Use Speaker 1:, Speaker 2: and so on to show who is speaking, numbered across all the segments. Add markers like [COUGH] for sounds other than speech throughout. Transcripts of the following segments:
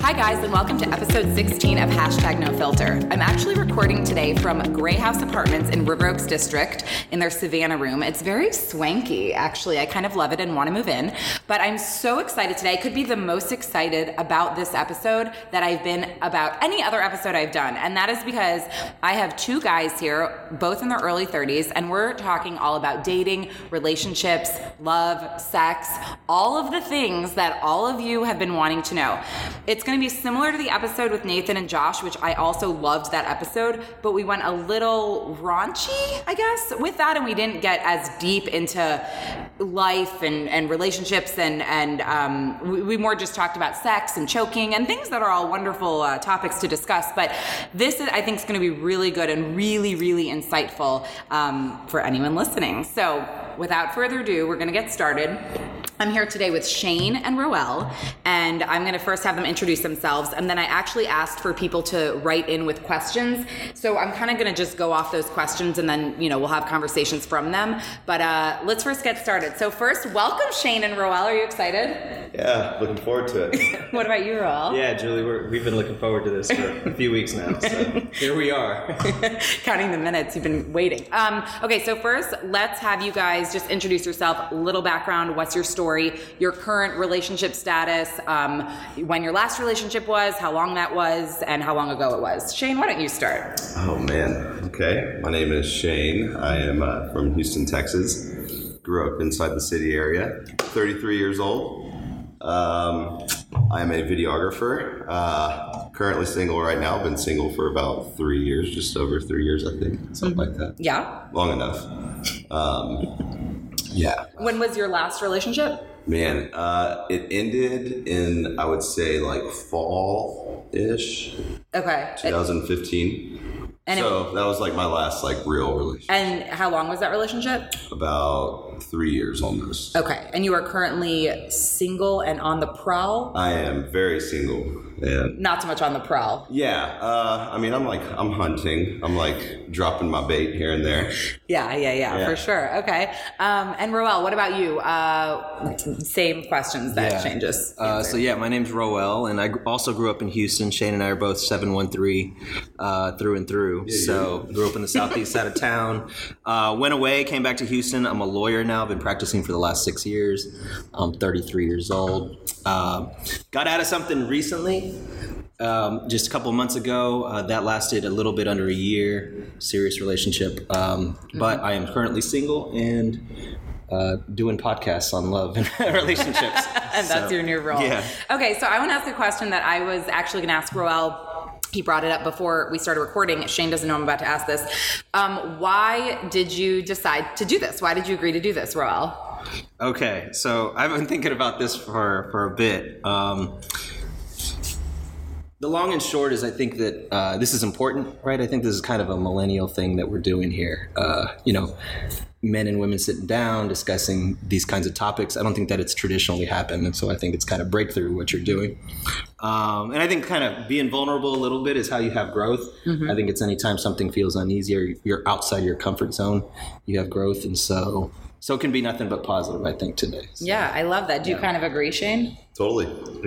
Speaker 1: Hi, guys, and welcome to episode 16 of Hashtag No Filter. I'm actually recording today from Gray House Apartments in River Oaks District in their Savannah room. It's very swanky, actually. I kind of love it and want to move in. But I'm so excited today. I could be the most excited about this episode that I've been about any other episode I've done. And that is because I have two guys here, both in their early 30s, and we're talking all about dating, relationships, love, sex, all of the things that all of you have been wanting to know. It's going to be similar to the episode with Nathan and Josh, which I also loved that episode, but we went a little raunchy, I guess, with that, and we didn't get as deep into life and, and relationships, and and um, we, we more just talked about sex and choking and things that are all wonderful uh, topics to discuss. But this, I think, is going to be really good and really, really insightful um, for anyone listening. So, without further ado, we're going to get started. I'm here today with Shane and Roel, and I'm going to first have them introduce themselves, and then I actually asked for people to write in with questions. So I'm kind of going to just go off those questions, and then you know we'll have conversations from them. But uh, let's first get started. So first, welcome Shane and Roel. Are you excited?
Speaker 2: Yeah, looking forward to it.
Speaker 1: What about you, Roel?
Speaker 2: Yeah, Julie, we're, we've been looking forward to this for a few weeks now. So here we are.
Speaker 1: Counting the minutes, you've been waiting. Um, okay, so first, let's have you guys just introduce yourself, little background, what's your story, your current relationship status, um, when your last relationship was, how long that was, and how long ago it was. Shane, why don't you start?
Speaker 2: Oh man. Okay. My name is Shane. I am uh, from Houston, Texas. Grew up inside the city area. 33 years old. Um, I'm a videographer. Uh, currently single right now. Been single for about three years, just over three years, I think, something like that.
Speaker 1: Yeah.
Speaker 2: Long enough. Um, yeah.
Speaker 1: When was your last relationship?
Speaker 2: Man, uh, it ended in I would say like fall ish,
Speaker 1: Okay.
Speaker 2: 2015.
Speaker 1: And it-
Speaker 2: so that was like my last like real relationship.
Speaker 1: And how long was that relationship?
Speaker 2: About three years almost.
Speaker 1: Okay. And you are currently single and on the prowl?
Speaker 2: I am very single, and
Speaker 1: Not so much on the prowl.
Speaker 2: yeah, uh, I mean, I'm like I'm hunting. I'm like dropping my bait here and there.
Speaker 1: Yeah, yeah, yeah,
Speaker 2: Yeah.
Speaker 1: for sure. Okay. Um, and Roel, what about you? Uh, same questions that
Speaker 3: Yeah.
Speaker 1: changes.
Speaker 3: Uh, so yeah, my name's Roel, and I gr- also grew up in Houston. Shane and I are both seven one three uh, through and through. so grew up in the southeast side of town. Uh, went away, came back to Houston. I'm a lawyer now. I've been practicing for the last six years. I'm 33 years old. Uh, got out of something recently. Um, just a couple months ago, uh, that lasted a little bit under a year, serious relationship. Um, But I am currently single and uh, doing podcasts on love and [LAUGHS] relationships.
Speaker 1: and that's your new role.
Speaker 3: yeah.
Speaker 1: Okay, so I want to ask a question that I was actually going to ask Roel. He brought it up before we started recording. Shane doesn't know I'm about to ask this. Um, why did you decide to do this? Why did you agree to do this, Roel?
Speaker 3: Okay, so I've been thinking about this for for a bit. Um, the long and short is, I think that uh, this is important, right? I think this is kind of a millennial thing that we're doing here. Uh, you know, men and women sitting down discussing these kinds of topics. I don't think that it's traditionally happened, and so I think it's kind of breakthrough what you're doing. Um, and I think kind of being vulnerable a little bit is how you have growth. I think it's anytime something feels uneasy or you're outside your comfort zone, you have growth. And so So it can be nothing but positive, I think, today. So-
Speaker 1: Yeah, I love that. Do you kind of agree, Shane?
Speaker 2: Totally.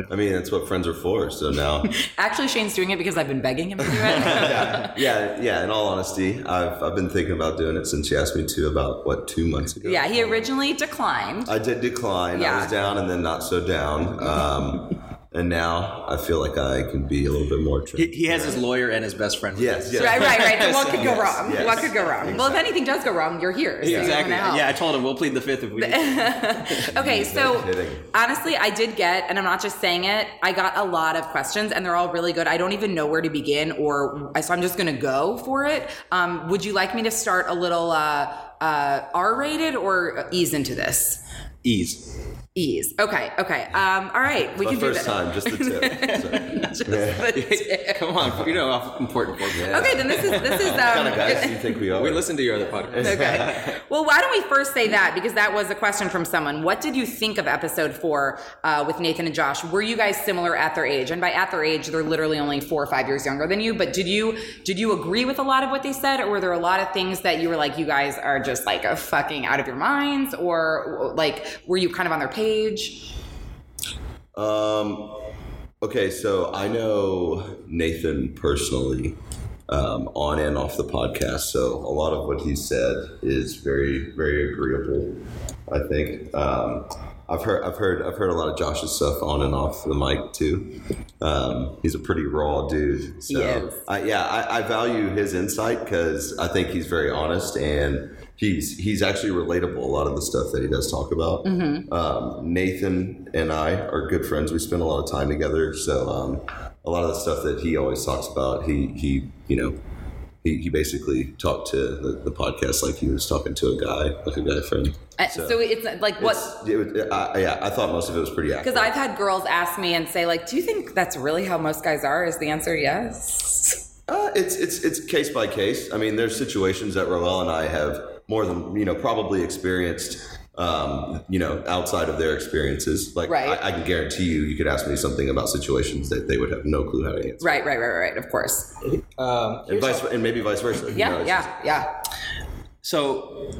Speaker 2: I mean, that's what friends are for.
Speaker 1: [LAUGHS]
Speaker 2: So now,
Speaker 1: Actually, Shane's doing it because I've been begging him to do
Speaker 3: [LAUGHS]
Speaker 1: it.
Speaker 2: yeah, yeah. In all honesty, I've I've been thinking about doing it since you asked me to about what two months ago.
Speaker 1: yeah, he originally declined.
Speaker 3: [LAUGHS]
Speaker 2: I did decline. I
Speaker 1: Yeah.
Speaker 2: was down and then not so down. Um, and now I feel like I can be a little bit more.
Speaker 3: He,
Speaker 2: Tri-
Speaker 3: he has his lawyer and his best friend. with him.
Speaker 2: yes, yes.
Speaker 1: Right, right, right. So what could go wrong?
Speaker 2: yes.
Speaker 1: What could go wrong? Well, if anything does go wrong, you're here. so you
Speaker 3: Exactly.
Speaker 1: wanna help.
Speaker 3: Yeah, I told him we'll plead the fifth if we.
Speaker 1: [LAUGHS] Okay, so
Speaker 2: kidding.
Speaker 1: honestly, I did get, and I'm not just saying it, I got a lot of questions, and they're all really good. I don't even know where to begin, or so I'm just going to go for it. Um, would you like me to start a little uh, uh, R-rated or ease into this?
Speaker 3: Ease.
Speaker 1: Ease. Okay. Okay. Um, all right. We
Speaker 2: My
Speaker 1: can
Speaker 2: first
Speaker 1: do that.
Speaker 2: time, just the tip. So,
Speaker 1: [LAUGHS]
Speaker 2: [LAUGHS]
Speaker 1: Just the tip.
Speaker 3: [LAUGHS] Come on, you know how important we're getting.
Speaker 1: okay. Then this is this
Speaker 2: [LAUGHS]
Speaker 1: is
Speaker 2: kind of guys do
Speaker 1: um,
Speaker 2: you think we are?
Speaker 3: We listen to your other podcast.
Speaker 1: [LAUGHS] okay. Well, why don't we first say that because that was a question from someone. What did you think of episode four uh, with Nathan and Josh? Were you guys similar at their age? And by at their age, they're literally only four or five years younger than you. But did you did you agree with a lot of what they said, or were there a lot of things that you were like, you guys are just like a fucking out of your minds, or like were you kind of on their page?
Speaker 2: Um, okay, so I know Nathan personally, um, on and off the podcast. So a lot of what he said is very, very agreeable. I think. Um, I've heard, I've heard, I've heard a lot of Josh's stuff on and off the mic too. Um, he's a pretty raw dude. So
Speaker 1: He is.
Speaker 2: I, yeah, I, I value his insight because I think he's very honest and he's he's actually relatable. A lot of the stuff that he does talk about.
Speaker 1: Mm-hmm.
Speaker 2: Um, Nathan and I are good friends. We spend a lot of time together, so um, a lot of the stuff that he always talks about, he he you know. He, he basically talked to the, the podcast like he was talking to a guy, like a guy friend.
Speaker 1: Uh, So, it's like what.
Speaker 2: It's- it was- I- I- yeah, I thought most of it was pretty accurate.
Speaker 1: Because I've had girls ask me and say, like, do you think that's really how most guys are? Is the answer yes?
Speaker 2: Uh, it's it's it's case by case. I mean, there's situations that Roel and I have more than you know probably experienced. Um, you know, outside of their experiences, like
Speaker 1: Right.
Speaker 2: I, I can guarantee you, you could ask me something about situations that they would have no clue how to answer,
Speaker 1: Right, right, right, right, right, of course.
Speaker 3: Um,
Speaker 2: and, vice, and maybe vice versa. you
Speaker 1: Yeah,
Speaker 2: know, it's
Speaker 1: yeah,
Speaker 2: just-
Speaker 1: yeah.
Speaker 3: So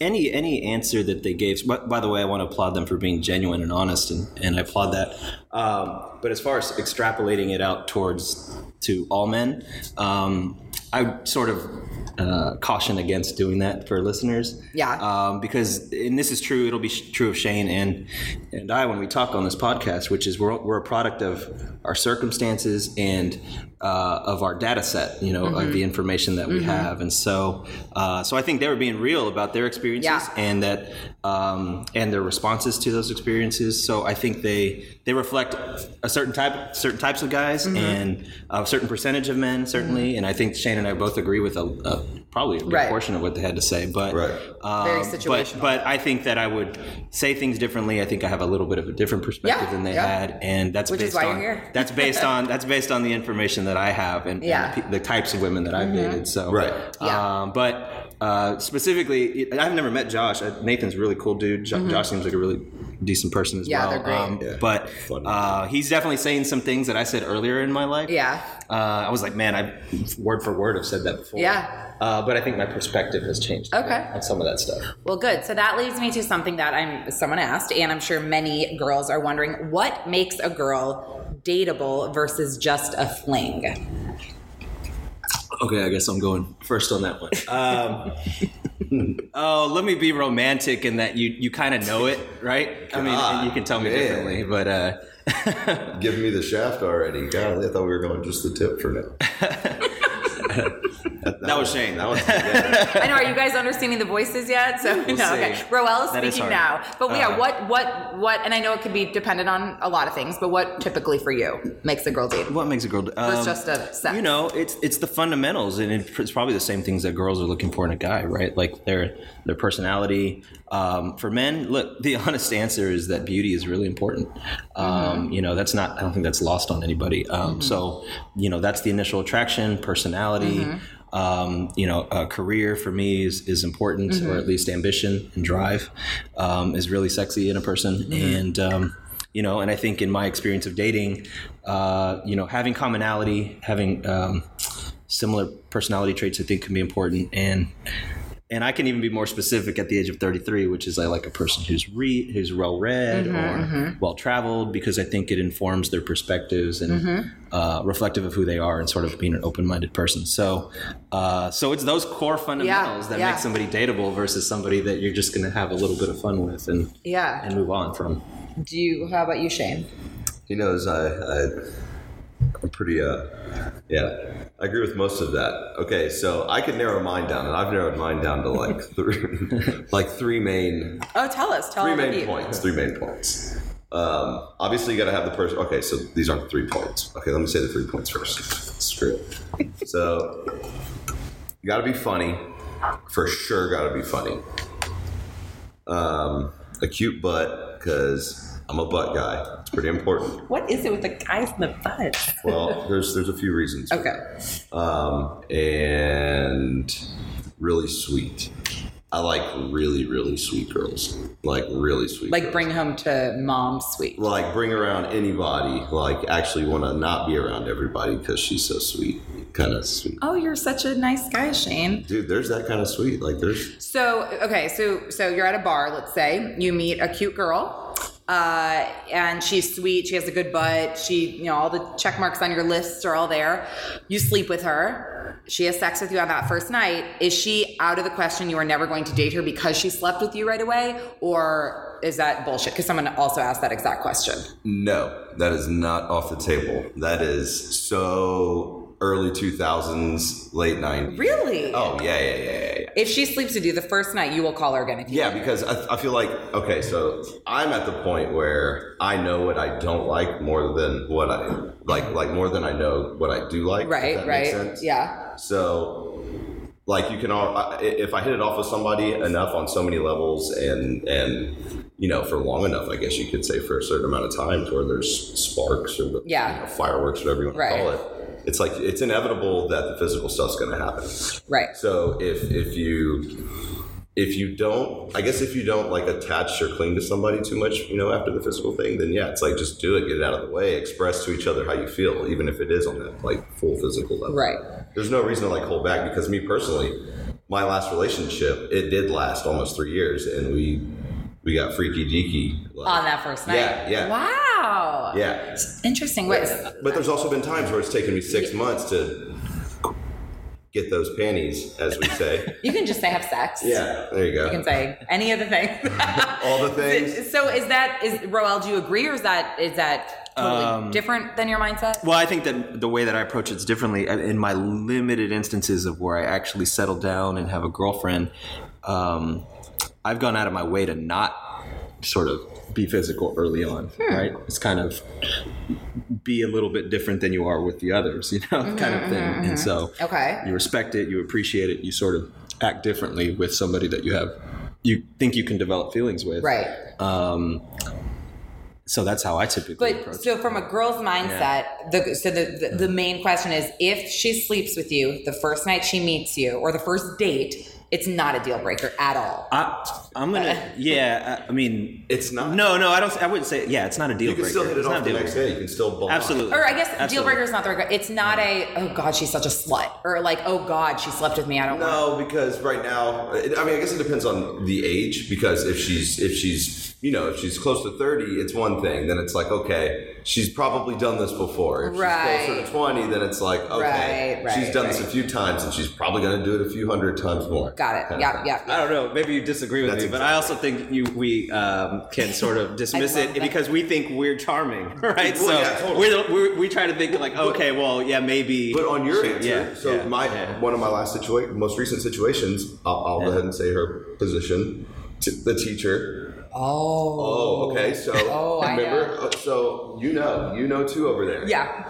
Speaker 3: any any answer that they gave by, by the way i want to applaud them for being genuine and honest and, and i applaud that um, but as far as extrapolating it out towards to all men um, i would sort of uh, caution against doing that for listeners
Speaker 1: Yeah.
Speaker 3: um, because and this is true it'll be sh- true of shane and and i when we talk on this podcast which is we're, we're a product of our circumstances and uh, of our data set you know
Speaker 1: Mm-hmm.
Speaker 3: of the information that we have and so uh, so i think they were being real about their experiences
Speaker 1: Yeah.
Speaker 3: and that um, and their responses to those experiences so i think they they reflect a certain type certain types of guys
Speaker 1: Mm-hmm.
Speaker 3: and a certain percentage of men certainly and i think shane and i both agree with a, a probably a good
Speaker 1: Right.
Speaker 3: portion of what they had to say but
Speaker 2: Right.
Speaker 3: um,
Speaker 1: Very
Speaker 3: but,
Speaker 1: situational.
Speaker 3: but I think that I would say things differently. I think I have a little bit of a different perspective
Speaker 1: Yeah,
Speaker 3: than they
Speaker 1: yeah.
Speaker 3: had, and that's
Speaker 1: Which is
Speaker 3: based
Speaker 1: why you're
Speaker 3: on
Speaker 1: here. [LAUGHS]
Speaker 3: that's based on that's based on the information that I have and, and
Speaker 1: Yeah. Mm-hmm.
Speaker 3: the, pe- the types of women that I've dated. So
Speaker 2: Right.
Speaker 1: Yeah.
Speaker 3: Um, but uh, specifically, it- I've never met Josh. Uh, Nathan's a really cool dude. Jo- Josh seems like a really decent person as
Speaker 1: Mm-hmm. Yeah,
Speaker 3: well. Um,
Speaker 1: they're great.
Speaker 3: But
Speaker 2: Funny.
Speaker 3: uh, he's definitely saying some things that I said earlier in my life.
Speaker 1: Yeah.
Speaker 3: Uh, I was like, man, I word for word have said that before.
Speaker 1: Yeah.
Speaker 3: Uh, but I think my perspective has changed. a bit
Speaker 1: Okay.
Speaker 3: On some of that stuff.
Speaker 1: Well, good. So that leads me to something that I'm someone asked, and I'm sure many girls are wondering what makes a girl dateable versus just a fling?
Speaker 3: Okay, I guess I'm going first on that one. Um, [LAUGHS] oh, let me be romantic in that you you kind of know it, right? I mean,
Speaker 2: God,
Speaker 3: you can tell me
Speaker 2: man.
Speaker 3: differently, but uh,
Speaker 2: Give me the shaft already. God, I thought we were going just the tip for [LAUGHS] now. that,
Speaker 3: That was Shane.
Speaker 2: That was yeah.
Speaker 1: I know. Are you guys understanding the voices yet? So no,
Speaker 3: see.
Speaker 1: okay. Roel is
Speaker 3: That is
Speaker 1: speaking
Speaker 3: hard.
Speaker 1: now, but yeah,
Speaker 3: Uh,
Speaker 1: what, what, what? And I know it could be dependent on a lot of things, but what typically for you makes a girl dateable?
Speaker 3: what makes a girl? Um,
Speaker 1: Versus just a sex.
Speaker 3: You know, it's it's the fundamentals, and it- it's probably the same things that girls are looking for in a guy, right? Like their their personality. Um, for men, look, the [LAUGHS] honest answer is that beauty is really important. Um, You know, that's not. I don't think that's lost on anybody. Um, So, you know, that's the initial attraction, personality. Um, you know, a career for me is, is important, or at least ambition and drive um, is really sexy in a person. And um, you know and i think in my experience of dating uh, you know having commonality having um, similar personality traits i think can be important and And I can even be more specific at the age of 33, which is I like a person who's re- who's well read
Speaker 1: Mm-hmm,
Speaker 3: or well traveled because I think it informs their perspectives and
Speaker 1: Mm-hmm.
Speaker 3: uh, reflective of who they are and sort of being an open minded person. So, uh, so it's those core fundamentals that
Speaker 1: yeah.
Speaker 3: make somebody dateable versus somebody that you're just going to have a little bit of fun with and
Speaker 1: Yeah.
Speaker 3: and move on from.
Speaker 1: Do you? How about you, Shane?
Speaker 2: He knows I, I I'm pretty uh yeah. I agree with most of that. Okay, so I could narrow mine down, and I've narrowed mine down to like [LAUGHS] three like three main
Speaker 1: Oh, tell us. Tell
Speaker 2: three
Speaker 1: all the
Speaker 2: main
Speaker 1: people.
Speaker 2: points. Three main points. Um, obviously, you got to have the person. Okay, so these aren't the three points. Okay, let me say the three points first. Screw
Speaker 1: [LAUGHS]
Speaker 2: it. So, you got to be funny. For sure, got to be funny. Um, a cute butt, because I'm a butt guy. It's pretty important.
Speaker 1: What is it with the guys in the butt? [LAUGHS]
Speaker 2: Well, there's there's a few reasons. for
Speaker 1: Okay.
Speaker 2: um, and really sweet. I like really, really sweet girls. Like really sweet.
Speaker 1: Like
Speaker 2: girls.
Speaker 1: bring home to mom's suite.
Speaker 2: Like bring around anybody. Like actually want to not be around everybody because she's so sweet. Kind of sweet.
Speaker 1: Oh, you're such a nice guy, Shane.
Speaker 2: Dude, there's that kind of sweet. Like there's
Speaker 1: So okay, so so you're at a bar, let's say you meet a cute girl, uh, and she's sweet, she has a good butt, she you know all the check marks on your list are all there. You sleep with her, she has sex with you on that first night. Is she out of the question? You are never going to date her because she slept with you right away, or is that bullshit? Because someone also asked that exact question.
Speaker 2: no. That is not off the table. That is so early 2000s, late 90s.
Speaker 1: Really?
Speaker 2: Oh yeah, yeah, yeah, yeah, yeah.
Speaker 1: If she sleeps with you the first night, you will call her again. If you
Speaker 2: Yeah, because I, I feel like okay, so I'm at the point where I know what I don't like more than what I like, like more than I know what I do like. if
Speaker 1: Right,
Speaker 2: that makes
Speaker 1: right,
Speaker 2: sense.
Speaker 1: yeah,
Speaker 2: So, like, you can all I- if I hit it off with somebody enough on so many levels, and and you know for long enough, I guess you could say for a certain amount of time, to where there's sparks or you
Speaker 1: Yeah.
Speaker 2: know, fireworks, whatever you want
Speaker 1: Right.
Speaker 2: to call it. It's like it's inevitable that the physical stuff's going to happen.
Speaker 1: right.
Speaker 2: So if if you if you don't, I guess if you don't like attach or cling to somebody too much, you know, after the physical thing, then yeah, it's like just do it, get it out of the way, express to each other how you feel, even if it is on that like full physical level.
Speaker 1: Right.
Speaker 2: There's no reason to like hold back because me personally, my last relationship, it did last almost three years, and we we got freaky deaky like-
Speaker 1: On that first night.
Speaker 2: Yeah, yeah.
Speaker 1: Wow.
Speaker 2: Yeah,
Speaker 1: Interesting. Wait,
Speaker 2: but there's also been times where it's taken me six months to get those panties, as we
Speaker 1: [LAUGHS]
Speaker 2: say.
Speaker 1: You can just say have sex.
Speaker 2: Yeah, there you go.
Speaker 1: You can say any of the things.
Speaker 2: All the
Speaker 1: [LAUGHS]
Speaker 2: things.
Speaker 1: so is that is Roel, do you agree or is that is that totally
Speaker 3: Um,
Speaker 1: different than your mindset?
Speaker 3: Well, I think that the way that I approach it's differently I- in my limited instances of where I actually settle down and have a girlfriend. Um, I've gone out of my way to not sort of be physical early on,
Speaker 1: Hmm.
Speaker 3: right? It's kind of be a little bit different than you are with the others, [LAUGHS] you know, kind of thing. And so,
Speaker 1: Mm-hmm, Okay.
Speaker 3: you respect it, you appreciate it, you sort of act differently with somebody that you have, you think you can develop feelings with,
Speaker 1: Right.
Speaker 3: Um, so that's how I typically approach.
Speaker 1: But
Speaker 3: it.
Speaker 1: so from a girl's mindset, the so the, the the main question is if she sleeps with you the first night she meets you or the first date, it's not a deal breaker at all.
Speaker 3: I,
Speaker 1: [LAUGHS]
Speaker 3: I'm gonna. Yeah, I, I mean,
Speaker 2: It's not.
Speaker 3: no, no, I don't. I wouldn't say. Yeah, it's not a deal
Speaker 2: you can
Speaker 3: breaker.
Speaker 2: still hit it
Speaker 3: it's not
Speaker 2: off
Speaker 3: a
Speaker 2: the
Speaker 3: deal
Speaker 2: next
Speaker 3: breaker.
Speaker 2: day. You can still bump.
Speaker 3: Absolutely.
Speaker 1: Or I guess deal
Speaker 3: Absolutely.
Speaker 1: breaker is not the right. It's not a oh god she's such a slut or like oh god she slept with me I don't want
Speaker 2: No, because right now, it, I mean, I guess it depends on the age. Because if she's if she's you know if she's close to thirty, it's one thing. Then it's like okay, she's probably done this before. If she's closer
Speaker 1: Right.
Speaker 2: to twenty, then it's like okay,
Speaker 1: Right, right,
Speaker 2: she's done this
Speaker 1: right.
Speaker 2: a few times, and she's probably gonna do it a few hundred times more.
Speaker 1: got it
Speaker 2: Kinda
Speaker 1: yeah
Speaker 2: thing.
Speaker 1: yeah
Speaker 3: I don't know. Maybe you disagree with
Speaker 2: That's
Speaker 3: me, but I also think you we um,
Speaker 1: [LAUGHS]
Speaker 3: can sort of dismiss
Speaker 1: love
Speaker 3: it
Speaker 1: that.
Speaker 3: because we think we're charming, [LAUGHS] right?
Speaker 2: Well,
Speaker 3: so
Speaker 2: yeah, totally.
Speaker 3: we're, the, we're we try to think like, okay, well, yeah, maybe.
Speaker 2: But on your answer,
Speaker 3: yeah,
Speaker 2: so
Speaker 3: yeah,
Speaker 2: my
Speaker 3: yeah.
Speaker 2: one of my last situation, most recent situations, I'll, I'll go ahead and say her position, t- the teacher.
Speaker 1: oh
Speaker 2: Oh, okay. So
Speaker 1: [LAUGHS] Oh, I
Speaker 2: remember, uh, so you know, you know too over there. [LAUGHS]
Speaker 1: yeah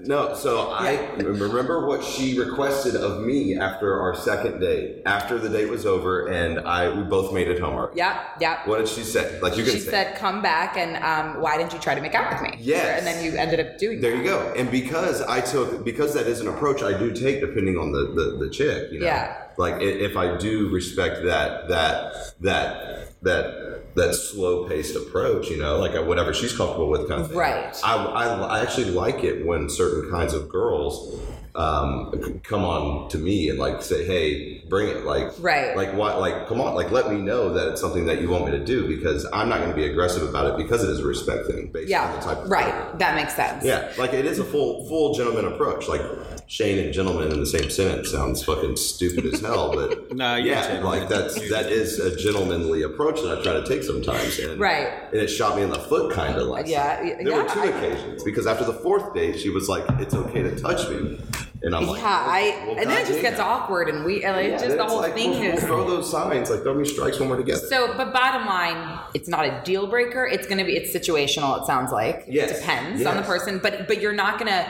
Speaker 2: No, so I remember what she requested of me after our second date, after the date was over, and I we both made it homework.
Speaker 1: yeah yeah
Speaker 2: What did she say? Like you can
Speaker 1: she
Speaker 2: say.
Speaker 1: said, "Come back and um, why didn't you try to make out with me?"
Speaker 2: Yes.
Speaker 1: and then you ended up doing
Speaker 2: there
Speaker 1: that.
Speaker 2: you go. And because I took because that is an approach I do take depending on the the, the chick. You know?
Speaker 1: Yeah.
Speaker 2: Like i- if I do respect that that that that that slow paced approach, you know, like uh, whatever she's comfortable with, kind of thing.
Speaker 1: Right.
Speaker 2: I, I, I actually like it when certain kinds of girls um, c- come on to me and like say, hey, bring it. Like,
Speaker 1: Right.
Speaker 2: Like, why? Like, come on. Like, let me know that it's something that you want me to do because I'm not going to be aggressive about it because it is a respect thing based on the type
Speaker 1: Yeah,
Speaker 2: of
Speaker 1: right. That makes sense.
Speaker 2: yeah, like it is a full full gentleman approach. Like Shane and gentleman in the same sentence sounds fucking stupid as hell,
Speaker 1: [LAUGHS]
Speaker 2: but
Speaker 3: No, you're a
Speaker 2: yeah,
Speaker 3: gentleman.
Speaker 2: like that's that is a gentlemanly approach that I try to take sometimes. And,
Speaker 1: Right.
Speaker 2: And it shot me in the foot kind of like
Speaker 1: Yeah, y-
Speaker 2: There were
Speaker 1: yeah,
Speaker 2: two
Speaker 1: I-
Speaker 2: occasions because after the fourth date she was like, "It's okay to touch me," and I'm like,
Speaker 1: Yeah, I
Speaker 2: well,
Speaker 1: and then it just
Speaker 2: goddamn.
Speaker 1: gets awkward and we and like,
Speaker 2: Yeah,
Speaker 1: just
Speaker 2: then
Speaker 1: the
Speaker 2: it's
Speaker 1: whole
Speaker 2: like,
Speaker 1: thing
Speaker 2: well,
Speaker 1: is
Speaker 2: throw those signs like throw me strikes when we're together.
Speaker 1: so but bottom line, it's not a deal breaker. It's gonna be it's situational, it sounds like.
Speaker 2: Yes,
Speaker 1: It depends on the
Speaker 2: yes.
Speaker 1: person, but but you're not gonna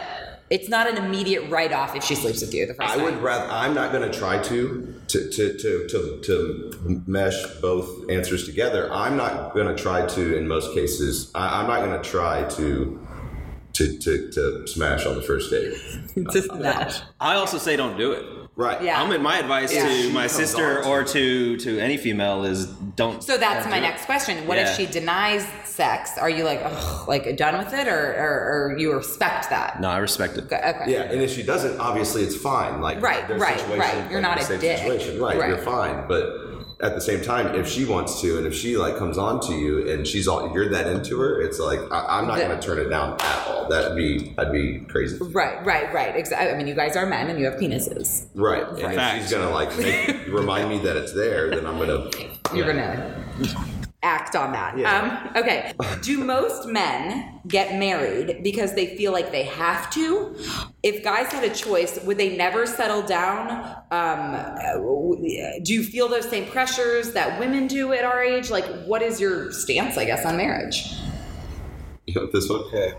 Speaker 1: it's not an immediate write off if she sleeps with you the first
Speaker 2: I
Speaker 1: time.
Speaker 2: would rather. I'm not going to try to to, to to to to mesh both answers together. I'm not going to try to. In most cases, I, I'm not going to try to. To, to, to smash on the first date.
Speaker 1: Just that.
Speaker 3: I also say don't do it.
Speaker 2: Right.
Speaker 1: Yeah.
Speaker 3: I'm in my advice
Speaker 1: Yeah.
Speaker 3: to
Speaker 1: She
Speaker 3: my
Speaker 2: comes
Speaker 3: sister
Speaker 2: on to
Speaker 3: or to to any female is don't.
Speaker 1: So that's
Speaker 3: don't
Speaker 1: my
Speaker 3: do it.
Speaker 1: next question. What
Speaker 3: Yeah.
Speaker 1: if she denies sex? Are you like, ugh, like done with it, or, or, or you respect that?
Speaker 3: No, I respect it.
Speaker 1: Okay. okay.
Speaker 2: Yeah, and if she doesn't, obviously it's fine. Like
Speaker 1: Right,
Speaker 2: their
Speaker 1: right,
Speaker 2: situation,
Speaker 1: right. You're
Speaker 2: like,
Speaker 1: not
Speaker 2: the
Speaker 1: a
Speaker 2: same
Speaker 1: dick.
Speaker 2: Situation. Right,
Speaker 1: Right.
Speaker 2: you're fine. But at the same time, if she wants to, and if she like comes on to you, and she's all you're that into her, it's like I, I'm not
Speaker 1: The-
Speaker 2: going to turn it down at all. That'd be I'd be crazy.
Speaker 1: Right, right, right. Exactly. I mean, you guys are men and you have penises.
Speaker 2: Right. And
Speaker 3: Facts.
Speaker 2: if she's gonna like make, remind me that it's there, then I'm gonna.
Speaker 1: You're gonna act on that.
Speaker 2: Yeah.
Speaker 1: Um,
Speaker 3: [LAUGHS]
Speaker 1: okay. Do most men get married because they feel like they have to? If guys had a choice, would they never settle down? Um, uh, w- do you feel those same pressures that women do at our age? Like, what is your stance, I guess, on marriage?
Speaker 2: You want this one? Okay.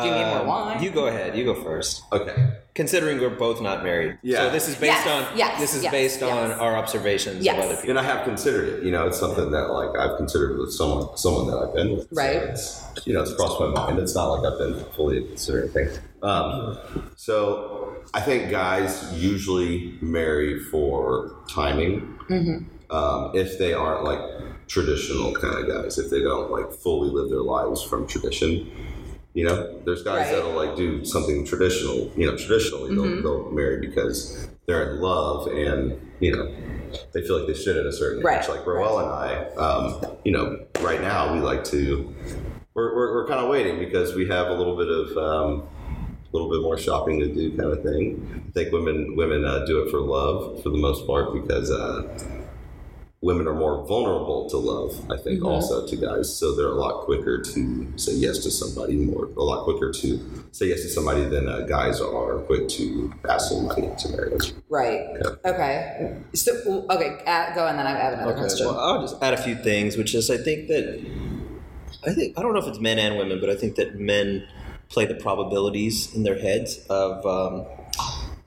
Speaker 1: Do you need more wine?
Speaker 3: Um, You go ahead. You go first.
Speaker 2: Okay.
Speaker 3: Considering we're both not married,
Speaker 2: Yeah.
Speaker 3: So this is based
Speaker 1: Yes,
Speaker 3: on
Speaker 1: yes,
Speaker 3: this is
Speaker 1: yes,
Speaker 3: based on
Speaker 1: yes.
Speaker 3: our observations
Speaker 1: Yes.
Speaker 3: of other people.
Speaker 2: And I have considered it. You know, it's something that like I've considered with someone, someone that I've been with. So
Speaker 1: Right.
Speaker 2: it's, you know, it's crossed my mind. It's not like I've been fully considering things. Um, so I think guys usually marry for timing.
Speaker 1: Mm-hmm.
Speaker 2: um, if they aren't like traditional kind of guys, if they don't like fully live their lives from tradition. You know, there's guys
Speaker 1: Right. Mm-hmm.
Speaker 2: that'll like do something traditional. You know, traditionally they'll, they'll marry because they're in love and you know they feel like they should at a certain
Speaker 1: Right,
Speaker 2: age. Like Roel and I, um, you know, right now we like to we're, we're, we're kind of waiting because we have a little bit of um, a little bit more shopping to do kind of thing. I think women women uh, do it for love for the most part because uh, women are more vulnerable to love. I think
Speaker 1: Mm-hmm.
Speaker 2: also to guys, so they're a lot quicker to say yes to somebody more a lot quicker to say yes to somebody than uh, guys are quick to ask somebody to marry. us.
Speaker 1: Right. Okay. So okay, uh, go and then I have another question.
Speaker 3: Well, uh, I'll just add a few things, which is I think that I think I don't know if it's men and women, but I think that men play the probabilities in their heads of um,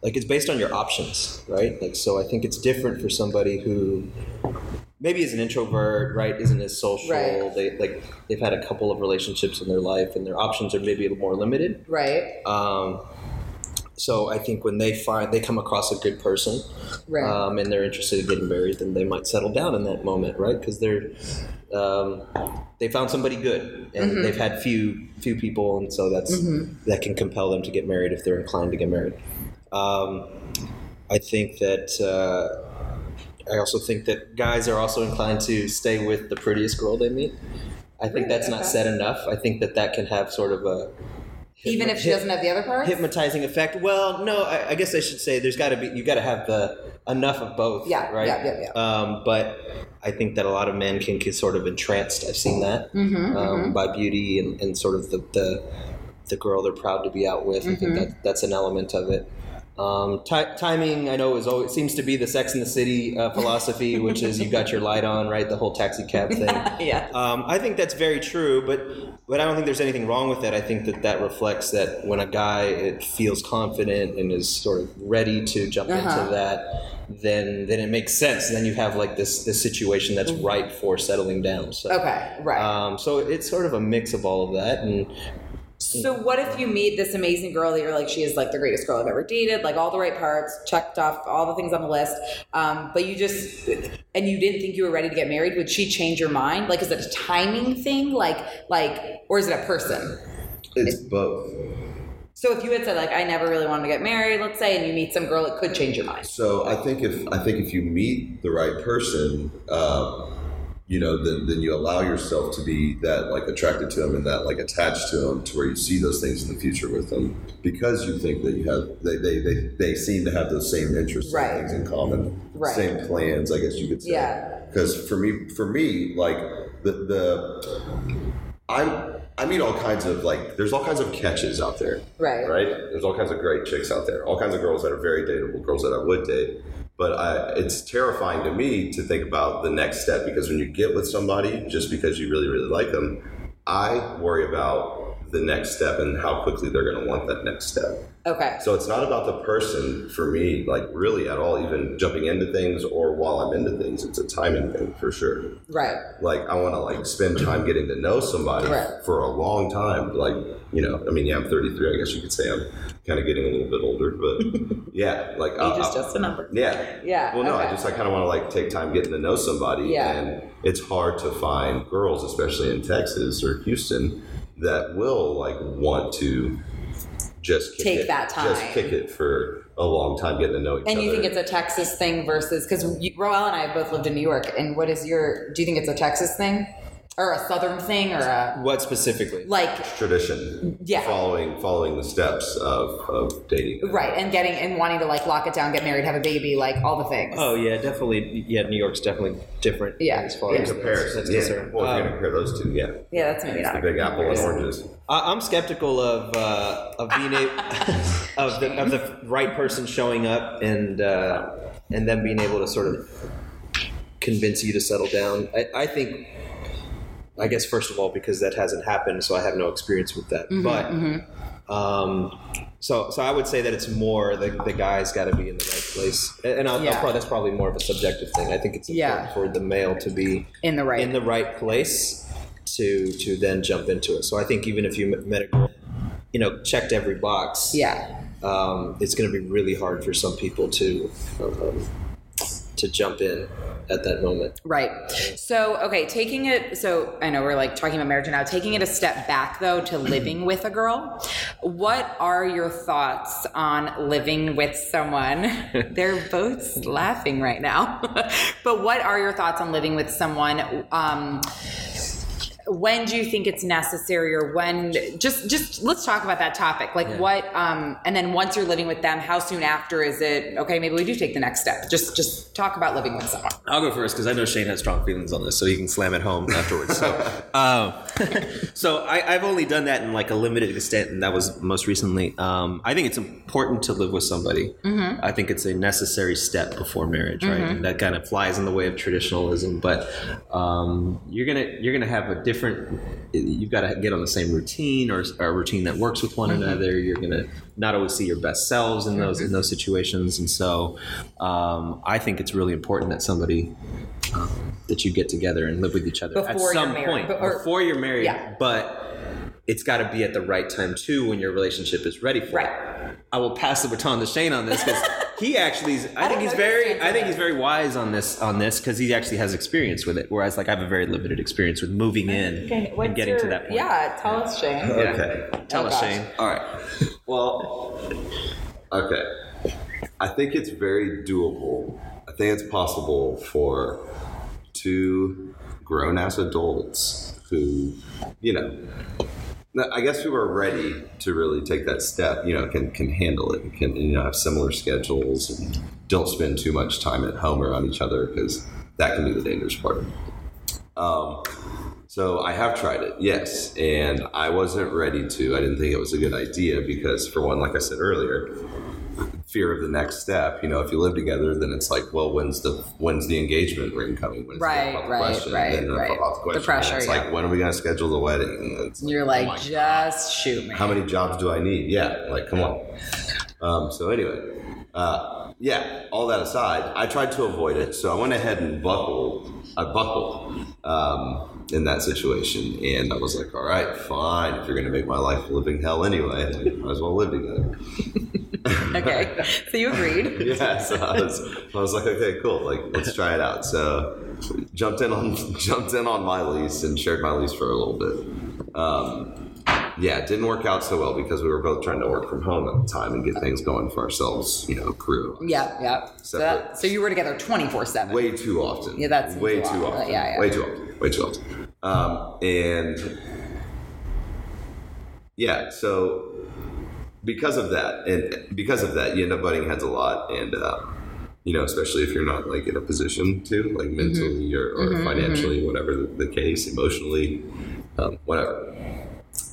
Speaker 3: like it's based on your options, right? Like so, I think it's different for somebody who maybe is an introvert, right? Isn't as social.
Speaker 1: Right.
Speaker 3: They like they've had a couple of relationships in their life, and their options are maybe a little more limited.
Speaker 1: right.
Speaker 3: Um, so I think when they find they come across a good person,
Speaker 1: Right.
Speaker 3: um, and they're interested in getting married, then they might settle down in that moment, right? Because they're um, they found somebody good, and they've had few few people, and so that's that can compel them to get married if they're inclined to get married. Um, I think that. Uh, I also think that guys are also inclined to stay with the prettiest girl they meet. I think that's not said enough. I think that that can have sort of a
Speaker 1: Even if she doesn't have the other part?
Speaker 3: hypnotizing effect. Well, no, I, I guess I should say there's got to be you got to have the enough of both.
Speaker 1: Yeah,
Speaker 3: right.
Speaker 1: yeah, yeah, yeah.
Speaker 3: Um, but I think that a lot of men can get sort of entranced. I've seen that
Speaker 1: Mm-hmm.
Speaker 3: um, by beauty and, and sort of the, the the girl they're proud to be out with. I
Speaker 1: Mm-hmm.
Speaker 3: think that that's an element of it. Um, ti timing, I know, is always seems to be the Sex in the City uh, philosophy, which is you got your light on, right? The whole taxi
Speaker 1: [LAUGHS]
Speaker 3: cab thing.
Speaker 1: yeah.
Speaker 3: Um, I think that's very true, but but I don't think there's anything wrong with that. I think that that reflects that when a guy it feels confident and is sort of ready to jump
Speaker 1: Uh-huh.
Speaker 3: into that, then then it makes sense. Then you have like this this situation that's ripe for settling down. So
Speaker 1: Mm-hmm. Okay. Right.
Speaker 3: um, so it's sort of a mix of all of that, and
Speaker 1: So what if you meet this amazing girl that you're like, she is like the greatest girl I've ever dated, like all the right parts, checked off all the things on the list, um, but you just and you didn't think you were ready to get married? Would she change your mind? Like, is it a timing thing? Like, like, or is it a person?
Speaker 2: It's both.
Speaker 1: So if you had said like I never really wanted to get married, let's say, and you meet some girl, it could change your mind.
Speaker 2: So I think if I think if you meet the right person, uh, you know, then then you allow yourself to be that like attracted to them and that like attached to them to where you see those things in the future with them because you think that you have they they they, they seem to have those same interests and
Speaker 1: Right.
Speaker 2: things in common,
Speaker 1: Right.
Speaker 2: same plans, I guess you could say.
Speaker 1: Yeah.
Speaker 2: Because for me, for me, like the the I I meet all kinds of like there's all kinds of catches out there
Speaker 1: Right.
Speaker 2: right? There's all kinds of great chicks out there, all kinds of girls that are very dateable, girls that I would date. But I, it's terrifying to me to think about the next step because when you get with somebody, just because you really, really like them, I worry about the next step and how quickly they're going to want that next step.
Speaker 1: Okay.
Speaker 2: So it's not about the person for me, like really at all, even jumping into things or while I'm into things. It's a timing thing for sure
Speaker 1: Right.
Speaker 2: like I want to like spend time getting to know somebody
Speaker 1: Right.
Speaker 2: for a long time. Like you know, I mean, yeah, I'm 33. I guess you could say I'm kind of getting a little bit
Speaker 1: [LAUGHS]
Speaker 2: older, but yeah, like I-
Speaker 1: Age is
Speaker 2: I-
Speaker 1: just a number.
Speaker 2: yeah,
Speaker 1: Yeah,
Speaker 2: Well, no, I
Speaker 1: okay.
Speaker 2: just I kind of want to like take time getting to know somebody,
Speaker 1: Yeah.
Speaker 2: and it's hard to find girls, especially in Texas or Houston, that will like want to just kick
Speaker 1: Take
Speaker 2: it,
Speaker 1: that
Speaker 2: just
Speaker 1: time.
Speaker 2: kick it for a long time getting to know each
Speaker 1: And
Speaker 2: other.
Speaker 1: you think it's a Texas thing versus because Roel and I have both lived in New York. And what is your? Do you think it's a Texas thing, or a Southern thing, or a
Speaker 3: What specifically?
Speaker 1: like
Speaker 2: tradition,
Speaker 1: Yeah.
Speaker 2: following following the steps of of dating,
Speaker 1: right and getting and wanting to like lock it down, get married, have a baby, like all the things.
Speaker 3: Oh yeah, definitely. Yeah, New York's definitely different.
Speaker 1: Yeah.
Speaker 3: as far
Speaker 1: Yeah.
Speaker 3: as that's-
Speaker 2: comparison.
Speaker 3: that's
Speaker 2: Yeah.
Speaker 3: concerned.
Speaker 2: Well, if
Speaker 3: Um,
Speaker 2: you're gonna compare those two, yeah,
Speaker 1: yeah, that's maybe not.
Speaker 2: the Big Apple and oranges.
Speaker 3: I, I'm skeptical of uh, of being able [LAUGHS] of, the, of the right person showing up and uh, and them being able to sort of convince you to settle down. I, I think. I guess first of all because that hasn't happened, so I have no experience with that.
Speaker 1: Mm-hmm,
Speaker 3: but um, so so I would say that it's more the, the guy's got to be in the right place, and, and I'll, I'll
Speaker 1: Yeah.
Speaker 3: probably, that's probably more of a subjective thing. I think it's important
Speaker 1: Yeah.
Speaker 3: for the male to be
Speaker 1: In the right.
Speaker 3: in the right place to to then jump into it. So I think even if you m- met a girl, you know, checked every box,
Speaker 1: yeah.
Speaker 3: um, it's going to be really hard for some people to um, to jump in at that moment.
Speaker 1: Right. So, okay, taking it, so I know we're like talking about marriage now, taking it a step back though to living with a girl, what are your thoughts on living with someone? They're both laughing right now, [LAUGHS] but what are your thoughts on living with someone? Um, when do you think it's necessary or when just just let's talk about that topic like what um and then once you're living with them how soon after is it okay maybe we do take the next step just just talk about living with someone
Speaker 3: I'll go first because I know Shane has strong feelings on this, so he can slam it home afterwards. So, um, so I, I've only done that in like a limited extent, and that was most recently. Um, I think it's important to live with somebody. I think it's a necessary step before marriage, right? And that kind of flies in the way of traditionalism, but um, you're gonna you're gonna have a different. You've got to get on the same routine or, or a routine that works with one another. You're gonna not always see your best selves in those in those situations, and so um, I think it's really important that somebody. um, That you get together and live with each other at
Speaker 1: Before you're
Speaker 3: some
Speaker 1: married,
Speaker 3: point
Speaker 1: but- or-
Speaker 3: before you're married,
Speaker 1: Yeah.
Speaker 3: but it's got to be at the right time too when your relationship is ready for
Speaker 1: Right.
Speaker 3: it. I will pass the baton to Shane on
Speaker 1: [LAUGHS]
Speaker 3: this because he actually, is, I,
Speaker 1: know
Speaker 3: think he's
Speaker 1: your
Speaker 3: very,
Speaker 1: stance
Speaker 3: I
Speaker 1: on
Speaker 3: think
Speaker 1: it.
Speaker 3: he's very wise on this on this because he actually has experience with it, whereas like I have a very limited experience with moving in and getting to that point.
Speaker 1: Yeah, tell us, Shane. [LAUGHS]
Speaker 3: Yeah.
Speaker 2: Okay.
Speaker 3: Tell
Speaker 1: Oh,
Speaker 3: us,
Speaker 1: gosh.
Speaker 3: Shane.
Speaker 2: All right. Well, okay. I think it's very doable. I think it's possible for two grown ass adults who, you know, I guess who are ready to really take that step, you know, can can handle it, can you know have similar schedules and don't spend too much time at home around each other because that can be the dangerous part. Um, so I have tried it, yes, and I wasn't ready to. I didn't think it was a good idea because, for one, like I said earlier, fear of the next step. You know, if you live together, then it's like, well, when's the when's the engagement ring coming? When's the
Speaker 1: Right,
Speaker 2: pop-up
Speaker 1: right,
Speaker 2: question?
Speaker 1: right,
Speaker 2: Then the
Speaker 1: right.
Speaker 2: pop-up
Speaker 1: The
Speaker 2: question. And
Speaker 1: pressure,
Speaker 2: It's
Speaker 1: yeah.
Speaker 2: like, when are we gonna schedule the wedding? And it's
Speaker 1: You're like, just shoot [LAUGHS] me.
Speaker 2: how many jobs do I need? Yeah, like come on. Um, so anyway, uh, yeah. All that aside, I tried to avoid it, so I went ahead and buckled. I buckled um, in that situation, and I was like, "All right, fine. If you're going to make my life a living hell anyway, I might as well live together."
Speaker 1: Okay, so you [LAUGHS] agreed.
Speaker 2: yeah, so I was, I was like, okay, cool, like let's try it out. So [LAUGHS] jumped in on jumped in on my lease and shared my lease for a little bit. Um, yeah, it didn't work out so well because we were both trying to work from home at the time and get things going for ourselves, you know, crew.
Speaker 1: Yeah, yeah. So, that,
Speaker 2: Separate.
Speaker 1: so you were together 24 7.
Speaker 2: Way too often.
Speaker 1: Yeah, that's
Speaker 2: way
Speaker 1: a lot.
Speaker 2: too often.
Speaker 1: Yeah, yeah.
Speaker 2: Way too often. Way too often. Um, and yeah, so because of that, and because of that, you end up butting heads a lot, and uh, you know, especially if you're not like in a position to, like mentally or, or financially, whatever the, the case, emotionally, um, whatever.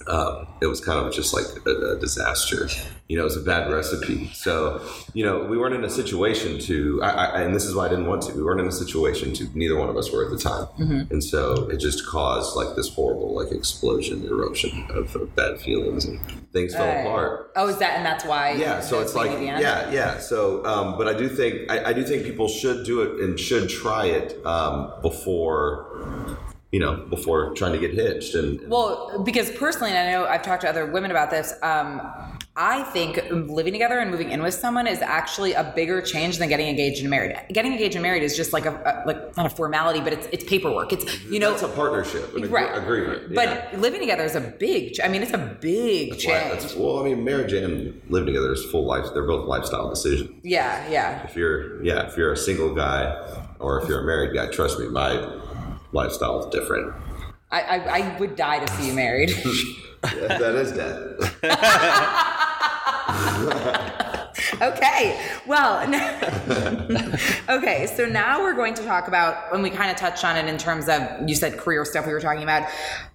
Speaker 2: Um, it was kind of just like a, a disaster. You know, it was a bad recipe. So, you know, we weren't in a situation to, I, I, and this is why I didn't want to. We weren't in a situation to. Neither one of us were at the time, and so it just caused like this horrible like explosion, eruption of, of bad feelings, and things fell
Speaker 1: Right.
Speaker 2: apart
Speaker 1: Oh, is that, and that's why?
Speaker 2: yeah so
Speaker 1: that's
Speaker 2: it's like
Speaker 1: maybe the end?
Speaker 2: yeah yeah so um, but i do think I, I do think people should do it and should try it um, before you know before trying to get hitched and, and
Speaker 1: Well, because personally, and I know I've talked to other women about this. Um, I think living together and moving in with someone is actually a bigger change than getting engaged and married. Getting engaged and married is just like a, a like not a formality, but it's it's paperwork. It's you know
Speaker 2: it's a partnership an ag-
Speaker 1: right
Speaker 2: agreement
Speaker 1: But
Speaker 2: yeah.
Speaker 1: living together is a big. ch- I mean, it's a big
Speaker 2: Why-
Speaker 1: change.
Speaker 2: that's- well i mean marriage and living together is full life they're both lifestyle decisions
Speaker 1: yeah, yeah.
Speaker 2: if you're yeah if you're a single guy or if you're a married guy trust me my lifestyle is
Speaker 1: [LAUGHS]
Speaker 2: different
Speaker 1: I, I I would die to see you
Speaker 2: [LAUGHS]
Speaker 1: married.
Speaker 2: that that is death
Speaker 1: okay. Well, [LAUGHS] okay. So now we're going to talk about, and we kind of touched on it in terms of you said career stuff we were talking about.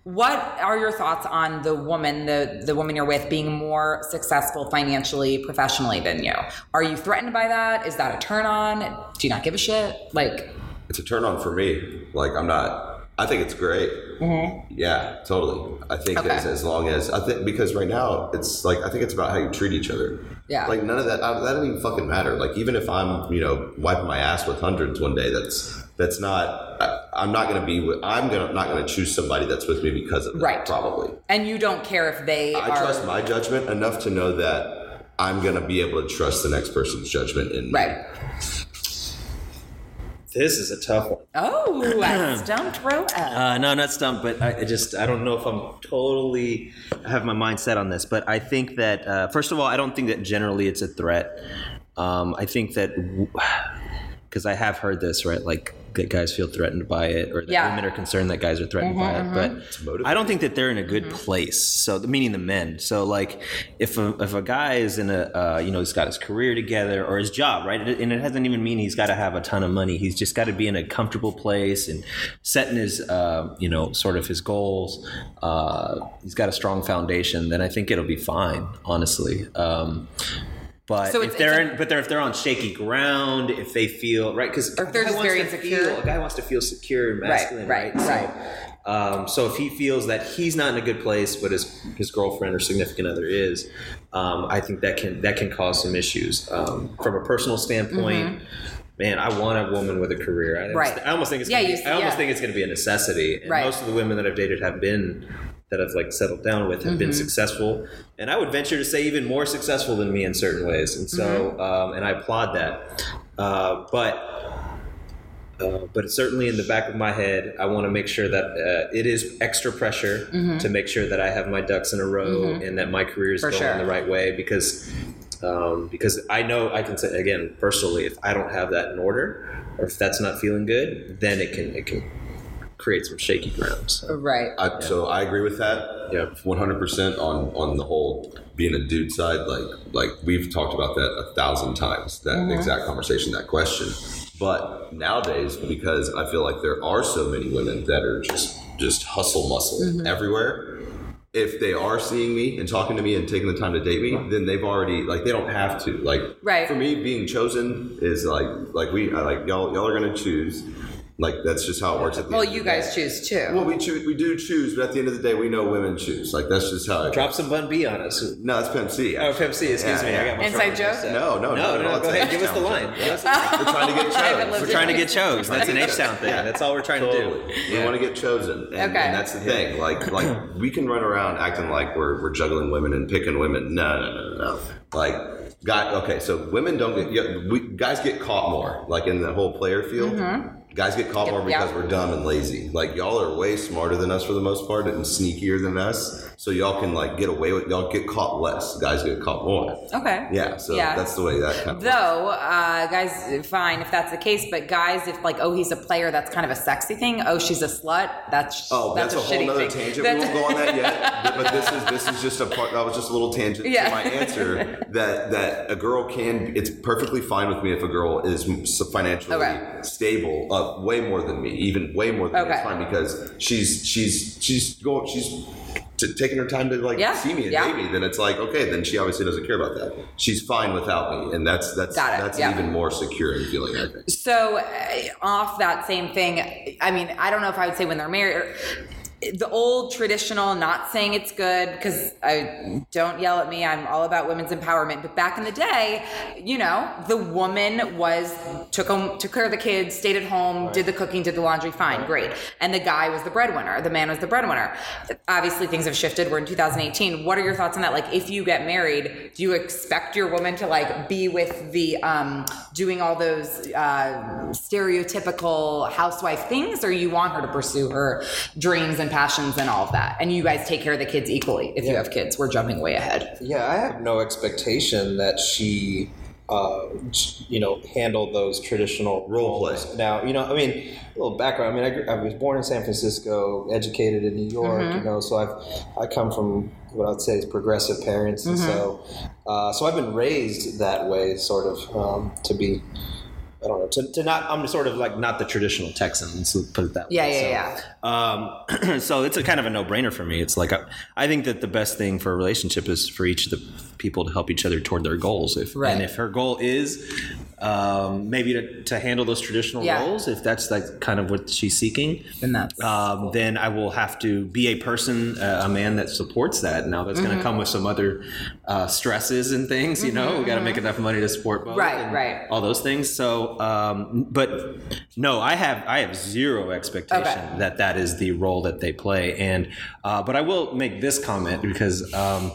Speaker 1: What are your thoughts on the woman, the the woman you're with, being more successful financially, professionally than you? Are you threatened by that? Is that a turn on? Do you not give a shit? Like,
Speaker 2: it's a turn on for me. Like I'm not. I think it's great. Yeah, totally. I think
Speaker 1: Mm-hmm. Okay.
Speaker 2: as, as long as I think because right now it's like I think it's about how you treat each other.
Speaker 1: Yeah.
Speaker 2: Like none of that I, that doesn't even fucking matter. Like even if I'm you know wiping my ass with hundreds one day, that's that's not. I, I'm not gonna be. with I'm gonna not gonna choose somebody that's with me because of that.
Speaker 1: Right.
Speaker 2: Probably.
Speaker 1: and you don't care if they
Speaker 2: I
Speaker 1: are.
Speaker 2: trust my judgment enough to know that I'm gonna be able to trust the next person's judgment in me.
Speaker 1: Right.
Speaker 3: This is a tough one.
Speaker 1: Oh, I stumped Roa.
Speaker 3: Uh, no, not stumped, but I, I just I don't know if I'm totally I have my mind set on this. But I think that uh, first of all, I don't think that generally it's a threat. Um, I think that [SIGHS] because I have heard this right, like that guys feel threatened by it, or that
Speaker 1: Yeah. Mm-hmm,
Speaker 3: women are concerned that guys are threatened by it. But I don't think that they're in a good place. So meaning the men. So like if a, if a guy is in a uh, you know he's got his career together or his job right, and it doesn't even mean he's got to have a ton of money. He's just got to be in a comfortable place and setting his uh, you know sort of his goals. Uh, he's got a strong foundation. Then I think it'll be fine. Honestly. Um, but
Speaker 1: So it's-
Speaker 3: if they're
Speaker 1: it's a-
Speaker 3: in, but they're if they're on shaky ground, if they feel right, because
Speaker 1: Or if they're just very insecure.
Speaker 3: a guy wants to feel secure and masculine,
Speaker 1: right,
Speaker 3: right?
Speaker 1: right.
Speaker 3: So, um, so if he feels that he's not in a good place, but his his girlfriend or significant other is, um, I think that can that can cause some issues um, from a personal standpoint. Man, I want a woman with a career. I,
Speaker 1: Mm-hmm. Right.
Speaker 3: I almost think it's
Speaker 1: Yeah,
Speaker 3: gonna
Speaker 1: you
Speaker 3: be,
Speaker 1: s-
Speaker 3: I almost
Speaker 1: yeah.
Speaker 3: think it's going to be a necessity. And
Speaker 1: Right.
Speaker 3: most of the women that I've dated have been that I've like settled down with have
Speaker 1: Mm-hmm.
Speaker 3: been successful, and I would venture to say even more successful than me in certain ways. And so,
Speaker 1: Mm-hmm.
Speaker 3: um, and I applaud that. Uh, but uh, but certainly in the back of my head, I want to make sure that uh, it is extra pressure to make sure that I have my ducks in a row and that my career is
Speaker 1: Mm-hmm. For
Speaker 3: going
Speaker 1: sure.
Speaker 3: the right way because um, because I know I can say again personally if I don't have that in order or if that's not feeling good, then it can it can create some shaky ground. So.
Speaker 1: Right.
Speaker 2: I, So I agree with that.
Speaker 3: Yeah.
Speaker 2: one hundred percent on on the whole being a dude side. Like like we've talked about that a thousand times. That exact conversation, that question. But nowadays, because I feel like there are so many women that are just just hustle muscle everywhere. If they are seeing me and talking to me and taking the time to date me, then they've already like they don't have to like
Speaker 1: Right.
Speaker 2: for me me being chosen is like like we I like y'all y'all are gonna choose like that's just how it works at the
Speaker 1: Well,
Speaker 2: end of
Speaker 1: you
Speaker 2: the day.
Speaker 1: guys choose too.
Speaker 2: well we choose we do choose but at the end of the day we know women choose like that's just how it
Speaker 3: Drop some bun B on us. Oh,
Speaker 2: no it's Pimp C actually.
Speaker 3: Pepsi, excuse
Speaker 2: Yeah,
Speaker 3: me.
Speaker 2: yeah.
Speaker 3: I got my
Speaker 1: Inside
Speaker 3: throat
Speaker 1: joke?
Speaker 3: upset.
Speaker 2: no no no
Speaker 3: No, no,
Speaker 2: no,
Speaker 3: no,
Speaker 2: it's
Speaker 3: go
Speaker 2: an
Speaker 3: ahead. Give us the
Speaker 2: H-town
Speaker 3: line.
Speaker 2: joke.
Speaker 3: Give us the
Speaker 2: we're trying to
Speaker 3: [LAUGHS]
Speaker 2: get
Speaker 1: haven't
Speaker 2: chose
Speaker 1: lived
Speaker 3: We're trying to get chose. That's an H town thing. That's all we're trying to do.
Speaker 2: We want to get chosen, and,
Speaker 1: Okay.
Speaker 2: and that's the thing. Like, like we can run around acting like we're, we're juggling women and picking women. No, no, no, no. Like, guy. Okay, so women don't get. Yeah, we, guys get caught more, like in the whole player field.
Speaker 1: Mm-hmm.
Speaker 2: Guys get caught more because
Speaker 1: Yeah.
Speaker 2: we're dumb and lazy. Like y'all are way smarter than us for the most part and sneakier than us. So y'all can like get away with y'all get caught less. Guys get caught more.
Speaker 1: Okay.
Speaker 2: Yeah, so
Speaker 1: Yeah.
Speaker 2: that's the way that kind of
Speaker 1: Though, uh, guys, fine if that's the case, but guys, if like, oh, he's a player, that's kind of a sexy thing. Oh, she's a slut. That's
Speaker 2: Oh, that's, a,
Speaker 1: shitty
Speaker 2: whole other
Speaker 1: thing.
Speaker 2: tangent.
Speaker 1: That's-
Speaker 2: we won't go on that yet.
Speaker 1: [LAUGHS]
Speaker 2: But- But this is this is just a part. That was just a little tangent
Speaker 1: Yeah.
Speaker 2: to my
Speaker 1: [LAUGHS]
Speaker 2: answer. That that a girl can. It's perfectly fine with me if a girl is s- financially
Speaker 1: Okay.
Speaker 2: stable, uh, way more than me, even way more than me.
Speaker 1: Okay.
Speaker 2: It's fine because she's she's she's going she's. To taking her time to like
Speaker 1: Yeah,
Speaker 2: see me and
Speaker 1: yeah.
Speaker 2: date me, then it's like okay, then she obviously doesn't care about that. She's fine without me, and that's that's
Speaker 1: Got it,
Speaker 2: that's
Speaker 1: yeah.
Speaker 2: even more secure and feeling. I think.
Speaker 1: So, uh, off that same thing, I mean, I don't know if I would say when they're married. The old traditional, not saying it's good because I don't yell at me. I'm all about women's empowerment. But back in the day, you know, the woman was took home, took care of the kids, stayed at home, did the cooking, did the laundry, fine, great. And the guy was the breadwinner. The man was the breadwinner. Obviously, things have shifted. We're in 2018. What are your thoughts on that? Like, if you get married, do you expect your woman to like be with the um, doing all those uh, stereotypical housewife things, or you want her to pursue her dreams and passions and all of that? And you guys take care of the kids equally if you have kids. We're jumping way ahead.
Speaker 3: Yeah, I have no expectation that she, uh, j- you know, handled those traditional
Speaker 2: Role play.
Speaker 3: roles. Now, you know, I mean, a little background. I mean, I, grew- I was born in San Francisco, educated in New York. You know, so I've I come from what I'd say is progressive parents, and so uh, so I've been raised that way, sort of, um, to be. I don't know. To, to not, I'm sort of like not the traditional Texan. Let's put it that
Speaker 1: Yeah,
Speaker 3: way.
Speaker 1: yeah,
Speaker 3: So,
Speaker 1: yeah.
Speaker 3: um, [CLEARS THROAT] so it's a kind of a no-brainer for me. It's like a, I think that the best thing for a relationship is for each of the people to help each other toward their goals. If
Speaker 1: Right.
Speaker 3: and if her goal is um, maybe to, to handle those traditional
Speaker 1: Yeah.
Speaker 3: roles, if that's like kind of what she's seeking,
Speaker 1: And that's
Speaker 3: um, then I will have to be a person, uh, a man that supports that. Now that's
Speaker 1: Mm-hmm.
Speaker 3: going to come with some other uh, stresses and things. You know, we got to make enough money to support both,
Speaker 1: Mm-hmm. Right,
Speaker 3: and
Speaker 1: right.
Speaker 3: All those things. So, um, but no, I have I have zero expectation
Speaker 1: Okay.
Speaker 3: that that is the role that they play. And uh, but I will make this comment because. Um,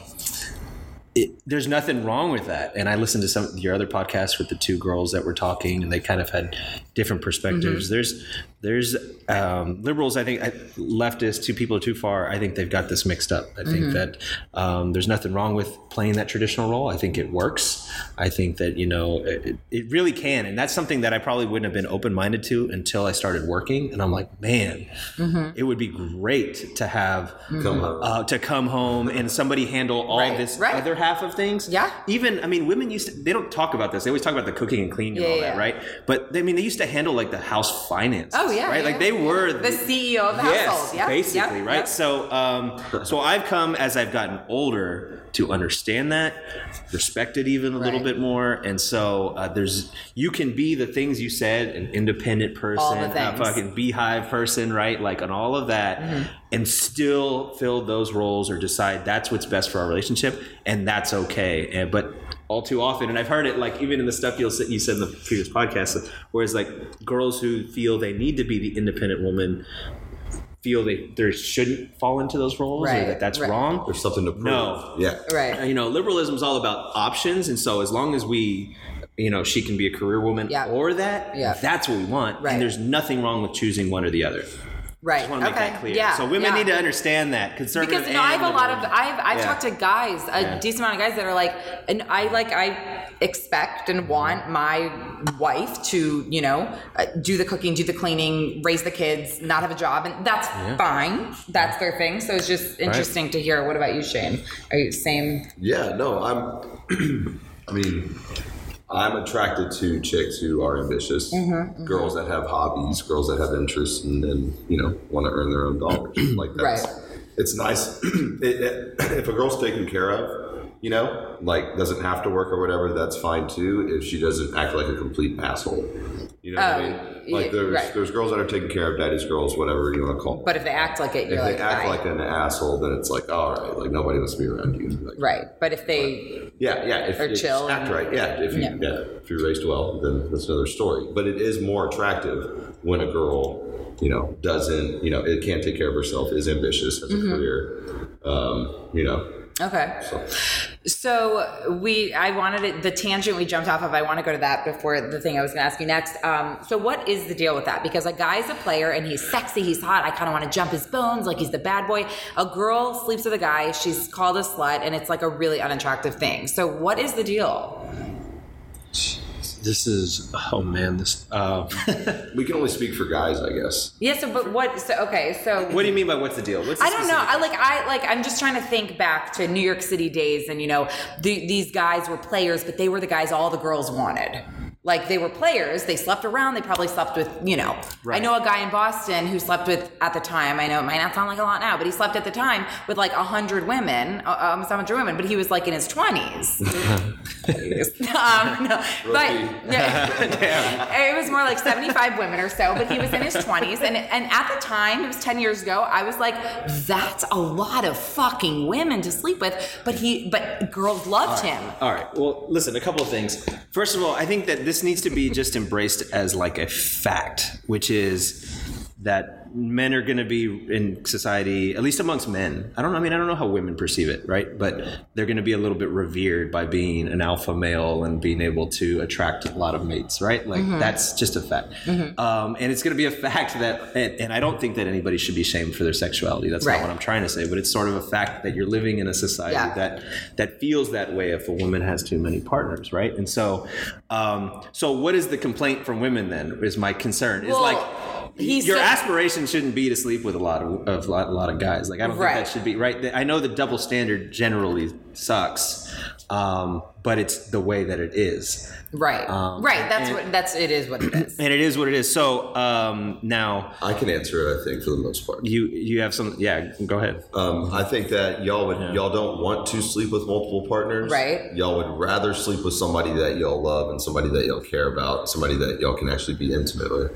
Speaker 3: it, there's nothing wrong with that. And I listened to some of your other podcasts with the two girls that were talking, and they kind of had different perspectives. There's there's um, liberals, I think, I- leftists, two people are too far. I think they've got this mixed up. I
Speaker 1: Mm-hmm.
Speaker 3: think that um, there's nothing wrong with playing that traditional role. I think it works. I think that you know it, it- it really can, and that's something that I probably wouldn't have been open minded to until I started working. And I'm like, man,
Speaker 1: Mm-hmm.
Speaker 3: it would be great to have
Speaker 2: Come on.
Speaker 3: uh, to come home and somebody handle all
Speaker 1: Right,
Speaker 3: this
Speaker 1: right.
Speaker 3: other half of things.
Speaker 1: Yeah.
Speaker 3: Even I mean, women used to they don't talk about this. They always talk about the cooking and cleaning and all
Speaker 1: Yeah,
Speaker 3: that,
Speaker 1: yeah.
Speaker 3: right? But they, I mean, they used to handle like the house finance.
Speaker 1: Oh, yeah,
Speaker 3: right.
Speaker 1: yeah,
Speaker 3: like they
Speaker 1: yeah.
Speaker 3: were
Speaker 1: the CEO of the
Speaker 3: Yes,
Speaker 1: household. Yeah,
Speaker 3: basically,
Speaker 1: yeah,
Speaker 3: right?
Speaker 1: yeah.
Speaker 3: So, um, so I've come as I've gotten older to understand that, respect it even a little
Speaker 1: Right.
Speaker 3: bit more, and so uh, there's you can be the things you said, an independent person, a
Speaker 1: things. Mm-hmm.
Speaker 3: fucking beehive person, right? Like on all of that, and still fill those roles or decide that's what's best for our relationship, and that's okay. And, but all too often, and I've heard it like even in the stuff you'll, you said in the previous podcast, whereas like girls who feel they need to be the independent woman feel they there shouldn't fall into those roles or
Speaker 1: Right,
Speaker 3: that that's
Speaker 1: right.
Speaker 3: wrong.
Speaker 2: There's something to prove.
Speaker 3: No.
Speaker 2: Yeah.
Speaker 1: Right.
Speaker 3: Uh, You know, liberalism is all about options, and so as long as we, you know, she can be a career woman
Speaker 1: Yeah.
Speaker 3: or that,
Speaker 1: Yeah.
Speaker 3: that's what we want.
Speaker 1: Right.
Speaker 3: And there's nothing wrong with choosing one or the other.
Speaker 1: Right.
Speaker 3: I want to
Speaker 1: okay.
Speaker 3: make that clear.
Speaker 1: Yeah.
Speaker 3: so women
Speaker 1: yeah.
Speaker 3: need to understand that conservative.
Speaker 1: because you know, I
Speaker 3: and
Speaker 1: have a lot of
Speaker 3: liberal.
Speaker 1: I've I've
Speaker 3: Yeah.
Speaker 1: talked to guys, a decent amount of guys that are like, and I like I expect and want my wife to you know uh, do the cooking, do the cleaning, raise the kids, not have a job, and that's fine. That's their thing. So it's just interesting to hear. What about you, Shane? Are you same?
Speaker 2: Yeah, no, I'm. [CLEARS THROAT] I mean, I'm attracted to chicks who are ambitious,
Speaker 1: Mm-hmm,
Speaker 2: girls that have hobbies, girls that have interests, and, and you know want to earn their
Speaker 1: [CLEARS THROAT]
Speaker 2: own dollars. Like that's,
Speaker 1: Right.
Speaker 2: it's nice [CLEARS THROAT] it, it, if a girl's taken care of. You know, like doesn't have to work or whatever. That's fine too. If she doesn't act like a complete asshole, you know what I mean.
Speaker 1: Oh, yeah,
Speaker 2: Like there's
Speaker 1: right.
Speaker 2: there's girls that are taken care of, daddy's girls, whatever you want to call. them
Speaker 1: But if they act like it,
Speaker 2: if
Speaker 1: you're
Speaker 2: they
Speaker 1: like,
Speaker 2: act
Speaker 1: "Bye."
Speaker 2: like an asshole, then it's like, all right, like nobody wants to be around you. Like,
Speaker 1: right. But if they
Speaker 2: Yeah, yeah. If,
Speaker 1: Or
Speaker 2: if
Speaker 1: chill
Speaker 2: Act
Speaker 1: and-
Speaker 2: right. Yeah. If you,
Speaker 1: Yeah.
Speaker 2: yeah. If you're raised well, then that's another story. But it is more attractive when a girl, you know, doesn't, you know, it can't
Speaker 1: Mm-hmm.
Speaker 2: take care of herself, is ambitious, has a career, um, you know.
Speaker 1: okay.
Speaker 2: So.
Speaker 1: So we, I wanted it, the tangent we jumped off of. I want to go to that before the thing I was going to ask you next. Um, so what is the deal with that? Because a guy's a player and he's sexy, he's hot. I kind of want to jump his bones, like he's the bad boy. A girl sleeps with a guy, she's called a slut, and it's like a really unattractive thing. So what is the deal?
Speaker 3: This is oh man, this. Uh,
Speaker 2: We can only speak for guys, I guess.
Speaker 1: Yeah. So, but what? So okay. So
Speaker 3: what do you mean by what's the deal? What's the
Speaker 1: I don't know. I like I like I'm just trying to think back to New York City days and you know the, these guys were players but they were the guys all the girls wanted. Like they were players, they slept around, they probably slept with, you know. I know a guy in Boston who slept with at the time. I know it might not sound like a lot now, but he slept at the time with like 100 women, uh, almost 100 women, but he was like in his [LAUGHS] 20s. um, no, but it was more like 75 women or so, but he was in his 20s. And, and at the time, it was 10 years ago, I was like, that's a lot of fucking women to sleep with. But he, but girls loved him.
Speaker 3: All right. Well, listen, a couple of things. First of all, I think that this needs to be just embraced as like a fact, which is that men are going to be in society, at least amongst men. I don't I mean, I don't know how women perceive it, right? But they're going to be a little bit revered by being an alpha male and being able to attract a lot of mates, right? Like that's just a fact. Um, and it's going to be a fact that, and, and I don't think that anybody should be shamed for their sexuality. That's
Speaker 1: Right.
Speaker 3: not what I'm trying to say, but it's sort of a fact that you're living in a society
Speaker 1: Yeah.
Speaker 3: that that that feels that way if a woman has too many partners, right? And so, um, so what is the complaint from women then? Is my concern is
Speaker 1: Well,
Speaker 3: like
Speaker 1: he's
Speaker 3: your
Speaker 1: so-
Speaker 3: aspiration shouldn't be to sleep with a lot of, of lot, a lot of guys. Like I don't
Speaker 1: Right.
Speaker 3: think that should be right. I know the double standard generally sucks, um, but it's the way that it is
Speaker 1: Right.
Speaker 2: Um,
Speaker 1: right. That's what, that's, it is what it
Speaker 2: [CLEARS THROAT]
Speaker 1: is.
Speaker 3: and it is what it is. So um, now
Speaker 2: I can answer it, I think, for the most part.
Speaker 3: you you have some yeah. Go ahead.
Speaker 2: Um, I think that y'all would y'all don't want to sleep with multiple partners,
Speaker 1: Right.
Speaker 2: Y'all would rather sleep with somebody that y'all love and somebody that y'all care about, somebody that y'all can actually be intimate with.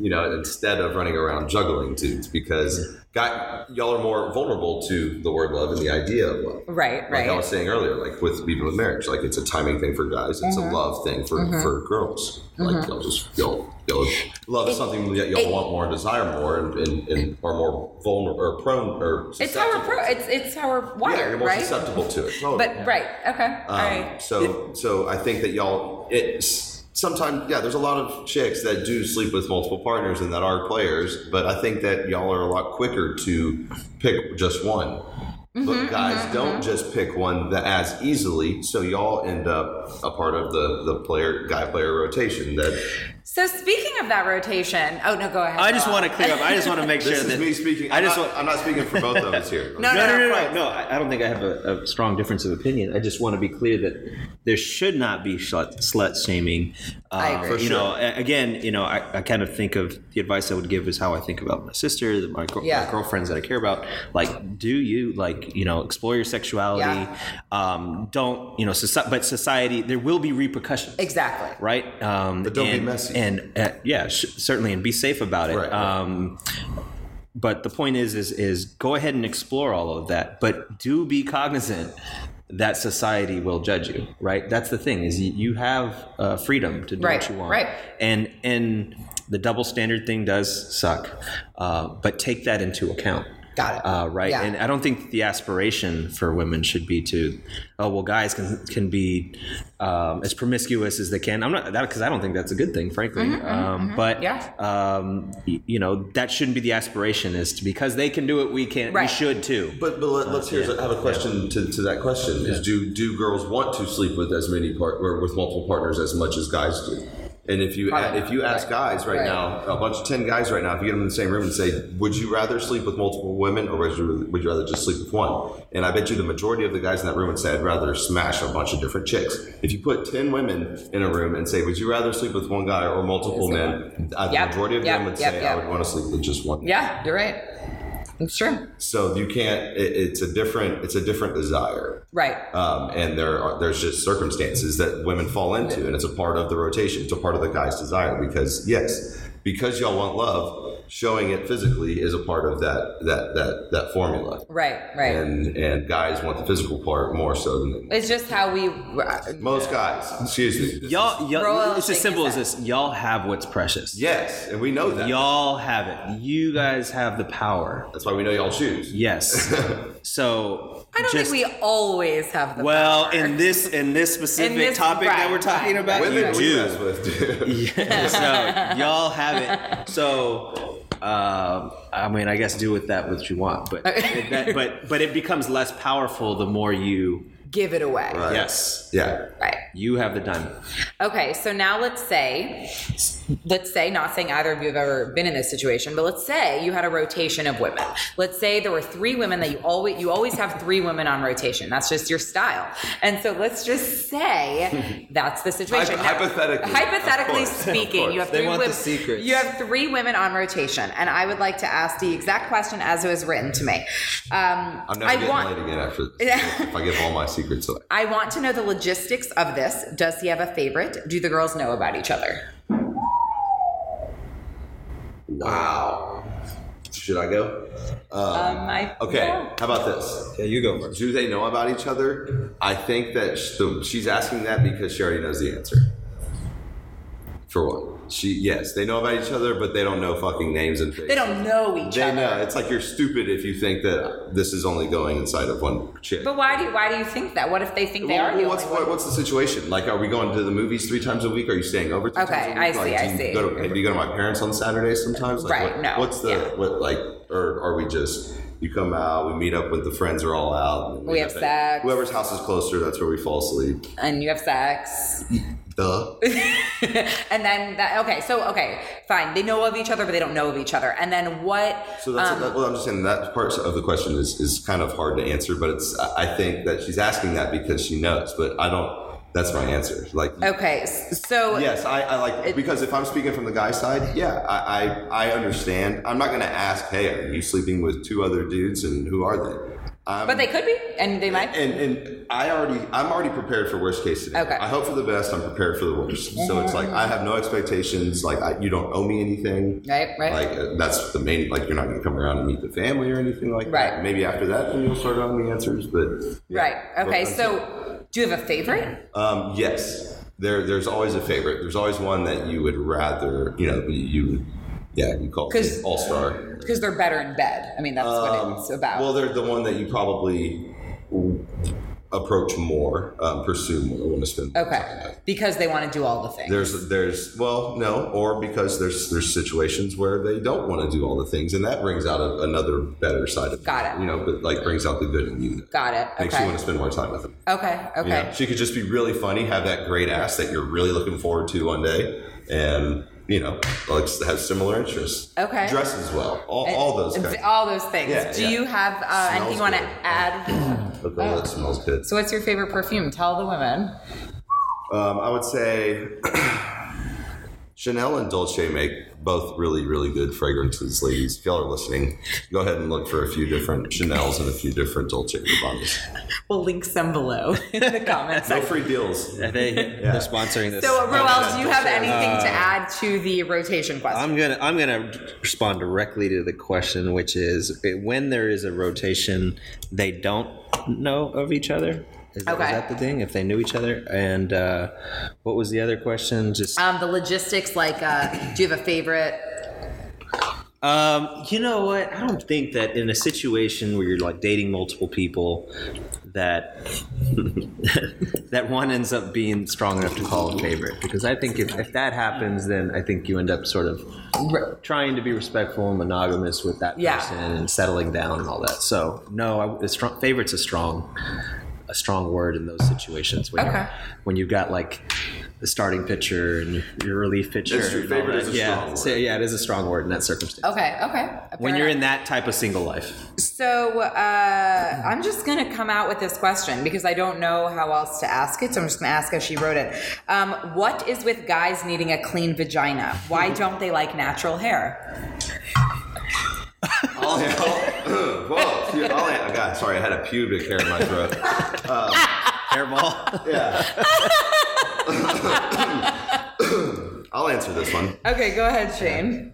Speaker 2: You know, instead of running around juggling dudes, because guy, y'all are more vulnerable to the word love and the idea of love.
Speaker 1: Right.
Speaker 2: Like I was
Speaker 1: Right.
Speaker 2: saying earlier, like with even with marriage, like it's a timing thing for guys, it's
Speaker 1: Mm-hmm.
Speaker 2: a love thing for, for girls. Like y'all just y'all, y'all love is something that y'all want more, desire more, and, and, and are more vulnerable or prone or
Speaker 1: It's how we're,
Speaker 2: susceptible.
Speaker 1: pro- it's, it's how we're
Speaker 2: Yeah, you're
Speaker 1: wired,
Speaker 2: more
Speaker 1: right?
Speaker 2: susceptible to it. Totally.
Speaker 1: But, right. Okay. All right.
Speaker 2: Um, so so I think that y'all it's sometimes yeah, there's a lot of chicks that do sleep with multiple partners and that are players, but I think that y'all are a lot quicker to pick just one.
Speaker 1: Mm-hmm,
Speaker 2: But guys don't just pick one that as easily, so y'all end up a part of the, the player guy player rotation. That
Speaker 1: So speaking of that rotation, oh no, go ahead.
Speaker 3: I just
Speaker 1: Go
Speaker 3: want to
Speaker 1: on.
Speaker 3: clear up. I just want to make
Speaker 2: this
Speaker 3: sure
Speaker 2: is
Speaker 3: that
Speaker 2: me speaking.
Speaker 3: I just
Speaker 2: I'm,
Speaker 3: want.
Speaker 2: not, I'm not speaking for both of us here.
Speaker 1: [LAUGHS] [LAUGHS] No,
Speaker 3: no, no,
Speaker 1: of
Speaker 3: no,
Speaker 1: course.
Speaker 3: no, no. I I don't think I have a, a strong difference of opinion. I just want to be clear that there should not be slut, slut shaming. Um,
Speaker 1: I agree. For
Speaker 3: You know, a- again, you know, I, I kind of think of the advice I would give is how I think about my sister, my, gr-
Speaker 1: Yeah.
Speaker 3: my girlfriends that I care about. Like, do you like you know explore your sexuality?
Speaker 1: Yeah.
Speaker 3: Um, don't you know? Soci- but society, there will be repercussions
Speaker 1: Exactly.
Speaker 3: right? Um,
Speaker 2: But don't be
Speaker 3: and,
Speaker 2: messy.
Speaker 3: And uh, yeah, sh- certainly, and be safe about it.
Speaker 2: Right, right.
Speaker 3: Um, but the point is, is, is go ahead and explore all of that, but do be cognizant that society will judge you, right? That's the thing is you, you have uh, freedom to do
Speaker 1: Right,
Speaker 3: what you want,
Speaker 1: right.
Speaker 3: And and the double standard thing does suck, uh, but take that into account.
Speaker 1: Got it.
Speaker 3: Uh, right.
Speaker 1: Yeah.
Speaker 3: And I don't think the aspiration for women should be to, oh, well, guys can can be um, as promiscuous as they can. I'm not that because I don't think that's a good thing, frankly. um, But
Speaker 1: Mm-hmm, Yeah.
Speaker 3: um, y- you know that shouldn't be the aspiration. Is to, because they can do it, we can
Speaker 1: Right.
Speaker 3: We should too.
Speaker 2: But, but let, us here's I have a question to, to that question: Is do do girls want to sleep with as many part or with multiple partners as much as guys do? And if you
Speaker 1: Probably
Speaker 2: if you
Speaker 1: not.
Speaker 2: ask
Speaker 1: Right.
Speaker 2: guys right,
Speaker 1: Right.
Speaker 2: now, a bunch of ten guys right now, if you get them in the same room and say, "Would you rather sleep with multiple women, or would you, would you rather just sleep with one?" And I bet you the majority of the guys in that room would say, "I'd rather smash a bunch of different chicks." If you put ten women in a room and say, "Would you rather sleep with one guy or multiple men?" Uh, the
Speaker 1: Yep.
Speaker 2: majority of them
Speaker 1: Yep.
Speaker 2: would
Speaker 1: Yep.
Speaker 2: say, "I
Speaker 1: Yep.
Speaker 2: would want to sleep with just one."
Speaker 1: Yeah, you're right. It's true.
Speaker 2: So you can't. It, it's a different. It's a different desire
Speaker 1: Right.
Speaker 2: um, and there are there's just circumstances that women fall into, and it's a part of the rotation. It's a part of the guy's desire because yes, because y'all want love, showing it physically is a part of that that that that formula.
Speaker 1: Right. Right.
Speaker 2: And and guys want the physical part more so than
Speaker 1: it's just how we.
Speaker 2: most guys. Excuse me.
Speaker 3: Y'all,
Speaker 1: Royal
Speaker 3: y'all it's as
Speaker 1: thing
Speaker 3: simple
Speaker 1: is
Speaker 3: as this. Y'all have what's precious.
Speaker 2: Yes, and we know that.
Speaker 3: Y'all have it. You guys have the power.
Speaker 2: [LAUGHS] That's why we know y'all choose.
Speaker 3: Yes. so
Speaker 1: I don't
Speaker 4: Just-
Speaker 1: think we always have the
Speaker 4: Well,
Speaker 1: power.
Speaker 4: in this in this specific
Speaker 1: this-
Speaker 4: topic that
Speaker 1: right,
Speaker 4: we're talking
Speaker 1: right,
Speaker 4: about,
Speaker 2: Women
Speaker 4: you
Speaker 2: we
Speaker 4: do.
Speaker 2: mess with, dude.
Speaker 4: so
Speaker 1: [LAUGHS]
Speaker 4: y'all have it. So um, I mean, I guess do with that what you want, but it, that, but but it becomes less powerful the more you.
Speaker 1: give it away. Right.
Speaker 4: Yes,
Speaker 2: Yeah.
Speaker 4: you have the diamond.
Speaker 1: Okay, so now let's say, let's say, not saying either of you have ever been in this situation, but let's say you had a rotation of women. Let's say there were three women that you always you always have three women on rotation. That's just your style. And so let's just say that's the situation.
Speaker 2: Hy- hypothetically,
Speaker 1: hypothetically
Speaker 2: of course,
Speaker 1: speaking,
Speaker 2: of
Speaker 1: you have three
Speaker 3: course. They want the
Speaker 1: women.
Speaker 3: secrets.
Speaker 1: You have three women on rotation, and I would like to ask the exact question as it was written to me. Um,
Speaker 2: I'm never
Speaker 1: I
Speaker 2: getting
Speaker 1: want.
Speaker 2: late again after this. if I give all my secrets away.
Speaker 1: I want to know the logistics of this. Does he have a favorite? Do the girls know about each other?
Speaker 2: Wow. Should I go?
Speaker 1: Um, I,
Speaker 2: Okay.
Speaker 1: yeah.
Speaker 2: How about this?
Speaker 3: Yeah, you go first.
Speaker 2: Do they know about each other? I think that sh- the, she's asking that because she already knows the answer. For one, she yes, they know about each other, but they don't know fucking names and faces.
Speaker 1: They don't know each
Speaker 2: They
Speaker 1: other.
Speaker 2: know. It's like you're stupid if you think that this is only going inside of one chick.
Speaker 1: But why do you, why do you think that? What if they think they
Speaker 2: Well,
Speaker 1: are the
Speaker 2: what's
Speaker 1: only one?
Speaker 2: what, what's the situation? Like, are we going to the movies three times a week? Are you staying over? Three
Speaker 1: Okay,
Speaker 2: times a week?
Speaker 1: I see,
Speaker 2: Like,
Speaker 1: I
Speaker 2: do you
Speaker 1: see.
Speaker 2: Go to, do you go to my parents on Saturdays sometimes? Like,
Speaker 1: Right,
Speaker 2: What,
Speaker 1: no,
Speaker 2: What's the
Speaker 1: yeah.
Speaker 2: what like? Or are we just you come out? We meet up when the friends are all out. and
Speaker 1: We have
Speaker 2: a-
Speaker 1: sex.
Speaker 2: Whoever's house is closer, that's where we fall asleep.
Speaker 1: And you have sex, [LAUGHS]
Speaker 2: Duh.
Speaker 1: and then that. Okay, so okay, fine. They know of each other, but they don't know of each other. And then what? [LAUGHS]
Speaker 2: So that's that, well, I'm just saying that part of the question is is kind of hard to answer, but it's I I think that she's asking that because she knows, but I don't. That's my answer. Like,
Speaker 1: Okay, s- so
Speaker 2: Yes, I, I like because if I'm speaking from the guy side, yeah, I, I I understand. I'm not gonna ask, hey, are you sleeping with two other dudes and who are they? I'm,
Speaker 1: but they could be, and they might.
Speaker 2: and and I already I'm already prepared for worst case scenario.
Speaker 1: Okay.
Speaker 2: I hope for the best. I'm prepared for the worst. So it's like I have no expectations. Like I, you don't owe me anything.
Speaker 1: Right, right.
Speaker 2: Like uh, that's the main. Like you're not gonna come around and meet the family or anything like
Speaker 1: Right.
Speaker 2: that. Maybe after that, then you'll start on the answers. But yeah.
Speaker 1: Right. Okay.
Speaker 2: But-
Speaker 1: So, do you have a favorite?
Speaker 2: um, yes, there. There's always a favorite. There's always one that you would rather. You know, you. you yeah, you call
Speaker 1: 'Cause-
Speaker 2: it all star.
Speaker 1: Because they're better in bed. I mean, that's what it's about.
Speaker 2: Um, Well, they're the one that you probably approach more, um, pursue more, want to spend. more time
Speaker 1: okay. Because they want to do all the things.
Speaker 2: There's there's well no or because there's there's situations where they don't want to do all the things and that brings out a, another better side of
Speaker 1: Got it.
Speaker 2: you know but like brings out the good in you
Speaker 1: Got it.
Speaker 2: makes
Speaker 1: okay.
Speaker 2: you want to spend more time with them
Speaker 1: okay. Okay.
Speaker 2: you know? she could just be really funny have that great ass that you're really looking forward to one day and you know like have similar interests
Speaker 1: Okay.
Speaker 2: dresses well all, all those
Speaker 1: And
Speaker 2: kinds
Speaker 1: th- all those things.
Speaker 2: Yeah,
Speaker 1: Do
Speaker 2: yeah.
Speaker 1: you have uh, anything you want to
Speaker 2: good. [CLEARS THROAT]
Speaker 1: add?
Speaker 2: of people that smells good
Speaker 1: so, what's your favorite perfume? Tell the women.
Speaker 2: Um, I would say [CLEARS THROAT] Chanel and Dolce make both really, really good fragrances, ladies. If y'all are listening, go ahead and look for a few different Chanels and a few different Dolce Gabbana's.
Speaker 1: We'll link some below [LAUGHS] in the comments.
Speaker 2: No free
Speaker 1: [LAUGHS]
Speaker 2: deals.
Speaker 4: They, They're sponsoring this.
Speaker 1: so, um, Roel, do you have anything
Speaker 2: Uh,
Speaker 1: to add to the rotation question?
Speaker 4: I'm gonna I'm gonna respond directly to the question, which is eh, when there is a rotation, they don't know of each other. Is that, is
Speaker 1: Okay.
Speaker 4: that the thing? If they knew each other, and uh, what was the other question? Just
Speaker 1: Um, the logistics, like, uh, do you have a favorite?
Speaker 4: Um, you know what? I don't think that in a situation where you're like dating multiple people, that [LAUGHS] that one ends up being strong enough to call a favorite. Because I think if, if that happens, then I think you end up sort of trying to be respectful and monogamous with that
Speaker 1: Yeah.
Speaker 4: person and settling down and all that. So no, I, a strong, favorite's a strong a strong word in those situations when
Speaker 1: Okay.
Speaker 4: you're, when you've got like the starting pitcher and your relief pitcher.
Speaker 2: That's true.
Speaker 4: and all
Speaker 2: Favorite is
Speaker 4: that.
Speaker 2: a
Speaker 4: yeah,
Speaker 2: strong
Speaker 4: so,
Speaker 2: word.
Speaker 4: yeah, it is a strong word in that circumstance
Speaker 1: Okay, okay.
Speaker 4: when
Speaker 1: Fair
Speaker 4: you're
Speaker 1: enough.
Speaker 4: in that type of single life.
Speaker 1: So uh, I'm just going to come out with this question because I don't know how else to ask it. So I'm just going to ask how she wrote it. Um, what is with guys needing a clean vagina?
Speaker 2: [LAUGHS]
Speaker 1: Why don't they like natural hair? [LAUGHS]
Speaker 2: I'll, I'll, [CLEARS THROAT] whoa, phew, I'll, God, sorry, I had a pubic hair in my throat.
Speaker 1: [LAUGHS]
Speaker 4: Hairball.
Speaker 2: I'll answer this one.
Speaker 1: Okay, go ahead, Shane.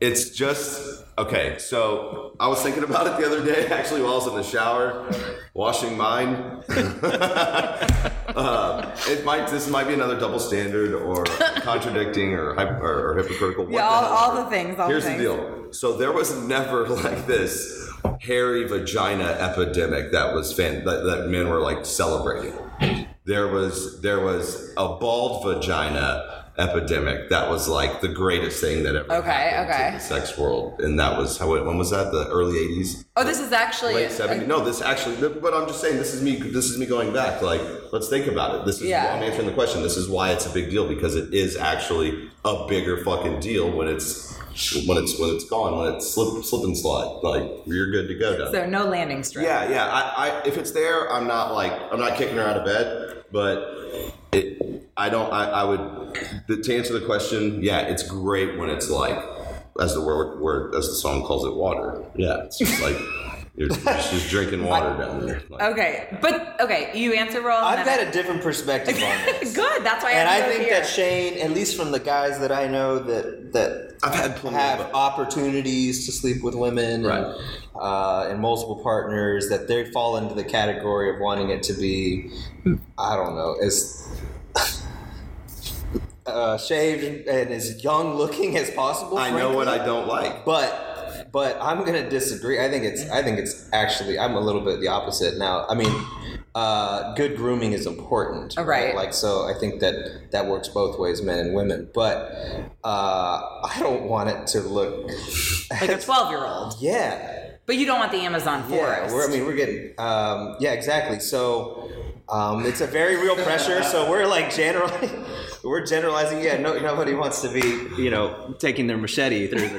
Speaker 2: It's just okay. So I was thinking about it the other day, [LAUGHS] actually, while I was in the shower, washing mine. [LAUGHS] uh, it might. This might be another double standard, or contradicting, or, hy- or, or hypocritical. What
Speaker 1: yeah, all,
Speaker 2: hell
Speaker 1: all
Speaker 2: ever.
Speaker 1: the things. All
Speaker 2: Here's
Speaker 1: the
Speaker 2: the
Speaker 1: things.
Speaker 2: deal. So there was never [LAUGHS] like this hairy vagina epidemic that was fan that, that men were like celebrating. There was there was a bald vagina epidemic that was like the greatest thing that ever
Speaker 1: Okay,
Speaker 2: happened to
Speaker 1: okay.
Speaker 2: the sex world, and that was how when was that the early eighties.
Speaker 1: Oh, this is actually
Speaker 2: Late 70s. No, this actually, but I'm just saying, this is me. This is me going back. Like, let's think about it. This is
Speaker 1: Yeah.
Speaker 2: I'm answering the question. This is why it's a big deal because it is actually a bigger fucking deal when it's when it's when it's gone when it's slip slip and slide. Like you're good to go. Down.
Speaker 1: So no landing strip.
Speaker 2: yeah, yeah. I, I if it's there, I'm not like I'm not kicking her out of bed, but it, I don't. I, I would to answer the question. Yeah, it's great when it's like as the word, word as the song calls it, water. Yeah, it's just like. You're just, just drinking water down there. Like,
Speaker 1: Okay, but okay, you answer roll. and
Speaker 3: I've
Speaker 1: then
Speaker 3: got a different perspective
Speaker 1: [LAUGHS]
Speaker 3: on
Speaker 1: I-
Speaker 3: this.
Speaker 1: good. That's why
Speaker 3: And
Speaker 1: I
Speaker 3: I
Speaker 1: have to
Speaker 3: think
Speaker 1: hear.
Speaker 3: that Shane, at least from the guys that I know that that
Speaker 2: I've had plenty
Speaker 3: have
Speaker 2: of
Speaker 3: opportunities to sleep with women
Speaker 2: Right.
Speaker 3: and, uh, and multiple partners, that they fall into the category of wanting it to be, I don't know, as [LAUGHS] uh, shaved and as young looking as possible.
Speaker 2: I know what
Speaker 3: frankly.
Speaker 2: I don't like.
Speaker 3: But but I'm gonna disagree. I think it's I think it's actually I'm a little bit the opposite now. I mean, uh, good grooming is important,
Speaker 1: Uh, right.
Speaker 3: Like so, I think that that works both ways, men and women. But uh, I don't want it to look, [LAUGHS]
Speaker 1: like a twelve-year-old,
Speaker 3: yeah,
Speaker 1: but you don't want the Amazon
Speaker 3: yeah.
Speaker 1: forest.
Speaker 3: We're, I mean, we're getting um, yeah, exactly. So. Um, it's a very real pressure, so we're like generally, [LAUGHS] we're generalizing. Yeah, no, nobody wants to be, you know, taking their machete through the.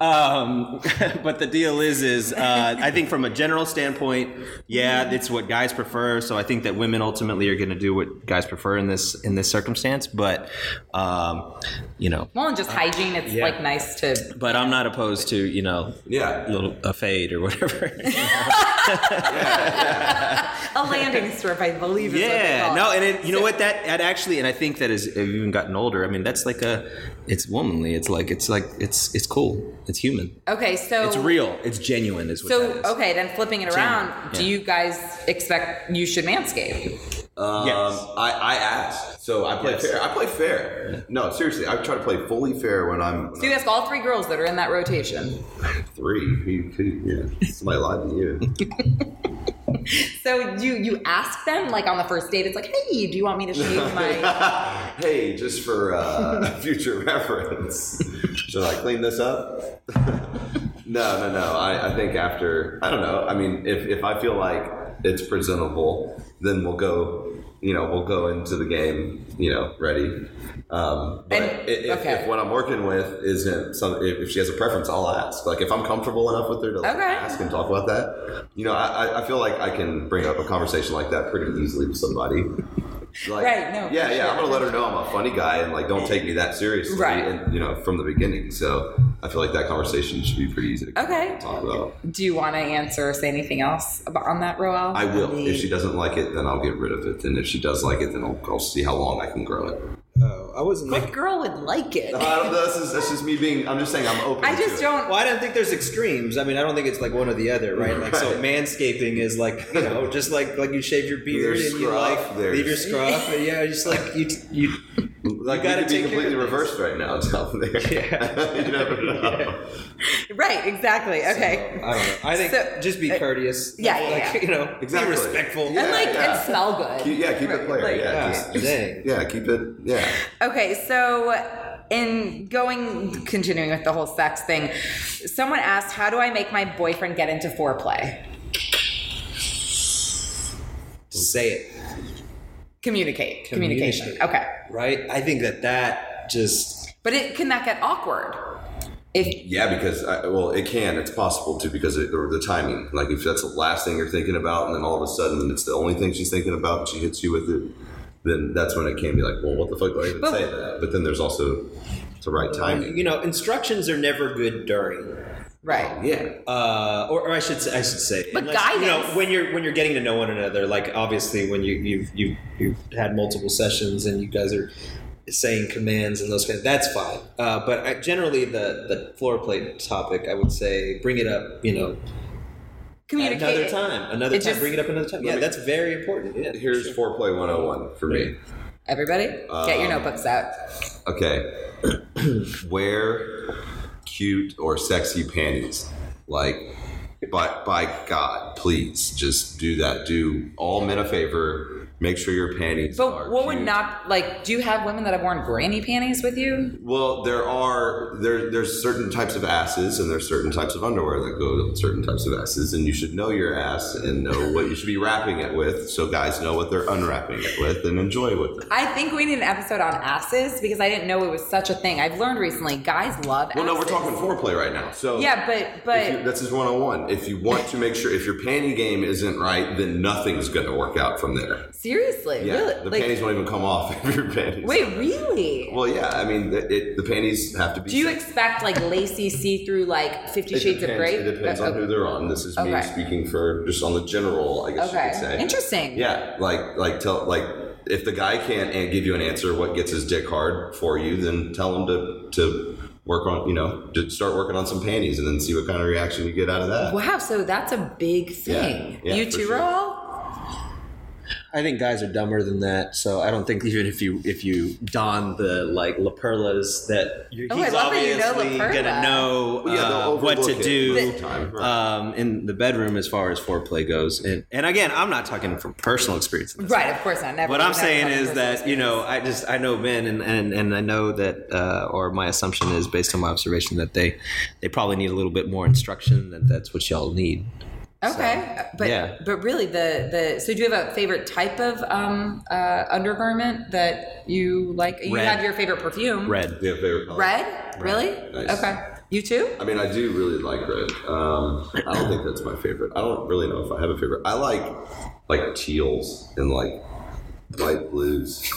Speaker 3: um, [LAUGHS] but the deal is, is uh, I think from a general standpoint, yeah, it's what guys prefer. So I think that women ultimately are going to do what guys prefer in this in this circumstance. But um, you know,
Speaker 1: well, and just hygiene. It's like nice to.
Speaker 3: but I'm not opposed to you know,
Speaker 2: Yeah.
Speaker 3: a little a fade or whatever.
Speaker 1: A
Speaker 3: [LAUGHS]
Speaker 1: landing strip, I believe. Is
Speaker 3: yeah,
Speaker 1: What they call
Speaker 3: no,
Speaker 1: it.
Speaker 3: and it, you know what that that actually, and I think that as I've even gotten older, I mean, that's like a, it's womanly. It's like it's like it's it's cool. It's human.
Speaker 1: Okay, so
Speaker 3: It's real. It's genuine. Is what that
Speaker 1: So
Speaker 3: is.
Speaker 1: okay, then flipping it around, do
Speaker 3: yeah.
Speaker 1: you guys expect you should manscape?
Speaker 2: Um,
Speaker 3: Yes.
Speaker 2: I, I asked, so I play
Speaker 3: Yes.
Speaker 2: fair. I play fair. No, seriously, I try to play fully fair when I'm
Speaker 1: So you ask all three girls that are in that rotation.
Speaker 2: three. Who- who- Yeah, somebody lied to you.
Speaker 1: So you you ask them like on the first date, it's like, hey, do you want me to shave
Speaker 2: [LAUGHS]
Speaker 1: my?
Speaker 2: hey, just
Speaker 1: [LAUGHS]
Speaker 2: for uh, future reference, should I clean this up? [LAUGHS] no, no, no. I, I think after, I don't know. I mean, if, if I feel like it's presentable, then we'll go, you know, we'll go into the game, you know, ready. Um, but
Speaker 1: And-
Speaker 2: i- if,
Speaker 1: okay.
Speaker 2: if what I'm working with isn't some, if, if she has a preference, I'll ask. Like if I'm comfortable enough with her to like,
Speaker 1: Okay.
Speaker 2: ask and talk about that, you know, I, I- I feel like I can bring up a conversation like that pretty easily with somebody. Like,
Speaker 1: Right, no,
Speaker 2: Yeah,
Speaker 1: for
Speaker 2: yeah.
Speaker 1: sure.
Speaker 2: I'm gonna let her know I'm a funny guy and like don't take me that seriously.
Speaker 1: Right.
Speaker 2: And you know, from the beginning. So I feel like that conversation should be pretty easy to
Speaker 1: Okay.
Speaker 2: talk about.
Speaker 1: Do you want to answer or say anything else about on that, Roel?
Speaker 2: I will. If she doesn't like it, then I'll get rid of it. And if she does like it, then I'll, I'll see how long I can grow it.
Speaker 3: Oh, I wasn't making.
Speaker 1: What girl would like it?
Speaker 2: I don't know, this is, that's just me being. I'm just saying I'm open.
Speaker 1: I
Speaker 2: to
Speaker 1: just
Speaker 2: it.
Speaker 1: don't.
Speaker 4: Well, I don't think there's extremes. I mean, I don't think it's like one or the other, right? Like, so
Speaker 2: Right.
Speaker 4: manscaping is like, you know, just like like you shave your beard
Speaker 2: There's
Speaker 4: and you
Speaker 2: scruff,
Speaker 4: like
Speaker 2: there's-
Speaker 4: leave your scruff, and yeah, just like you you.
Speaker 2: Like
Speaker 4: you gotta
Speaker 2: it could be
Speaker 4: take care
Speaker 2: completely
Speaker 4: of this.
Speaker 2: reversed right now. It's out there. [LAUGHS] Yeah. you never know.
Speaker 1: Right, exactly. Okay.
Speaker 4: I don't know. I think
Speaker 1: So- uh,
Speaker 4: just be courteous.
Speaker 1: Yeah, yeah,
Speaker 4: like,
Speaker 1: yeah.
Speaker 4: [LAUGHS] You know,
Speaker 2: Exactly.
Speaker 4: be respectful.
Speaker 2: Yeah,
Speaker 1: and like
Speaker 2: yeah.
Speaker 1: and smell good.
Speaker 2: Keep- yeah, keep
Speaker 1: Right,
Speaker 2: it player.
Speaker 1: like-
Speaker 2: yeah,
Speaker 4: yeah.
Speaker 2: just- just-
Speaker 4: Dang.
Speaker 2: yeah, keep it. Yeah.
Speaker 1: Okay, so in going continuing with the whole sex thing, someone asked, "How do I make my boyfriend get into foreplay?"
Speaker 4: Just say it.
Speaker 1: Communicate. Communication.
Speaker 4: Communicate.
Speaker 1: Okay.
Speaker 4: Right. I think that that just
Speaker 1: But it can that get awkward? If
Speaker 2: Yeah, because I, well, it can. It's possible to because of or the timing. Like if that's the last thing you're thinking about, and then all of a sudden it's the only thing she's thinking about, and she hits you with it, then that's when it can be like, well, what the fuck do I even say to that? But then there's also the right timing.
Speaker 4: you know instructions are never good during.
Speaker 1: right.
Speaker 2: Yeah,
Speaker 4: uh, or, or I should say, I should say,
Speaker 1: But
Speaker 4: you know,
Speaker 1: guidance.
Speaker 4: when you're when you're getting to know one another, like obviously when you you've you've, you've had multiple sessions and you guys are saying commands and those kinds, that's fine. Uh, but I, generally, the the floor plate topic, I would say, bring it up, you know, at
Speaker 1: Communicate.
Speaker 4: another time, another
Speaker 1: It
Speaker 4: time,
Speaker 1: just-
Speaker 4: bring it up another time. Yeah, that's very important. Yeah,
Speaker 2: here's foreplay 101 for me.
Speaker 1: Everybody, get
Speaker 2: Um,
Speaker 1: your notebooks out.
Speaker 2: [CLEARS THROAT] Okay, wear cute or sexy panties. Like, but by God, please just do that. Do all men a favor. Make sure your panties are.
Speaker 1: But what would
Speaker 2: cute.
Speaker 1: not like? Do you have women that have worn granny panties with you?
Speaker 2: Well, there are there there's certain types of asses and there's certain types of underwear that go with certain types of asses, and you should know your ass and know what you should be wrapping it with, so guys know what they're unwrapping it with and enjoy with it.
Speaker 1: I think we need an episode on asses because I didn't know it was such a thing. I've learned recently, guys love.
Speaker 2: Well, no, we're
Speaker 1: asses.
Speaker 2: talking foreplay right now, so
Speaker 1: Yeah, but
Speaker 2: If you,
Speaker 1: but
Speaker 2: this is one on one. If you want to make sure if your panty game isn't right, then nothing's going to work out from there.
Speaker 1: seriously,
Speaker 2: Yeah,
Speaker 1: really,
Speaker 2: the
Speaker 1: like,
Speaker 2: panties won't even come off [LAUGHS] if your panties.
Speaker 1: wait, really?
Speaker 2: Well, yeah, I mean, it, it, the panties have to be.
Speaker 1: Do you
Speaker 2: set.
Speaker 1: expect like lacy see-through like Fifty
Speaker 2: It
Speaker 1: Shades
Speaker 2: depends,
Speaker 1: of Grey?
Speaker 2: It depends on who they're on. This is me
Speaker 1: Okay.
Speaker 2: speaking for just on the general, I guess you could
Speaker 1: Okay,
Speaker 2: say.
Speaker 1: interesting.
Speaker 2: Yeah, like like tell like if the guy can't an- give you an answer, what gets his dick hard for you? Then tell him to to work on you know to start working on some panties and then see what kind of reaction you get out of that.
Speaker 1: Wow, so that's a big thing.
Speaker 2: Yeah, yeah,
Speaker 1: you
Speaker 2: for
Speaker 1: two
Speaker 2: sure.
Speaker 1: are all.
Speaker 4: I think guys are dumber than that, so I don't think even if you if you don the like La Perlas that you're,
Speaker 1: Oh, I
Speaker 4: he's
Speaker 1: love that you know La
Speaker 4: obviously
Speaker 1: Perla.
Speaker 4: gonna know
Speaker 2: Well, yeah, they'll
Speaker 4: uh, what to
Speaker 2: overlook it
Speaker 4: do
Speaker 2: most of the time, Uh, right.
Speaker 4: um, in the bedroom as far as foreplay goes. And and again, I'm not talking from personal experience. in this.
Speaker 1: Right, of course not. Never.
Speaker 4: What I'm
Speaker 1: never
Speaker 4: saying
Speaker 1: talking
Speaker 4: is
Speaker 1: personal
Speaker 4: that you know I just I know men and and, and I know that uh, or my assumption is based on my observation that they they probably need a little bit more instruction that that's what y'all need.
Speaker 1: Okay, but
Speaker 4: yeah.
Speaker 1: but really the the so do you have a favorite type of um uh undergarment that you like? You
Speaker 4: Red.
Speaker 1: have your favorite perfume.
Speaker 4: Red. [LAUGHS]
Speaker 2: Yeah, favorite color.
Speaker 1: Red? Really?
Speaker 2: Nice.
Speaker 1: Okay. You too?
Speaker 2: I mean, I do really like red. Um, I don't think that's my favorite. I don't really know if I have a favorite. I like like teals and like light blues.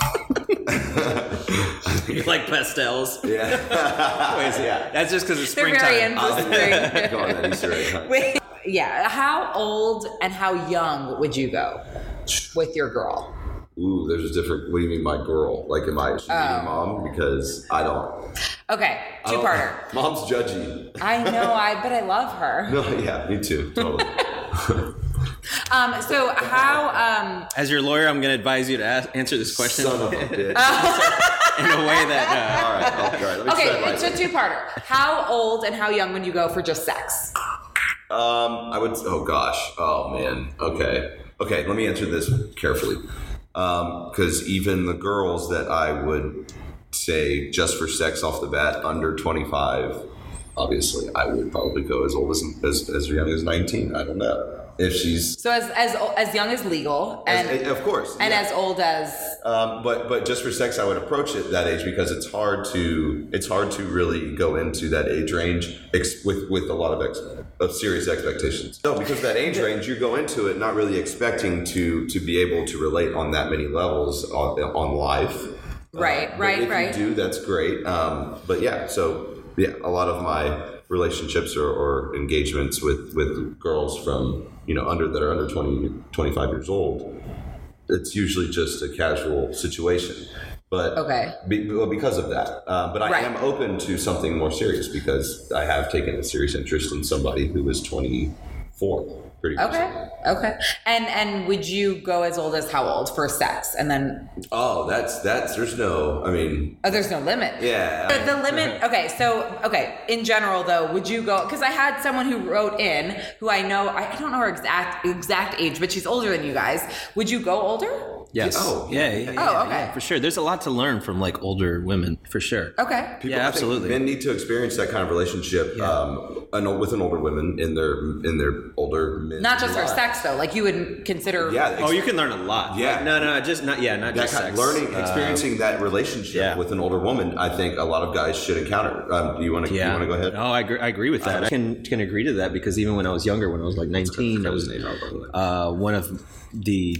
Speaker 4: You like pastels?
Speaker 2: Yeah. yeah.
Speaker 4: That's just because it's
Speaker 1: They're
Speaker 4: springtime.
Speaker 1: very in for spring.
Speaker 2: [LAUGHS] Go on that Easter egg hunt.
Speaker 1: Wait. Yeah. How old and how young would you go with your girl?
Speaker 2: Ooh, there's a different. What do you mean, my girl? Like, am I she's
Speaker 1: Oh.
Speaker 2: your mom? Because I don't.
Speaker 1: Okay,
Speaker 2: I
Speaker 1: two
Speaker 2: don't-
Speaker 1: parter.
Speaker 2: Mom's judgy.
Speaker 1: I know, I but I love her.
Speaker 2: No, [LAUGHS] yeah, me too.
Speaker 1: [LAUGHS]
Speaker 2: Totally.
Speaker 1: Um, so how um
Speaker 4: As your lawyer, I'm going to advise you to ask, answer this question
Speaker 2: Son of a bitch.
Speaker 4: in a way that.
Speaker 2: [LAUGHS]
Speaker 4: Uh,
Speaker 2: all right, all right. Let me say
Speaker 1: okay,
Speaker 2: it
Speaker 1: it's
Speaker 2: lightly.
Speaker 1: a two parter. How old and how young would you go for just sex?
Speaker 2: Um, I would. Oh gosh. Oh man. Okay. Okay. Let me answer this carefully, because even the girls that I would say just for sex off the bat under twenty five, obviously I would probably go as old as as, as young as nineteen. I don't know if she's.
Speaker 1: So as as o- as young as legal
Speaker 2: as-
Speaker 1: and
Speaker 2: of course,
Speaker 1: and
Speaker 2: yeah.
Speaker 1: as old as
Speaker 2: Um, but but just for sex, I would approach it that age because it's hard to it's hard to really go into that age range ex- with with a lot of ex- of serious expectations. No, because that age range, you go into it not really expecting to to be able to relate on that many levels on, on life.
Speaker 1: right,
Speaker 2: But
Speaker 1: right,
Speaker 2: if
Speaker 1: right.
Speaker 2: You do that's great. Um, but yeah, so yeah, a lot of my relationships or, or engagements with with girls from you know under that are under 20, 25 years old it's usually just a casual situation. But
Speaker 1: Okay.
Speaker 2: be, well, because of that, uh, but I
Speaker 1: Right.
Speaker 2: am open to something more serious because I have taken a serious interest in somebody who is 24. Pretty
Speaker 1: Okay. Okay. And and would you go as old as how old for sex? And then
Speaker 2: Oh, that's that's. There's no. I mean,
Speaker 1: oh, there's no limit.
Speaker 2: yeah.
Speaker 1: The, the
Speaker 2: [LAUGHS]
Speaker 1: limit. Okay. So okay. In general, though, would you go? Because I had someone who wrote in who I know. I, I don't know her exact exact age, but she's older than you guys. Would you go older?
Speaker 4: yes.
Speaker 2: Oh,
Speaker 4: yeah. yeah, yeah,
Speaker 1: Oh, okay.
Speaker 4: yeah, for sure. There's a lot to learn from like older women, for sure.
Speaker 1: Okay.
Speaker 2: People-
Speaker 4: yeah,
Speaker 2: I think
Speaker 4: absolutely.
Speaker 2: Men need to experience that kind of relationship um, an, ol- with an older woman in their in their older men.
Speaker 1: Not just for
Speaker 2: lives.
Speaker 1: sex though. Like you would consider.
Speaker 2: Yeah.
Speaker 4: Oh, you can learn a lot.
Speaker 2: Yeah.
Speaker 4: Like, no, no, just not. Yeah, not
Speaker 2: that
Speaker 4: just
Speaker 2: kind
Speaker 4: sex.
Speaker 2: learning,
Speaker 4: Uh,
Speaker 2: experiencing that relationship
Speaker 4: yeah.
Speaker 2: with an older woman, I think a lot of guys should encounter. Um, do you want to? You
Speaker 4: yeah.
Speaker 2: want to go ahead? Uh,
Speaker 4: Oh, I agree, I agree with that. I can can agree to that because even when I was younger, when I was like 19, I was uh, one of the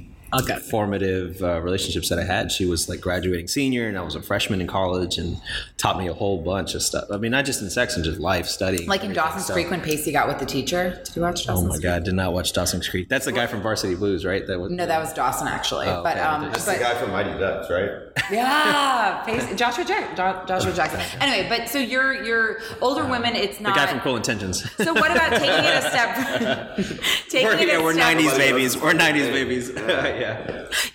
Speaker 4: formative uh, relationships that I had. She was like graduating senior, and I was a freshman in college, and taught me a whole bunch of stuff. I mean, not just in sex and just life studying.
Speaker 1: Like in
Speaker 4: everything.
Speaker 1: Dawson's
Speaker 4: So-
Speaker 1: Creek when Pacey got with the teacher. Did you watch
Speaker 4: Oh
Speaker 1: Dawson's
Speaker 4: my god, I did not watch Dawson's Creek. That's the guy from Varsity Blues, right? That was Oh,
Speaker 1: No, that was Dawson actually. but um,
Speaker 2: That's the
Speaker 1: but
Speaker 2: guy from Mighty Ducks, right?
Speaker 1: yeah, Yeah, face, Joshua Jack, Jo- Joshua Jackson. Anyway, but so you're you're older women. It's
Speaker 4: The
Speaker 1: not
Speaker 4: guy from Cool Intentions.
Speaker 1: So what about taking it a step? taking
Speaker 4: We're,
Speaker 1: it
Speaker 4: [LAUGHS] yeah,
Speaker 1: a
Speaker 4: we're
Speaker 1: step,
Speaker 4: 90s babies. We're 90s babies. [LAUGHS] yeah.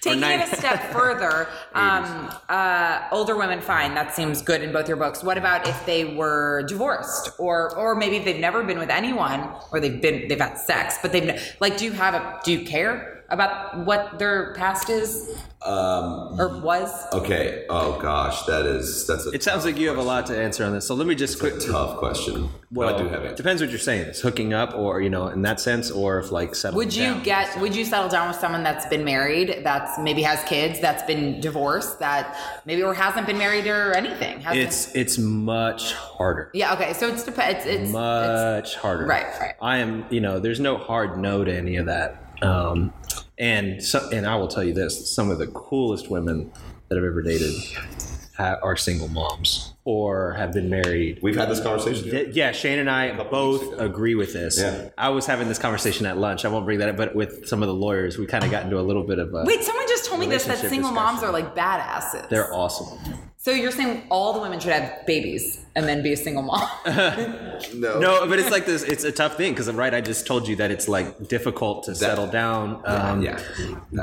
Speaker 1: Taking
Speaker 4: We're
Speaker 1: it a
Speaker 4: 90s.
Speaker 1: step
Speaker 4: [LAUGHS]
Speaker 1: further, um, uh, older women, fine. That seems good in both your books. What about if they were divorced, or or maybe they've never been with anyone, or they've been they've had sex, but they've ne- like, do you have a do you care about what their past is
Speaker 2: Um,
Speaker 1: or was?
Speaker 2: okay. Oh gosh, that is that's a
Speaker 4: It sounds like you have a lot to answer on this. So let me just quick.
Speaker 2: tough question.
Speaker 4: Well,
Speaker 2: Well, I do have it.
Speaker 4: depends what you're saying. It's hooking up, or you know, in that sense, or if like settling.
Speaker 1: Would you
Speaker 4: down.
Speaker 1: get? Would you settle down with someone that's been married, that's maybe has kids, that's been divorced, that maybe or hasn't been married or anything? Hasn't,
Speaker 4: It's it's much harder.
Speaker 1: yeah. Okay, so it's dep- it's it's, it's
Speaker 4: much harder.
Speaker 1: Right, right.
Speaker 4: I am, you know, there's no hard no to any of that. Um, and so, and I will tell you this: some of the coolest women that I've ever dated ha- are single moms or have been married.
Speaker 2: We've had this conversation.
Speaker 4: Th- Yeah, Shane and I both agree with this.
Speaker 2: Yeah.
Speaker 4: I was having this conversation at lunch. I won't bring that up, but with some of the lawyers, we kind of got into a little bit of a.
Speaker 1: Wait, someone just told me this that
Speaker 4: Relationship
Speaker 1: single moms are like
Speaker 4: discussion.
Speaker 1: badasses.
Speaker 4: They're awesome.
Speaker 1: so you're saying all the women should have babies and then be a single mom?
Speaker 4: [LAUGHS]
Speaker 2: No.
Speaker 4: No, but it's like this. It's a tough thing because right. I just told you that it's like difficult to settle down um,
Speaker 2: yeah.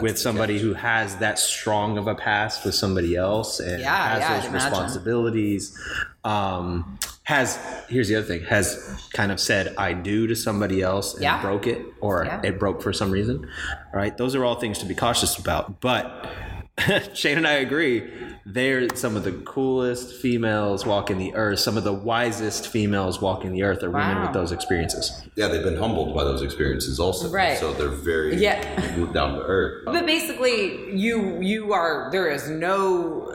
Speaker 4: with somebody who has that strong of a past with somebody else and
Speaker 1: Yeah,
Speaker 4: has
Speaker 1: yeah, I'd
Speaker 4: those
Speaker 1: imagine.
Speaker 4: responsibilities. Um, has here's the other thing has kind of said I do to somebody else and
Speaker 1: Yeah.
Speaker 4: broke it or
Speaker 1: Yeah.
Speaker 4: it broke for some reason. All right, those are all things to be cautious about, but. [LAUGHS] Shane and I agree. They're some of the coolest females walking the earth. Some of the wisest females walking the earth are women
Speaker 1: Wow.
Speaker 4: with those experiences.
Speaker 2: Yeah, they've been humbled by those experiences also.
Speaker 1: Right.
Speaker 2: So they're very
Speaker 1: Yeah.
Speaker 2: down to
Speaker 1: [LAUGHS]
Speaker 2: earth.
Speaker 1: but basically, you you are there is no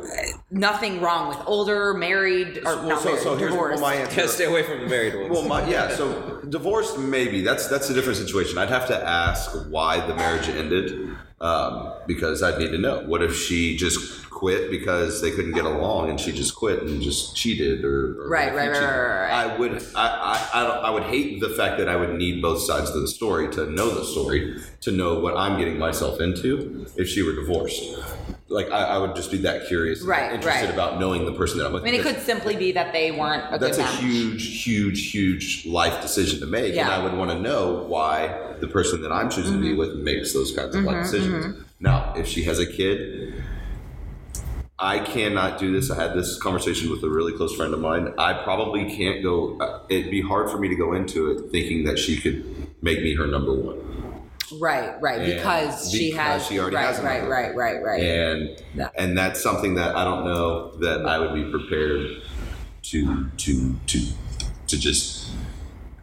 Speaker 1: nothing wrong with older married or not married, divorced.
Speaker 2: answer.
Speaker 3: away from the married ones.
Speaker 2: Well, my, yeah. So divorced, maybe that's that's a different situation. I'd have to ask why the marriage ended, um, because I'd need to know. What if she just quit because they couldn't get along, and she just quit and just cheated, or, or
Speaker 1: Right, right, right,
Speaker 2: cheated?
Speaker 1: right, right,
Speaker 2: I would, I, I, I, don't, I would hate the fact that I would need both sides of the story to know the story, to know what I'm getting myself into if she were divorced. Like I, I would just be that curious, and
Speaker 1: Right,
Speaker 2: interested
Speaker 1: right.
Speaker 2: about knowing the person that I'm with.
Speaker 1: I mean, it
Speaker 2: because-
Speaker 1: could simply be that they weren't a
Speaker 2: that's
Speaker 1: good
Speaker 2: a
Speaker 1: match.
Speaker 2: huge, huge, huge life decision to make, and
Speaker 1: Yeah. Mm-hmm.
Speaker 2: I would want to know why the person that I'm choosing to be with makes those kinds of life decisions. Now, if she has a kid, I cannot do this. I had this conversation with a really close friend of mine. I probably can't go. uh, It'd be hard for me to go into it thinking that she could make me her number one,
Speaker 1: right, right,
Speaker 2: Yeah,
Speaker 1: because she
Speaker 2: because
Speaker 1: has
Speaker 2: she already
Speaker 1: right,
Speaker 2: has a
Speaker 1: right,
Speaker 2: mother.
Speaker 1: right, right, right.
Speaker 2: and
Speaker 1: Yeah.
Speaker 2: and that's something that I don't know that I would be prepared to to to to just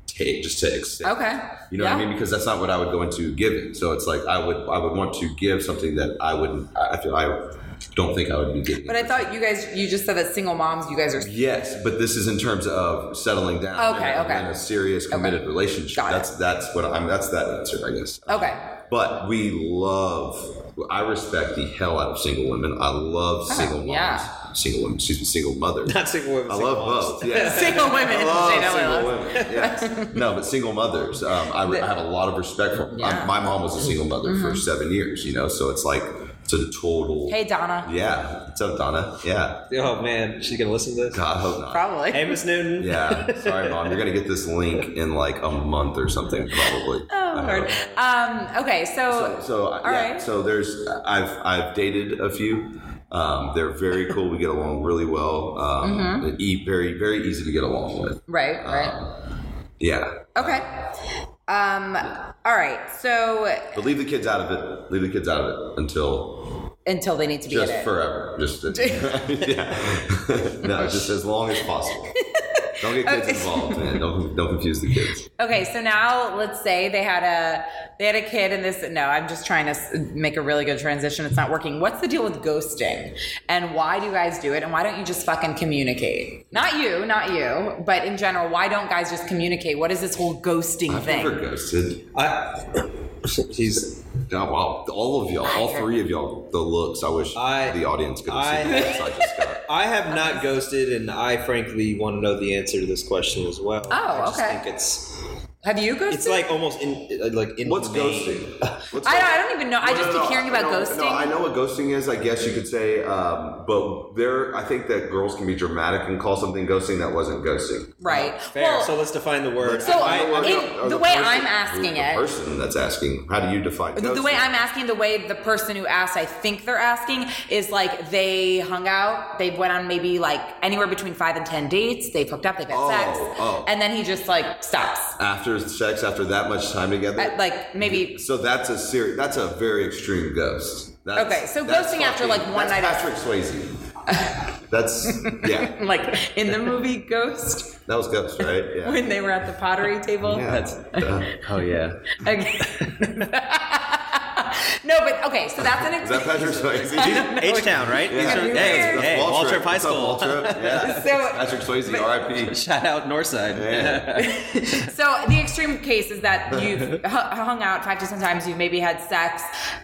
Speaker 2: take just to accept.
Speaker 1: Okay.
Speaker 2: You know
Speaker 1: yeah.
Speaker 2: what I mean? Because that's not what I would go into giving. So it's like I would I would want to give something that I wouldn't. I I feel I don't think I would be giving.
Speaker 1: But I thought you guys, you just said that single moms, you guys are
Speaker 2: yes, but this is in terms of settling down.
Speaker 1: Okay,
Speaker 2: and
Speaker 1: okay.
Speaker 2: In a serious committed relationship.
Speaker 1: Got it.
Speaker 2: that's that's what I'm. That's that answer, I guess.
Speaker 1: okay.
Speaker 2: But we love. I respect the hell out of single women. I love single moms.
Speaker 1: Ah, yeah.
Speaker 2: Single women. Excuse me. Single mothers.
Speaker 4: Not single women.
Speaker 2: I love both. Yeah.
Speaker 1: [LAUGHS] Single women.
Speaker 2: I love
Speaker 1: Shane Elliott.
Speaker 2: single women. Yes. No, but single mothers. Um, I, I have a lot of respect for.
Speaker 1: Yeah. Mm-hmm.
Speaker 2: I, my mom was a single mother for seven years. You know, so it's like it's a total.
Speaker 1: Hey Donna.
Speaker 2: Yeah. What's up, Donna? Yeah.
Speaker 4: Oh man, she's gonna listen to this.
Speaker 2: God, I hope not.
Speaker 1: Probably.
Speaker 4: Amos Newton.
Speaker 2: Yeah. Sorry, mom. You're gonna get this link in like a month or something, probably.
Speaker 1: [LAUGHS] Oh,
Speaker 2: I
Speaker 1: Lord.
Speaker 2: hope.
Speaker 1: Um, okay, so,
Speaker 2: Uh, So, so uh, yeah,
Speaker 1: right.
Speaker 2: so there's I've I've dated a few. Um, they're very cool. We get along really well. Um,
Speaker 1: Mm-hmm.
Speaker 2: and e- very very easy to get along with.
Speaker 1: right, right.
Speaker 2: uh, Yeah,
Speaker 1: okay. Um, all right, so
Speaker 2: but leave the kids out of it. Leave the kids out of it until
Speaker 1: until they need to be
Speaker 2: just
Speaker 1: in it.
Speaker 2: forever.
Speaker 1: [LAUGHS]
Speaker 2: Just [LAUGHS] yeah, no, just as long as possible. Don't get kids involved, man. Don't don't confuse
Speaker 1: [LAUGHS]
Speaker 2: the kids.
Speaker 1: okay, so now let's say they had a they had a kid and this no, I'm just trying to s- make a really good transition. It's not working. What's the deal with ghosting? And why do you guys do it? And why don't you just fucking communicate? Not you, not you, but in general, why don't guys just communicate? What is this whole ghosting
Speaker 2: I've
Speaker 1: thing?
Speaker 2: never ghosted.
Speaker 3: I, [COUGHS] he's.
Speaker 2: Oh, wow, all of y'all, all three of y'all, the looks. I wish
Speaker 3: I-
Speaker 2: the audience could have seen
Speaker 3: I-
Speaker 2: the looks I
Speaker 3: [LAUGHS]
Speaker 2: just got.
Speaker 3: I have not ghosted, and I frankly want to know the answer to this question as well.
Speaker 1: Oh,
Speaker 3: I just
Speaker 1: okay.
Speaker 3: think it's.
Speaker 1: Have you ghosted?
Speaker 3: It's like almost in like in
Speaker 2: What's ghosting? What's
Speaker 1: I don't,
Speaker 2: ghosting?
Speaker 1: I don't even know. I
Speaker 2: No,
Speaker 1: just
Speaker 2: no,
Speaker 1: keep
Speaker 2: no,
Speaker 1: hearing about
Speaker 2: no,
Speaker 1: ghosting.
Speaker 2: No, I know what ghosting is. I guess you could say, um, but there, I think that girls can be dramatic and call something ghosting that wasn't ghosting.
Speaker 1: Right.
Speaker 4: Fair.
Speaker 1: Well,
Speaker 4: so let's define the word.
Speaker 1: So-
Speaker 4: I-
Speaker 2: Or
Speaker 1: In-
Speaker 2: or
Speaker 1: the way
Speaker 2: person-
Speaker 1: I'm asking
Speaker 2: the
Speaker 1: it-
Speaker 2: person that's asking, how do you define
Speaker 1: the, the
Speaker 2: ghosting?
Speaker 1: way I'm asking, the way the person who asked, I think they're asking, is like they hung out, they went on maybe like anywhere between five and ten dates, they've hooked up, they've had
Speaker 2: Oh,
Speaker 1: sex,
Speaker 2: oh.
Speaker 1: and then he just like stops.
Speaker 2: after sex, after that much time together,
Speaker 1: At, like maybe
Speaker 2: So that's a serious. That's a very extreme ghost. That's,
Speaker 1: Okay, so
Speaker 2: that's
Speaker 1: ghosting after, like, one
Speaker 2: that's
Speaker 1: night out.
Speaker 2: Patrick Swayze.
Speaker 1: [LAUGHS]
Speaker 2: that's yeah.
Speaker 1: like in the movie Ghost
Speaker 2: That was ghost, right? Yeah.
Speaker 1: when they were at the pottery table.
Speaker 3: [LAUGHS]
Speaker 2: yeah. Is
Speaker 4: oh yeah.
Speaker 1: Okay. [LAUGHS] no, but okay, so that's an
Speaker 2: that
Speaker 1: example.
Speaker 2: Patrick
Speaker 1: [LAUGHS]
Speaker 2: Swayze?
Speaker 3: H Town, right?
Speaker 2: Yeah.
Speaker 3: These are-
Speaker 2: Yeah,
Speaker 3: hey,
Speaker 2: that's
Speaker 3: hey, Waltrip High
Speaker 2: What's up,
Speaker 3: School. [LAUGHS]
Speaker 2: Waltrip? Yeah.
Speaker 1: So-
Speaker 2: Patrick Swayze, R.I.P.
Speaker 4: Shout out Northside.
Speaker 2: Yeah.
Speaker 1: So the extreme case is that you've hu- hung out five to ten times. You've maybe had sex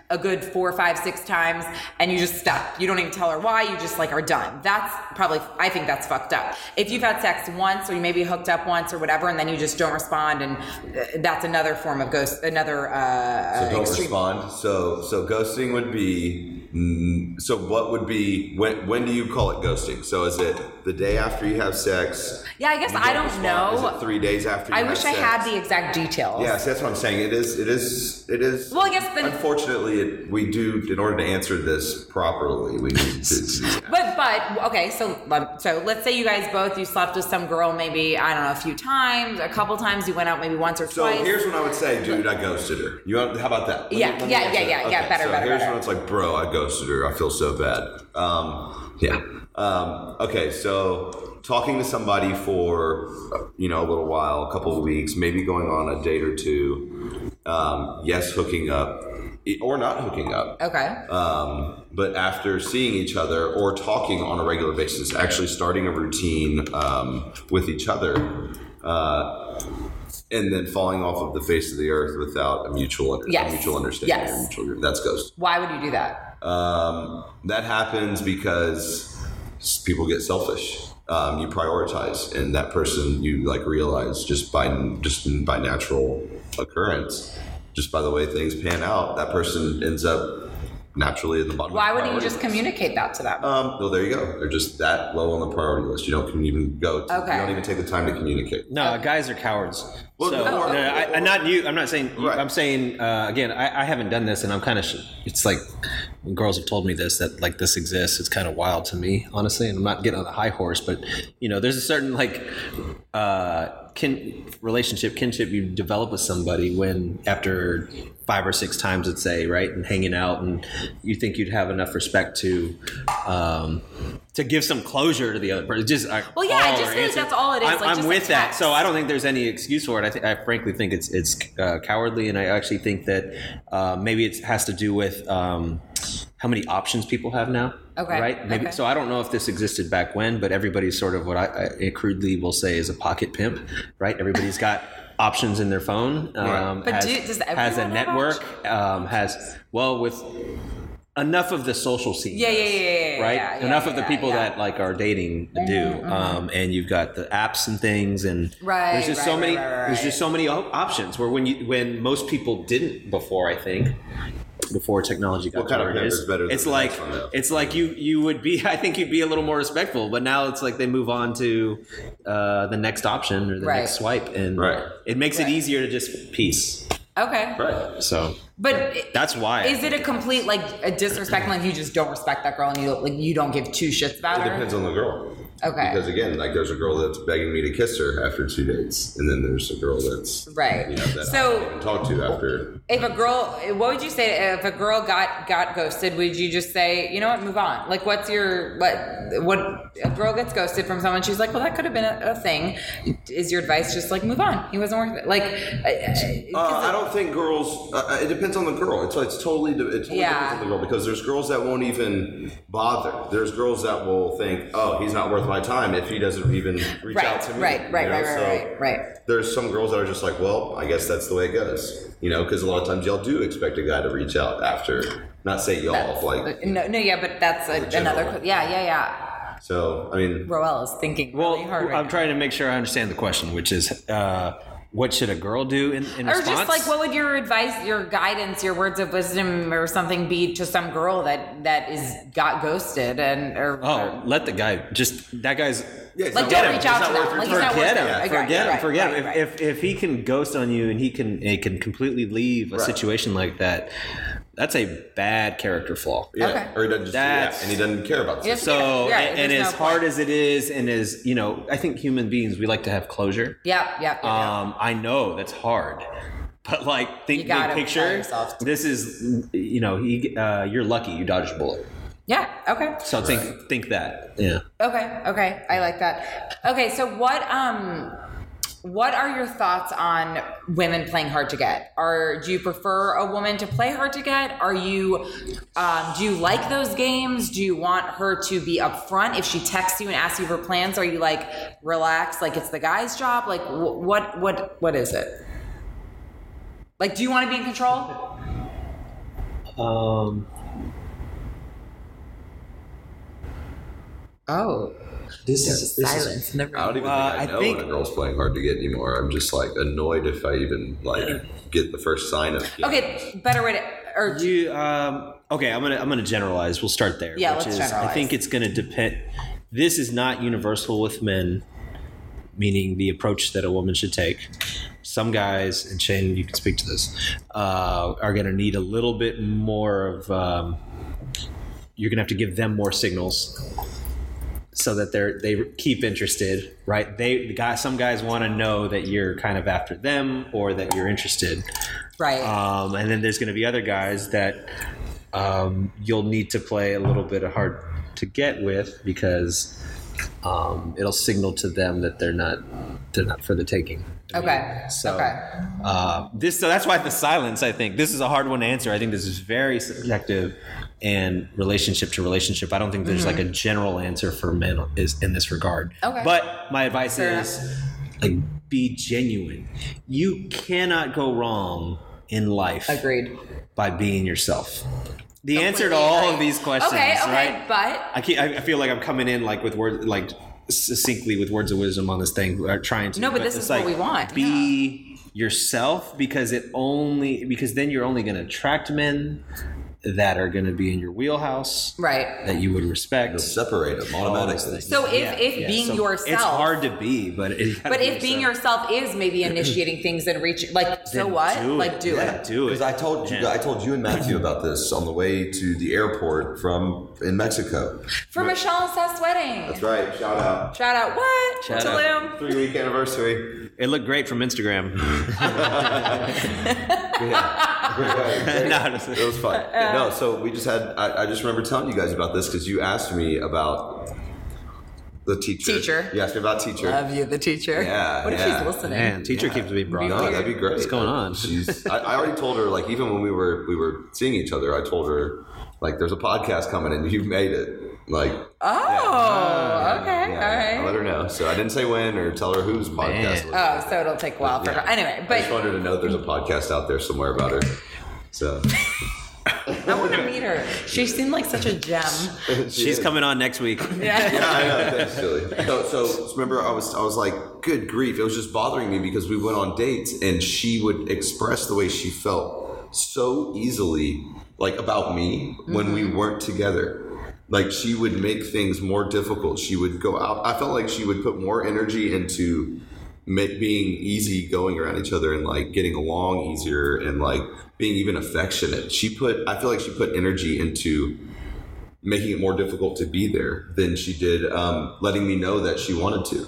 Speaker 1: a good four, five, six times, and you just stop. You don't even tell her why. You just like are done. That's probably. I think that's fucked up. If you've had sex once, or you maybe hooked up once, or whatever, and then you just don't respond, and uh, that's another form of ghost. Another. Uh,
Speaker 2: So don't respond. So so ghosting would be. mm, So what would be when? When do you call it ghosting? So is it the day after you have sex?
Speaker 1: yeah, I guess
Speaker 2: You
Speaker 1: I don't
Speaker 2: respond? Is it
Speaker 1: know.
Speaker 2: three days after? You
Speaker 1: I
Speaker 2: have
Speaker 1: wish I
Speaker 2: sex?
Speaker 1: had the exact details.
Speaker 2: Yeah, see, that's what I'm saying. It is. It is. It is.
Speaker 1: Well, I guess then-
Speaker 2: Unfortunately, it, we do. In order to answer this properly, we
Speaker 1: [LAUGHS]
Speaker 2: need to.
Speaker 1: But but okay, so um, so let's say you guys both you slept with some girl maybe I don't know a few times, a couple times you went out maybe once or
Speaker 2: So
Speaker 1: twice.
Speaker 2: here's what I would say, dude. I ghosted her. You want, how about that? Let me-
Speaker 1: Yeah,
Speaker 2: let me
Speaker 1: yeah, yeah,
Speaker 2: answer that.
Speaker 1: yeah, yeah,
Speaker 2: Okay,
Speaker 1: better,
Speaker 2: so
Speaker 1: better,
Speaker 2: Here's
Speaker 1: better.
Speaker 2: when it's like, bro, I ghosted her. I feel so bad. Um, yeah. Um, okay, so talking to somebody for uh, you know a little while, a couple of weeks, maybe going on a date or two. Um, yes, hooking up i- or not hooking up.
Speaker 1: okay.
Speaker 2: um, but after seeing each other or talking on a regular basis, actually starting a routine um, with each other, uh, and then falling off of the face of the earth without a mutual, a
Speaker 1: Yes.
Speaker 2: mutual understanding, or
Speaker 1: Yes.
Speaker 2: mutual agreement. that's ghost.
Speaker 1: Why would you do that?
Speaker 2: Um, that happens because s- people get selfish. Um, you prioritize, and that person you like realize just by just by natural occurrence, just by the way things pan out, that person ends up naturally in the bottom. of
Speaker 1: Why
Speaker 2: the
Speaker 1: wouldn't you
Speaker 2: priority
Speaker 1: just
Speaker 2: list.
Speaker 1: communicate that to them?
Speaker 2: Um, well, there you go. They're just that low on the priority list. You don't can even go. To,
Speaker 1: Okay.
Speaker 2: You don't even take the time to communicate.
Speaker 4: No, guys are cowards.
Speaker 2: Well,
Speaker 4: so,
Speaker 2: no,
Speaker 4: no,
Speaker 2: or-
Speaker 4: no, I, I'm not you. I'm not saying. You,
Speaker 2: Right.
Speaker 4: I'm saying uh, again. I, I haven't done this, and I'm kind of. Sh- it's like when girls have told me this that like this exists. It's kind of wild to me, honestly. And I'm not getting on a high horse, but you know, there's a certain like uh, kin relationship, kinship you develop with somebody when after five or six times, let's say, right, and hanging out, and you think you'd have enough respect to. Um, to give some closure to the other person, just I,
Speaker 1: Well, yeah, I
Speaker 4: call
Speaker 1: just
Speaker 4: or
Speaker 1: feel like
Speaker 4: answer.
Speaker 1: that's all it is,
Speaker 4: I'm,
Speaker 1: like,
Speaker 4: I'm
Speaker 1: just a
Speaker 4: with that,
Speaker 1: text.
Speaker 4: so I don't think there's any excuse for it. I, th- I frankly think it's it's uh, cowardly, and I actually think that uh, maybe it has to do with um, how many options people have now.
Speaker 1: Okay,
Speaker 4: Right. Maybe
Speaker 1: okay.
Speaker 4: so. I don't know if this existed back when, but everybody's sort of what I, I crudely will say is a pocket pimp. Right.
Speaker 1: [LAUGHS]
Speaker 4: Everybody's got options in their phone. Um,
Speaker 1: But
Speaker 4: has,
Speaker 1: do- does
Speaker 4: has a
Speaker 1: everyone have
Speaker 4: network? Um, has well with enough of the social scene
Speaker 1: Yeah, yeah, yeah, yeah, yeah,
Speaker 4: right?
Speaker 1: yeah, yeah,
Speaker 4: Enough of
Speaker 1: yeah,
Speaker 4: the people
Speaker 1: yeah.
Speaker 4: that like are dating do, um, and you've got the apps and things, and
Speaker 1: uh-huh. Right,
Speaker 4: there's just so
Speaker 1: right,
Speaker 4: many.
Speaker 1: right, right,
Speaker 4: There's
Speaker 1: right.
Speaker 4: just so many op- options. Where when you when most people didn't before, I think. Before technology got
Speaker 2: What kind
Speaker 4: to
Speaker 2: of
Speaker 4: where it
Speaker 2: pimp
Speaker 4: is,
Speaker 2: is better than
Speaker 4: it's
Speaker 2: the
Speaker 4: like
Speaker 2: next one, though?
Speaker 4: it's like you you would be. [LAUGHS] I think you'd be a little more respectful, but now it's like they move on to uh, the next option or the
Speaker 1: Right.
Speaker 4: next swipe, and
Speaker 2: Right.
Speaker 4: it makes it easier to just peace.
Speaker 1: Okay.
Speaker 2: Right.
Speaker 4: So
Speaker 1: But it-
Speaker 4: That's why I
Speaker 1: Is it a complete like a disrespect? Like you just don't respect that girl and you like you don't give two shits about
Speaker 2: It
Speaker 1: her?
Speaker 2: depends on the girl.
Speaker 1: Okay.
Speaker 2: Because again, like there's a girl that's begging me to kiss her after two dates, and then there's a girl that's
Speaker 1: Right.
Speaker 2: You know, that
Speaker 1: So-
Speaker 2: I can't even talk to after.
Speaker 1: If a girl, what would you say if a girl got got ghosted? Would you just say, you know what, move on? Like, what's your what? What a girl gets ghosted from someone, she's like, well, that could have been a, a thing. Is your advice just like move on? He wasn't worth it. Like, I- I-
Speaker 2: Uh, I don't think girls. Uh, uh, it depends on the girl. It's it's totally de- it totally
Speaker 1: Yeah.
Speaker 2: depends on the girl because there's girls that won't even bother. There's girls that will think, oh, he's not worth my time if he doesn't even reach
Speaker 1: right,
Speaker 2: out to me.
Speaker 1: right, right,
Speaker 2: you know?
Speaker 1: right, right,
Speaker 2: So-
Speaker 1: right, right.
Speaker 2: there's some girls that are just like, well, I guess that's the way it goes, you know, because a lot of times y'all do expect a guy to reach out after, not say y'all, like,
Speaker 1: No, no, yeah, but that's a,
Speaker 2: general
Speaker 1: another.
Speaker 2: one.
Speaker 1: Yeah, yeah, yeah.
Speaker 2: so I mean,
Speaker 1: Roel is thinking
Speaker 4: Well,
Speaker 1: really hard.
Speaker 4: I'm trying to make sure I understand the question, which is uh, what should a girl do in, in
Speaker 1: Or
Speaker 4: response?
Speaker 1: just like, what would your advice, your guidance, your words of wisdom, or something be to some girl that that is got ghosted and or,
Speaker 4: oh, let the guy just that guy's
Speaker 2: it's
Speaker 1: Like,
Speaker 2: not
Speaker 1: don't
Speaker 2: worth it.
Speaker 1: reach
Speaker 2: It's
Speaker 1: out
Speaker 2: not
Speaker 1: to them.
Speaker 2: worth your
Speaker 1: Like, it's
Speaker 2: time.
Speaker 1: not worth
Speaker 4: forget
Speaker 1: it.
Speaker 4: him,
Speaker 1: Right,
Speaker 4: forget
Speaker 1: right,
Speaker 4: him, forget
Speaker 1: right,
Speaker 4: him.
Speaker 1: right.
Speaker 4: If, if if he can ghost on you and he can he can completely leave a situation like that, that's a bad character flaw.
Speaker 2: Yeah.
Speaker 1: Okay.
Speaker 2: Or he doesn't just
Speaker 4: That's-
Speaker 2: yeah, and he doesn't care about
Speaker 1: Yes.
Speaker 2: this.
Speaker 4: So
Speaker 1: Yeah, yeah,
Speaker 4: and, and
Speaker 1: there's
Speaker 4: as
Speaker 1: no
Speaker 4: hard as it is, and as you know, I think human beings we like to have closure.
Speaker 1: Yep, yep, yep, yep.
Speaker 4: Um, I know that's hard, but like think big
Speaker 1: gotta tell
Speaker 4: picture.
Speaker 1: yourself.
Speaker 4: This is you know he, uh, you're lucky you dodged a bullet.
Speaker 1: yeah. Okay.
Speaker 4: So think think that. Yeah.
Speaker 1: Okay, okay. I like that. Okay, so what um what are your thoughts on women playing hard to get? Are do you prefer a woman to play hard to get? Are you um, do you like those games? Do you want her to be upfront if she texts you and asks you for plans? Are you like relax, like it's the guy's job? Like wh- what what what is it? Like, do you want to be in
Speaker 4: [LAUGHS]
Speaker 1: control?
Speaker 4: Um,
Speaker 1: Oh,
Speaker 4: this is this is
Speaker 1: silence. Never.
Speaker 2: I don't even
Speaker 4: Uh,
Speaker 2: think I,
Speaker 4: I
Speaker 2: know
Speaker 4: think-
Speaker 2: when a girl's playing hard to get anymore. I'm just like annoyed if I even like get the first sign of.
Speaker 1: Okay, better way to or
Speaker 4: You um, okay? I'm gonna I'm gonna generalize. We'll start there.
Speaker 1: Yeah, let's
Speaker 4: I think
Speaker 1: generalize.
Speaker 4: it's gonna depend. This is not universal with men, meaning the approach that a woman should take. Some guys, and Shane, you can speak to this, uh, are gonna need a little bit more of. Um, you're gonna have to give them more signals so that they're they keep interested, right? They the guy, some guys want to know that you're kind of after them or that you're interested.
Speaker 1: right.
Speaker 4: Um, and then there's going to be other guys that um, you'll need to play a little bit hard to get with because um, it'll signal to them that they're not they're not for the taking.
Speaker 1: okay.
Speaker 4: So
Speaker 1: okay.
Speaker 4: uh, this so that's why the silence. I think this is a hard one to answer. I think this is very subjective and relationship to relationship. I don't think there's like a general answer for men is in this regard.
Speaker 1: Mm-hmm. Okay.
Speaker 4: But my advice is like be genuine. You cannot go wrong in life
Speaker 1: Agreed.
Speaker 4: by being yourself. The answer to all of these questions,
Speaker 1: Okay, okay,
Speaker 4: right?
Speaker 1: but
Speaker 4: I, keep, I I feel like I'm coming in like with words like succinctly with words of wisdom on this thing, or trying to.
Speaker 1: No, but this
Speaker 4: it's
Speaker 1: is what
Speaker 4: like,
Speaker 1: we want,
Speaker 4: Be yourself because it only because then you're only going to attract men that are going to be in your wheelhouse
Speaker 1: right.
Speaker 4: that you would respect.
Speaker 2: Separate them automatically.
Speaker 1: Oh, So if if
Speaker 4: Yeah,
Speaker 1: being
Speaker 4: so
Speaker 1: yourself,
Speaker 4: it's hard to be, but it,
Speaker 1: but if being yourself is maybe initiating things and reaching, like so what?
Speaker 4: do it.
Speaker 1: like do
Speaker 4: Yeah.
Speaker 1: it.
Speaker 4: do it.
Speaker 2: Because I told you, I told you and Matthew about this on the way to the airport from in Mexico.
Speaker 1: For Michelle and Seth's wedding.
Speaker 2: That's right. Shout out.
Speaker 1: Shout out what?
Speaker 4: Shout out.
Speaker 1: Tulum.
Speaker 2: Three week anniversary.
Speaker 4: it looked great from [LAUGHS] Instagram.
Speaker 2: Yeah.
Speaker 4: No, it's-
Speaker 2: it was
Speaker 1: [LAUGHS]
Speaker 2: fun.
Speaker 1: Uh.
Speaker 2: no, so we just had. I, I just remember telling you guys about this because you asked me about the teacher.
Speaker 1: Teacher.
Speaker 2: You asked me about teacher.
Speaker 1: Love you, the teacher.
Speaker 2: Yeah,
Speaker 1: What if
Speaker 2: yeah.
Speaker 1: she's listening?
Speaker 4: Man, teacher keeps being brought
Speaker 2: No,
Speaker 4: up.
Speaker 2: that'd be great.
Speaker 4: What's going on?
Speaker 2: [LAUGHS] She's. I, I already told her. Like even when we were we were seeing each other, I told her like there's a podcast coming and you made it. Like
Speaker 1: Oh, okay,
Speaker 2: yeah, I
Speaker 1: all
Speaker 2: let
Speaker 1: right.
Speaker 2: her know. So I didn't say when or tell her whose podcast. it was.
Speaker 1: Oh, so it'll take a while for her. Anyway,
Speaker 2: I just
Speaker 1: but
Speaker 2: wanted to know there's a podcast out there somewhere about her. So
Speaker 1: I want to meet her. She seemed like such a gem.
Speaker 4: [LAUGHS] She's coming on next week.
Speaker 2: [LAUGHS] yeah, I know. Thanks, Julie. [LAUGHS] So, so remember, I was I was like, good grief! It was just bothering me because we went on dates and she would express the way she felt so easily, like about me when we weren't together. Like she would make things more difficult. She would go out. I felt like she would put more energy into make, being easy going around each other and like getting along easier and like being even affectionate. She put I feel like she put energy into making it more difficult to be there than she did um, letting me know that she wanted to.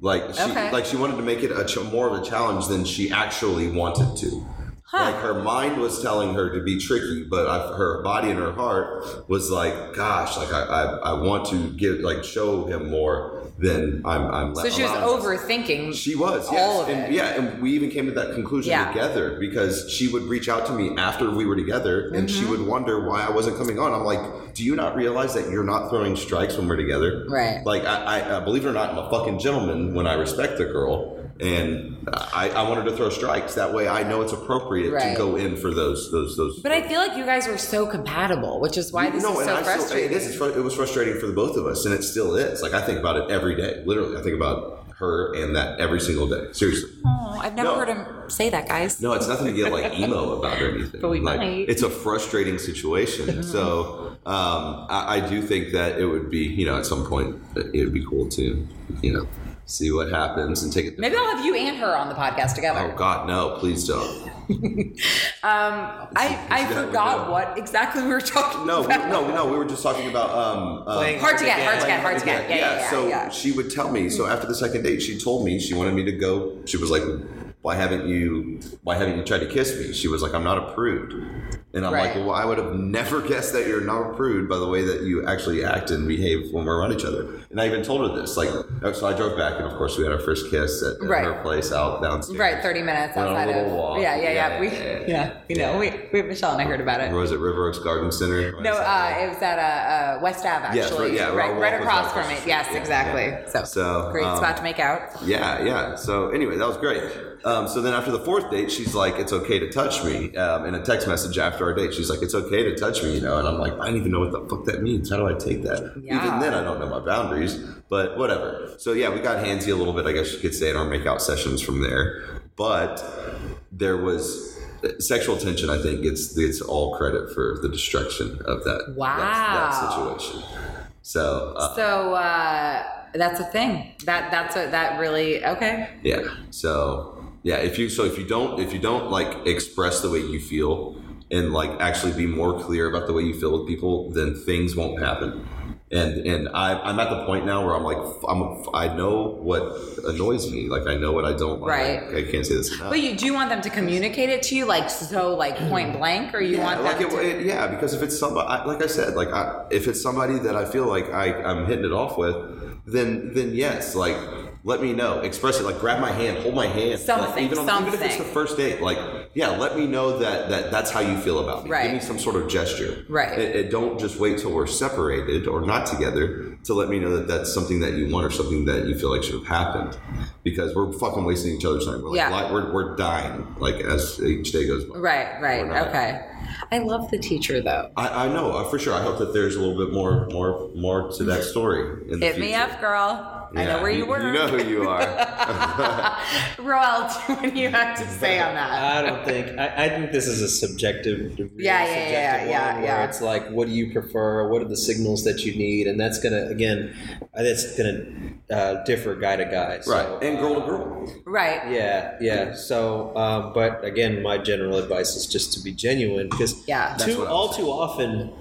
Speaker 2: Like she,
Speaker 1: Okay.
Speaker 2: like she wanted to make it a ch- more of a challenge than she actually wanted to. Like her mind was telling her to be tricky, but I, her body and her heart was like, "Gosh, like I, I, I want to give, like show him more than I'm." I'm
Speaker 1: So she was
Speaker 2: allowing myself."
Speaker 1: overthinking.
Speaker 2: She was, yes.
Speaker 1: All of
Speaker 2: and
Speaker 1: it.
Speaker 2: yeah, and we even came to that conclusion
Speaker 1: Yeah.
Speaker 2: together because she would reach out to me after we were together and she
Speaker 1: Mm-hmm.
Speaker 2: would wonder why I wasn't coming on. I'm like, do you not realize that you're not throwing strikes when we're together?
Speaker 1: Right.
Speaker 2: Like I, I, I believe it or not, I'm a fucking gentleman when I respect the girl. And I, I wanted to throw strikes. That way I know it's appropriate
Speaker 1: Right.
Speaker 2: to go in for those those those
Speaker 1: But I feel like you guys were so compatible, which is why this
Speaker 2: no,
Speaker 1: is
Speaker 2: and
Speaker 1: so
Speaker 2: I still-
Speaker 1: frustrating.
Speaker 2: it is. It's fru- it was frustrating for the both of us, and it still is. Like I think about it every day. Literally, I think about her and that every single day. Seriously.
Speaker 1: Oh, I've never
Speaker 2: No.
Speaker 1: heard him say that, guys.
Speaker 2: No, it's nothing to get like emo about or anything.
Speaker 1: But we
Speaker 2: like,
Speaker 1: might.
Speaker 2: It's a frustrating situation. so um, I, I do think that it would be, you know, at some point, uh, it would be cool to, you know, see what happens and take it.
Speaker 1: Maybe I'll have you and her on the podcast together.
Speaker 2: Oh God, no! Please don't.
Speaker 1: Um, I, I
Speaker 2: that
Speaker 1: forgot
Speaker 2: window.
Speaker 1: what exactly [LAUGHS] we were talking
Speaker 2: No, we,
Speaker 1: about.
Speaker 2: no, no. We were just talking about um, um,
Speaker 1: Hard to get, hard to get, hard to get. Yeah, yeah, yeah.
Speaker 2: so
Speaker 1: yeah.
Speaker 2: she would tell me. So after the second date, she told me she wanted me to go. She was like, "Why haven't you? Why haven't you tried to kiss me?" She was like, "I'm not a prude," and I'm
Speaker 1: Right.
Speaker 2: like, "Well, I would have never guessed that you're not a prude by the way that you actually act and behave when we're around each other." And I even told her this. Like, oh, so I drove back, and of course, we had our first kiss at, at
Speaker 1: Right.
Speaker 2: her place out downstairs.
Speaker 1: Right, 30 minutes
Speaker 2: Went on a
Speaker 1: outside
Speaker 2: little
Speaker 1: of.
Speaker 2: walk.
Speaker 1: Yeah, yeah, yeah.
Speaker 2: Yeah,
Speaker 1: we,
Speaker 2: yeah,
Speaker 1: [LAUGHS] yeah,
Speaker 2: yeah.
Speaker 1: you know, we, we, Michelle and I heard about it.
Speaker 2: Where was it River Oaks Garden Center?
Speaker 1: No, uh, it was at uh, uh, West Ave,
Speaker 2: Yes,
Speaker 1: actually.
Speaker 2: right, yeah,
Speaker 1: right,
Speaker 2: Raw
Speaker 1: right
Speaker 2: Walk was
Speaker 1: across
Speaker 2: right
Speaker 1: from
Speaker 2: across
Speaker 1: it.
Speaker 2: the
Speaker 1: Yes,
Speaker 2: street. Yeah,
Speaker 1: exactly. So,
Speaker 2: So,
Speaker 1: great
Speaker 2: um,
Speaker 1: spot to make out.
Speaker 2: Yeah, yeah. So anyway, that was great. Um, so then after the fourth date, she's like, "It's okay to touch me." Um, in a text message after our date, she's like, "It's okay to touch me," you know. And I'm like, "I don't even know what the fuck that means. How do I take that?"
Speaker 1: Yeah.
Speaker 2: Even then, I don't know my boundaries, but whatever. So yeah, we got handsy a little bit, I guess you could say, in our makeout sessions from there. But there was uh, sexual tension. I think gets gets all credit for the destruction of that. that-
Speaker 1: Wow.
Speaker 2: that situation. So uh,
Speaker 1: So uh, that's a thing. That that's a, that really okay.
Speaker 2: Yeah. So yeah, if you so if you don't if you don't like express the way you feel and like actually be more clear about the way you feel with people, then things won't happen. And and I I'm at the point now where I'm like f- I'm a, I know what annoys me. Like I know what I don't like.
Speaker 1: Right.
Speaker 2: I can't say this enough.
Speaker 1: But you do you want them to communicate it to you, like so, like point blank, or you
Speaker 2: Yeah,
Speaker 1: want them
Speaker 2: like it,
Speaker 1: to?
Speaker 2: it- yeah, because if it's somebody, I, like I said, like I, if it's somebody that I feel like I, I'm hitting it off with, then then yes, like let me know, express it, like grab my hand, hold my hand, like,
Speaker 1: Something,
Speaker 2: even, on- even if it's
Speaker 1: something.
Speaker 2: the first date, like yeah, let me know that that that's how you feel about me.
Speaker 1: Right.
Speaker 2: Give me some sort of gesture.
Speaker 1: Right.
Speaker 2: It, it- don't just wait till we're separated or not together to let me know that that's something that you want or something that you feel like should have happened, because we're fucking wasting each other's time. We're like
Speaker 1: Yeah.
Speaker 2: li- we're, we're dying like as each day goes by.
Speaker 1: right, right,
Speaker 2: Or not.
Speaker 1: okay. I love the teacher though.
Speaker 2: I, I know uh, for sure. I hope that there's a little bit more, more, more to that story. In the
Speaker 1: Hit me
Speaker 2: future.
Speaker 1: up, girl. I know
Speaker 2: Yeah,
Speaker 1: where you, were. [LAUGHS]
Speaker 2: You know who you are.
Speaker 1: Roel, [LAUGHS] what do you have to say on that?
Speaker 4: I don't think. I, I think this is a subjective. really
Speaker 1: Yeah, yeah, yeah,
Speaker 4: subjective
Speaker 1: yeah,
Speaker 4: one
Speaker 1: yeah.
Speaker 4: Where it's like, what do you prefer? What are the signals that you need? And that's gonna again, uh, that's gonna uh, differ guy to guy. So,
Speaker 2: right, and
Speaker 4: uh,
Speaker 2: girl to girl.
Speaker 1: Right.
Speaker 4: yeah, yeah. So, um, but again, my general advice is just to be genuine because
Speaker 1: Yeah. That's
Speaker 4: too
Speaker 2: what I'm
Speaker 4: all too often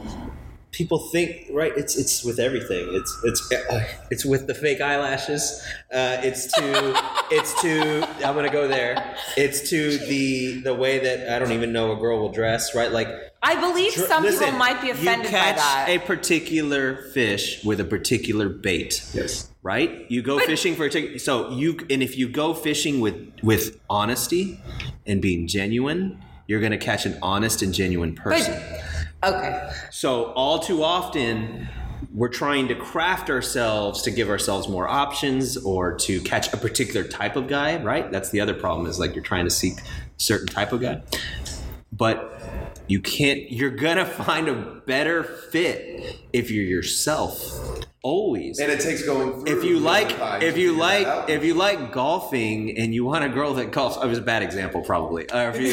Speaker 4: people think right. It's it's with everything. It's it's uh, it's with the fake eyelashes. Uh, it's to it's to I'm gonna go there. It's to the the way that I don't even know a girl will dress. Right, like.
Speaker 1: I believe
Speaker 4: dr-
Speaker 1: some
Speaker 4: listen,
Speaker 1: people might be offended
Speaker 4: you catch
Speaker 1: by that.
Speaker 4: a particular fish with a particular bait
Speaker 2: Yes.
Speaker 4: right? You go fishing for a ticket. So you and if you go fishing with with honesty and being genuine, you're going to catch an honest and genuine person.
Speaker 1: okay.
Speaker 4: So all too often we're trying to craft ourselves to give ourselves more options or to catch a particular type of guy, right? That's the other problem is like you're trying to seek certain type of guy. But you can't you're going to [LAUGHS] find a better fit if you're yourself always
Speaker 2: it takes going through.
Speaker 4: if you like if you like if you like golfing and you want a girl that golfs I was a bad example probably Uh, if you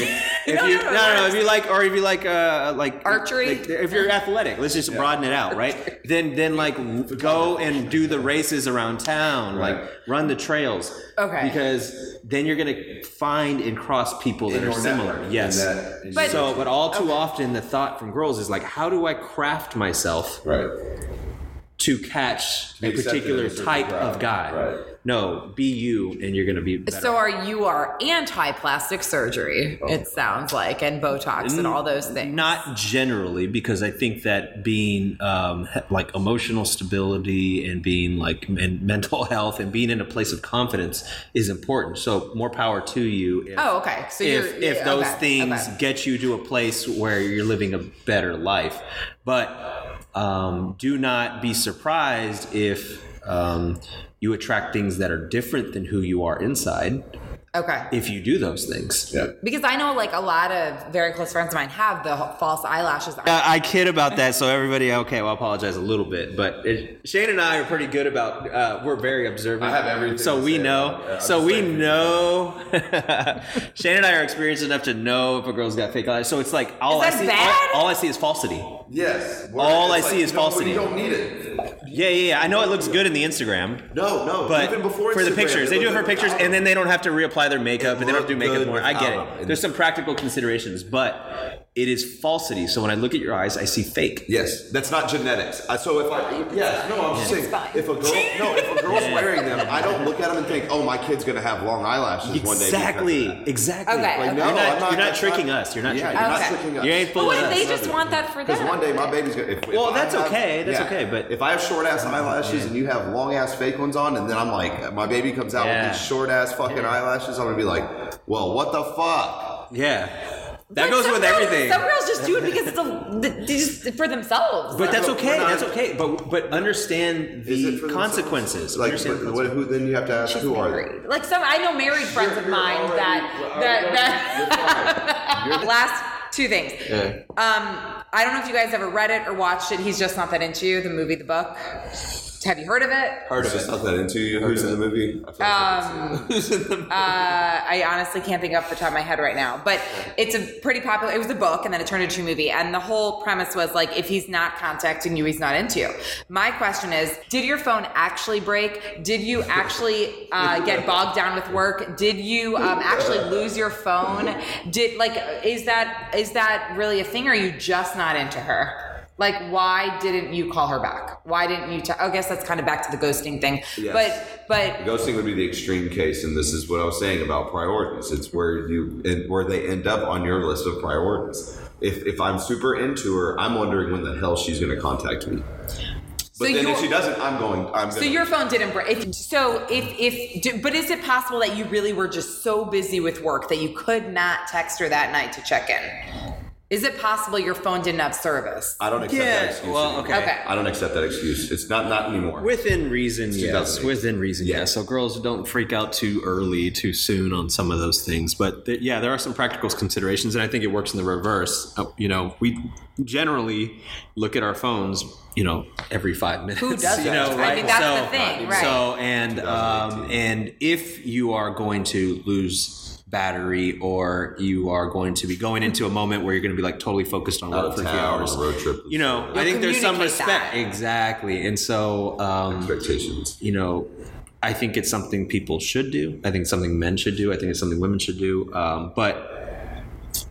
Speaker 4: if you no no, no if you like or if you like uh like
Speaker 1: Archery?
Speaker 4: like, if you're athletic let's just broaden it out right then then like go and do the races around town like run the trails
Speaker 1: Okay.
Speaker 4: because then you're gonna find and cross people that
Speaker 2: In
Speaker 4: are
Speaker 2: your
Speaker 4: similar
Speaker 2: network,
Speaker 4: yes
Speaker 2: in that- in
Speaker 1: But-
Speaker 4: so but all too often the thought from girls is like how do I craft myself
Speaker 2: right,
Speaker 4: to catch
Speaker 2: be
Speaker 4: a
Speaker 2: accepted
Speaker 4: particular
Speaker 2: in a certain
Speaker 4: type
Speaker 2: crowd,
Speaker 4: of guy.
Speaker 2: right.
Speaker 4: No, be you, and you're going to be better. Oh.
Speaker 1: So are you are anti plastic surgery? It sounds like and Botox and all those things.
Speaker 4: Not generally, because I think that being um, like emotional stability and being like and [LAUGHS] mental health and being in a place of confidence is important. So more power to you. If,
Speaker 1: Oh, okay. So
Speaker 4: if
Speaker 1: you're-
Speaker 4: if
Speaker 1: yeah,
Speaker 4: those
Speaker 1: okay,
Speaker 4: things
Speaker 1: okay.
Speaker 4: get you to a place where you're living a better life, but um, do not be surprised if um, you attract things that are different than who you are inside.
Speaker 1: Okay.
Speaker 5: if you do those things.
Speaker 2: Yeah.
Speaker 1: Because I know like a lot of very close friends of mine have the h- false eyelashes.
Speaker 4: Uh, I kid about that, so everybody, okay, well, I apologize a little bit, but it, Shane and I are pretty good about. Uh, we're very observant.
Speaker 2: I have everything
Speaker 4: so
Speaker 2: to
Speaker 4: we
Speaker 2: say
Speaker 4: know.
Speaker 2: about it. Yeah, I'm
Speaker 4: so
Speaker 2: just
Speaker 4: we
Speaker 2: saying.
Speaker 4: know. [LAUGHS] Shane and I are experienced enough to know if a girl's got fake eyes. So it's like all
Speaker 1: Is
Speaker 4: I
Speaker 1: that
Speaker 4: see,
Speaker 1: bad?
Speaker 4: All, all I see is falsity.
Speaker 2: Yes. We're-
Speaker 4: All
Speaker 2: it's
Speaker 4: I see is
Speaker 2: no, well,
Speaker 4: falsity.
Speaker 2: You don't need it.
Speaker 4: Yeah, yeah, yeah. I know it looks good in the Instagram,
Speaker 2: No, no.
Speaker 4: but
Speaker 2: even before
Speaker 4: for the
Speaker 2: Instagram,
Speaker 4: pictures, they do it for
Speaker 2: looked
Speaker 4: pictures,
Speaker 2: like-
Speaker 4: and then they don't have to reapply their makeup,
Speaker 2: It
Speaker 4: and they don't have to do
Speaker 2: looked
Speaker 4: makeup
Speaker 2: good
Speaker 4: more. I get
Speaker 2: without
Speaker 4: it.
Speaker 2: them.
Speaker 4: There's some practical considerations, but it is falsity. So when I look at your eyes, I see fake.
Speaker 2: Yes, that's not genetics. Uh, so if I, yes, no, I'm just saying,
Speaker 1: fine.
Speaker 2: if a girl, no, if a
Speaker 4: [LAUGHS]
Speaker 2: girl's wearing them, I don't look at them and think, oh, my kid's gonna have long eyelashes one day. because of
Speaker 4: Exactly.
Speaker 2: that.
Speaker 4: Exactly.
Speaker 1: Okay,
Speaker 2: Like,
Speaker 1: okay.
Speaker 2: no,
Speaker 4: you're
Speaker 2: I'm
Speaker 4: not,
Speaker 2: not
Speaker 4: you're not
Speaker 2: that's
Speaker 4: tricking us. You're not
Speaker 2: yeah,
Speaker 4: tricking
Speaker 2: you're
Speaker 4: us.
Speaker 2: not
Speaker 1: Okay.
Speaker 2: tricking us.
Speaker 4: You ain't
Speaker 1: But
Speaker 4: fooling
Speaker 1: what if
Speaker 4: us.
Speaker 1: they just want that for
Speaker 2: Because
Speaker 1: them?
Speaker 2: one day my baby's gonna. If, if
Speaker 4: Well,
Speaker 2: I
Speaker 4: that's
Speaker 2: have-
Speaker 4: okay, that's
Speaker 2: yeah.
Speaker 4: okay, but-
Speaker 2: if I have short ass eyelashes and you have long ass fake ones on, and then I'm like, my baby comes out
Speaker 4: Yeah.
Speaker 2: with these short ass fucking eyelashes, I'm gonna be like, well, what the fuck?
Speaker 4: Yeah.
Speaker 1: But
Speaker 4: That goes
Speaker 1: some
Speaker 4: with
Speaker 1: girls-
Speaker 4: everything.
Speaker 1: Some girls just do it because it's a, [LAUGHS] th- they just for themselves.
Speaker 4: But that's
Speaker 2: We're
Speaker 4: okay.
Speaker 2: not-
Speaker 4: That's okay. But but understand
Speaker 2: Is it
Speaker 4: the
Speaker 2: for themselves?
Speaker 4: consequences.
Speaker 2: Like,
Speaker 4: Understand the
Speaker 2: what, what- who? Then you have to ask who are
Speaker 1: like some I know married friends of
Speaker 2: you're
Speaker 1: mine
Speaker 2: already-
Speaker 1: that
Speaker 2: well,
Speaker 1: that, that [LAUGHS]
Speaker 2: already-
Speaker 1: last two things. Um, I don't know if you guys ever read it or watched it. He's just not that into you. The movie, the book. Have you heard of it?
Speaker 2: they. Heard of it? Not that into you. Who's in the movie? I
Speaker 1: Oh,
Speaker 2: feel like
Speaker 1: I honestly can't think off the top of my head right now, but it's a pretty popular. It was a book, and then it turned into a movie. And the whole premise was like, if he's not contacting you, he's not into you. My question is, did your phone actually break? Did you actually uh, get bogged down with work? Did you um, actually lose your phone? Did like is that is that really a thing? Or are you just not into her? Like, why didn't you call her back? Why didn't you? T- I guess that's kind of back to the ghosting thing.
Speaker 2: Yes.
Speaker 1: But but
Speaker 2: Ghosting would be the extreme case, and this is what I was saying about priorities. It's where you and where they end up on your list of priorities. If if I'm super into her, I'm wondering when the hell she's going to contact me. But then
Speaker 1: you're-
Speaker 2: if she doesn't, I'm going. I'm
Speaker 1: So
Speaker 2: gonna-
Speaker 1: your phone didn't break. If, so if if do, but is it possible that you really were just so busy with work that you could not text her that night to check in? Is it possible your phone didn't have service?
Speaker 2: I don't accept that
Speaker 4: yeah.
Speaker 2: excuse.
Speaker 4: Well,
Speaker 2: anymore.
Speaker 4: okay.
Speaker 1: Okay.
Speaker 2: I don't accept that excuse. It's not not anymore.
Speaker 4: Within reason, yes.
Speaker 2: 2008.
Speaker 4: Within reason, yes.
Speaker 2: Yeah.
Speaker 4: So girls don't freak out too early, too soon on some of those things. But th- yeah, there are some practical considerations, and I think it works in the reverse. Uh, you know, we generally look at our phones, you know, every five minutes.
Speaker 1: doesn't?
Speaker 4: You know,
Speaker 1: I mean,
Speaker 4: right?
Speaker 1: that's
Speaker 4: so,
Speaker 1: the thing, right.
Speaker 4: So and um, and if you are going to lose battery or you are going to be going into a moment where you're going to be like totally focused on
Speaker 2: Out
Speaker 4: work
Speaker 2: of
Speaker 4: for a few
Speaker 2: town, on a
Speaker 4: hours
Speaker 2: road trip.
Speaker 4: you know i think there's some
Speaker 1: communicate
Speaker 4: respect
Speaker 1: that.
Speaker 4: exactly and so um,
Speaker 2: expectations.
Speaker 4: you know, I think it's something people should do. I think it's something men should do. I think it's something women should do. Um, but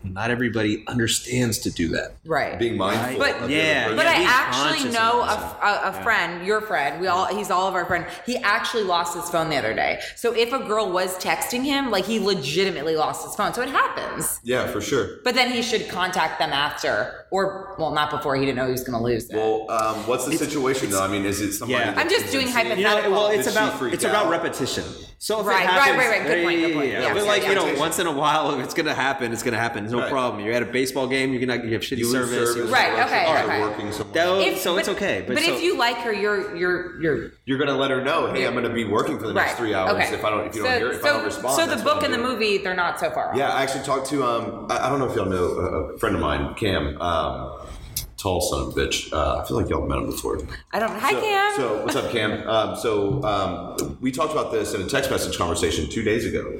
Speaker 4: not everybody understands to do that.
Speaker 1: right.
Speaker 2: Being mindful.
Speaker 1: But-
Speaker 2: of the
Speaker 4: yeah,
Speaker 2: other
Speaker 1: but
Speaker 2: person.
Speaker 1: I
Speaker 4: be
Speaker 1: actually
Speaker 4: conscious
Speaker 1: know
Speaker 4: of
Speaker 1: a,
Speaker 4: yourself.
Speaker 1: a, a friend, your friend. We all he's all of our friend. He actually lost his phone the other day. So if a girl was texting him, like he legitimately lost his phone. So it happens.
Speaker 2: yeah, for sure.
Speaker 1: But then he should contact them after, or well, not before. He didn't know he was going to lose it.
Speaker 2: Well, um, what's the situation though? I mean, is it somebody?
Speaker 4: Yeah.
Speaker 2: that
Speaker 1: I'm just doing
Speaker 2: convinced
Speaker 1: hypothetical.
Speaker 2: you?
Speaker 4: You know, well, it's
Speaker 2: Did she
Speaker 4: about
Speaker 2: freak
Speaker 4: it's about
Speaker 2: out?
Speaker 4: repetition. So if
Speaker 1: Right,
Speaker 4: it
Speaker 1: right,
Speaker 4: happens,
Speaker 1: right, right. Good point, good point. Yeah,
Speaker 4: But
Speaker 1: yeah,
Speaker 4: like
Speaker 1: yeah.
Speaker 4: you know, once in a while, if it's gonna happen, it's gonna happen. It's no
Speaker 2: Right.
Speaker 4: problem. You're at a baseball game, you're gonna you have shitty
Speaker 2: You lose
Speaker 4: service.
Speaker 2: service,
Speaker 1: Right,
Speaker 2: you're
Speaker 1: okay,
Speaker 2: working-
Speaker 1: okay.
Speaker 2: you're Working somewhere.
Speaker 4: That-
Speaker 1: If-
Speaker 4: so it's
Speaker 1: but-
Speaker 4: okay. But,
Speaker 1: but
Speaker 4: so,
Speaker 1: if you like her, you're you're you're
Speaker 2: you're gonna let her know, hey, I'm gonna be working for the next
Speaker 1: right.
Speaker 2: three hours.
Speaker 1: Okay.
Speaker 2: If I don't, if you
Speaker 1: so,
Speaker 2: don't hear, if
Speaker 1: so,
Speaker 2: I don't respond.
Speaker 1: so the
Speaker 2: that's what
Speaker 1: book
Speaker 2: I'm
Speaker 1: and the
Speaker 2: doing.
Speaker 1: movie, they're not so far off.
Speaker 2: Yeah, I actually talked to um, I, I don't know if y'all know a, a friend of mine, Cam, um, tall son of a bitch. Uh, I feel like y'all met him before.
Speaker 1: I don't. Hi,
Speaker 2: so,
Speaker 1: Cam.
Speaker 2: So what's up, Cam? Um, so um, we talked about this in a text message conversation two days ago.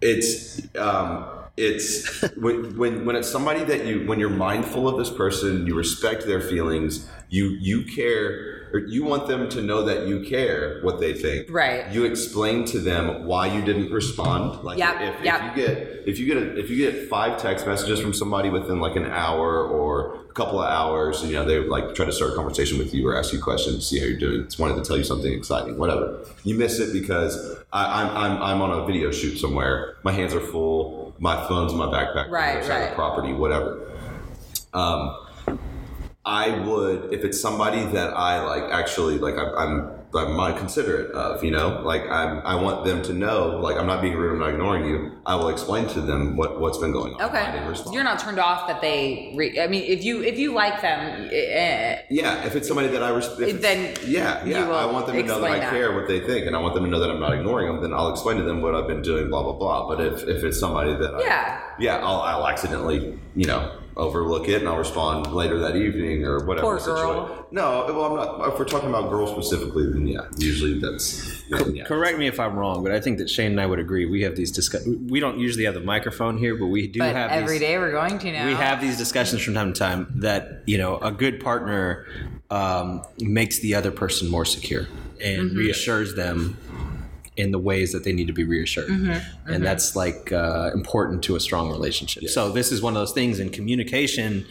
Speaker 2: It's um, it's [LAUGHS] when, when when it's somebody that you when you're mindful of this person, you respect their feelings, you you care, or you want them to know that you care what they think.
Speaker 1: Right.
Speaker 2: You explain to them why you didn't respond. Like
Speaker 1: Yep,
Speaker 2: if, if
Speaker 1: yep.
Speaker 2: you get if you get a, if you get five text messages from somebody within like an hour or a couple of hours, you know they like try to start a conversation with you or ask you questions, see how you're doing, just wanted to tell you something exciting, whatever. You miss it because I, I'm I'm I'm on a video shoot somewhere. My hands are full. My phone's in my backpack.
Speaker 1: Right,
Speaker 2: on the other side of
Speaker 1: right.
Speaker 2: the property, whatever. Um, I would if it's somebody that I like actually like. I'm, I'm I might consider it of, you know? Like, I, I want them to know, like, I'm not being rude, I'm not ignoring you. I will explain to them what, what's been going on. I didn't
Speaker 1: Okay,
Speaker 2: respond.
Speaker 1: you're not turned off that they. Re- I mean, if you if you like them, eh,
Speaker 2: Yeah, if it's somebody that I respect,
Speaker 1: Then
Speaker 2: yeah,
Speaker 1: you
Speaker 2: yeah,
Speaker 1: will
Speaker 2: I want them to know that I
Speaker 1: explain that.
Speaker 2: care what they think, and I want them to know that I'm not ignoring them. Then I'll explain to them what I've been doing, blah blah blah. But if if it's somebody that I,
Speaker 1: Yeah.
Speaker 2: yeah, I'll, I'll accidentally you know overlook it, and I'll respond later that evening or whatever.
Speaker 1: Poor
Speaker 2: the
Speaker 1: girl.
Speaker 2: situa- No, well, I'm not. If we're talking about girls specifically, then yeah, usually that's then, yeah.
Speaker 4: Correct me if I'm wrong, but I think that Shane and I would agree. We have these discuss. We don't usually have the microphone here, but we do
Speaker 1: but
Speaker 4: have
Speaker 1: every
Speaker 4: these-
Speaker 1: day we're going to now.
Speaker 4: we have these discussions from time to time that you know a good partner um, makes the other person more secure and
Speaker 1: Mm-hmm.
Speaker 4: reassures them in the ways that they need to be reassured
Speaker 1: Mm-hmm.
Speaker 4: and that's like uh, important to a strong relationship so this is one of those things in communication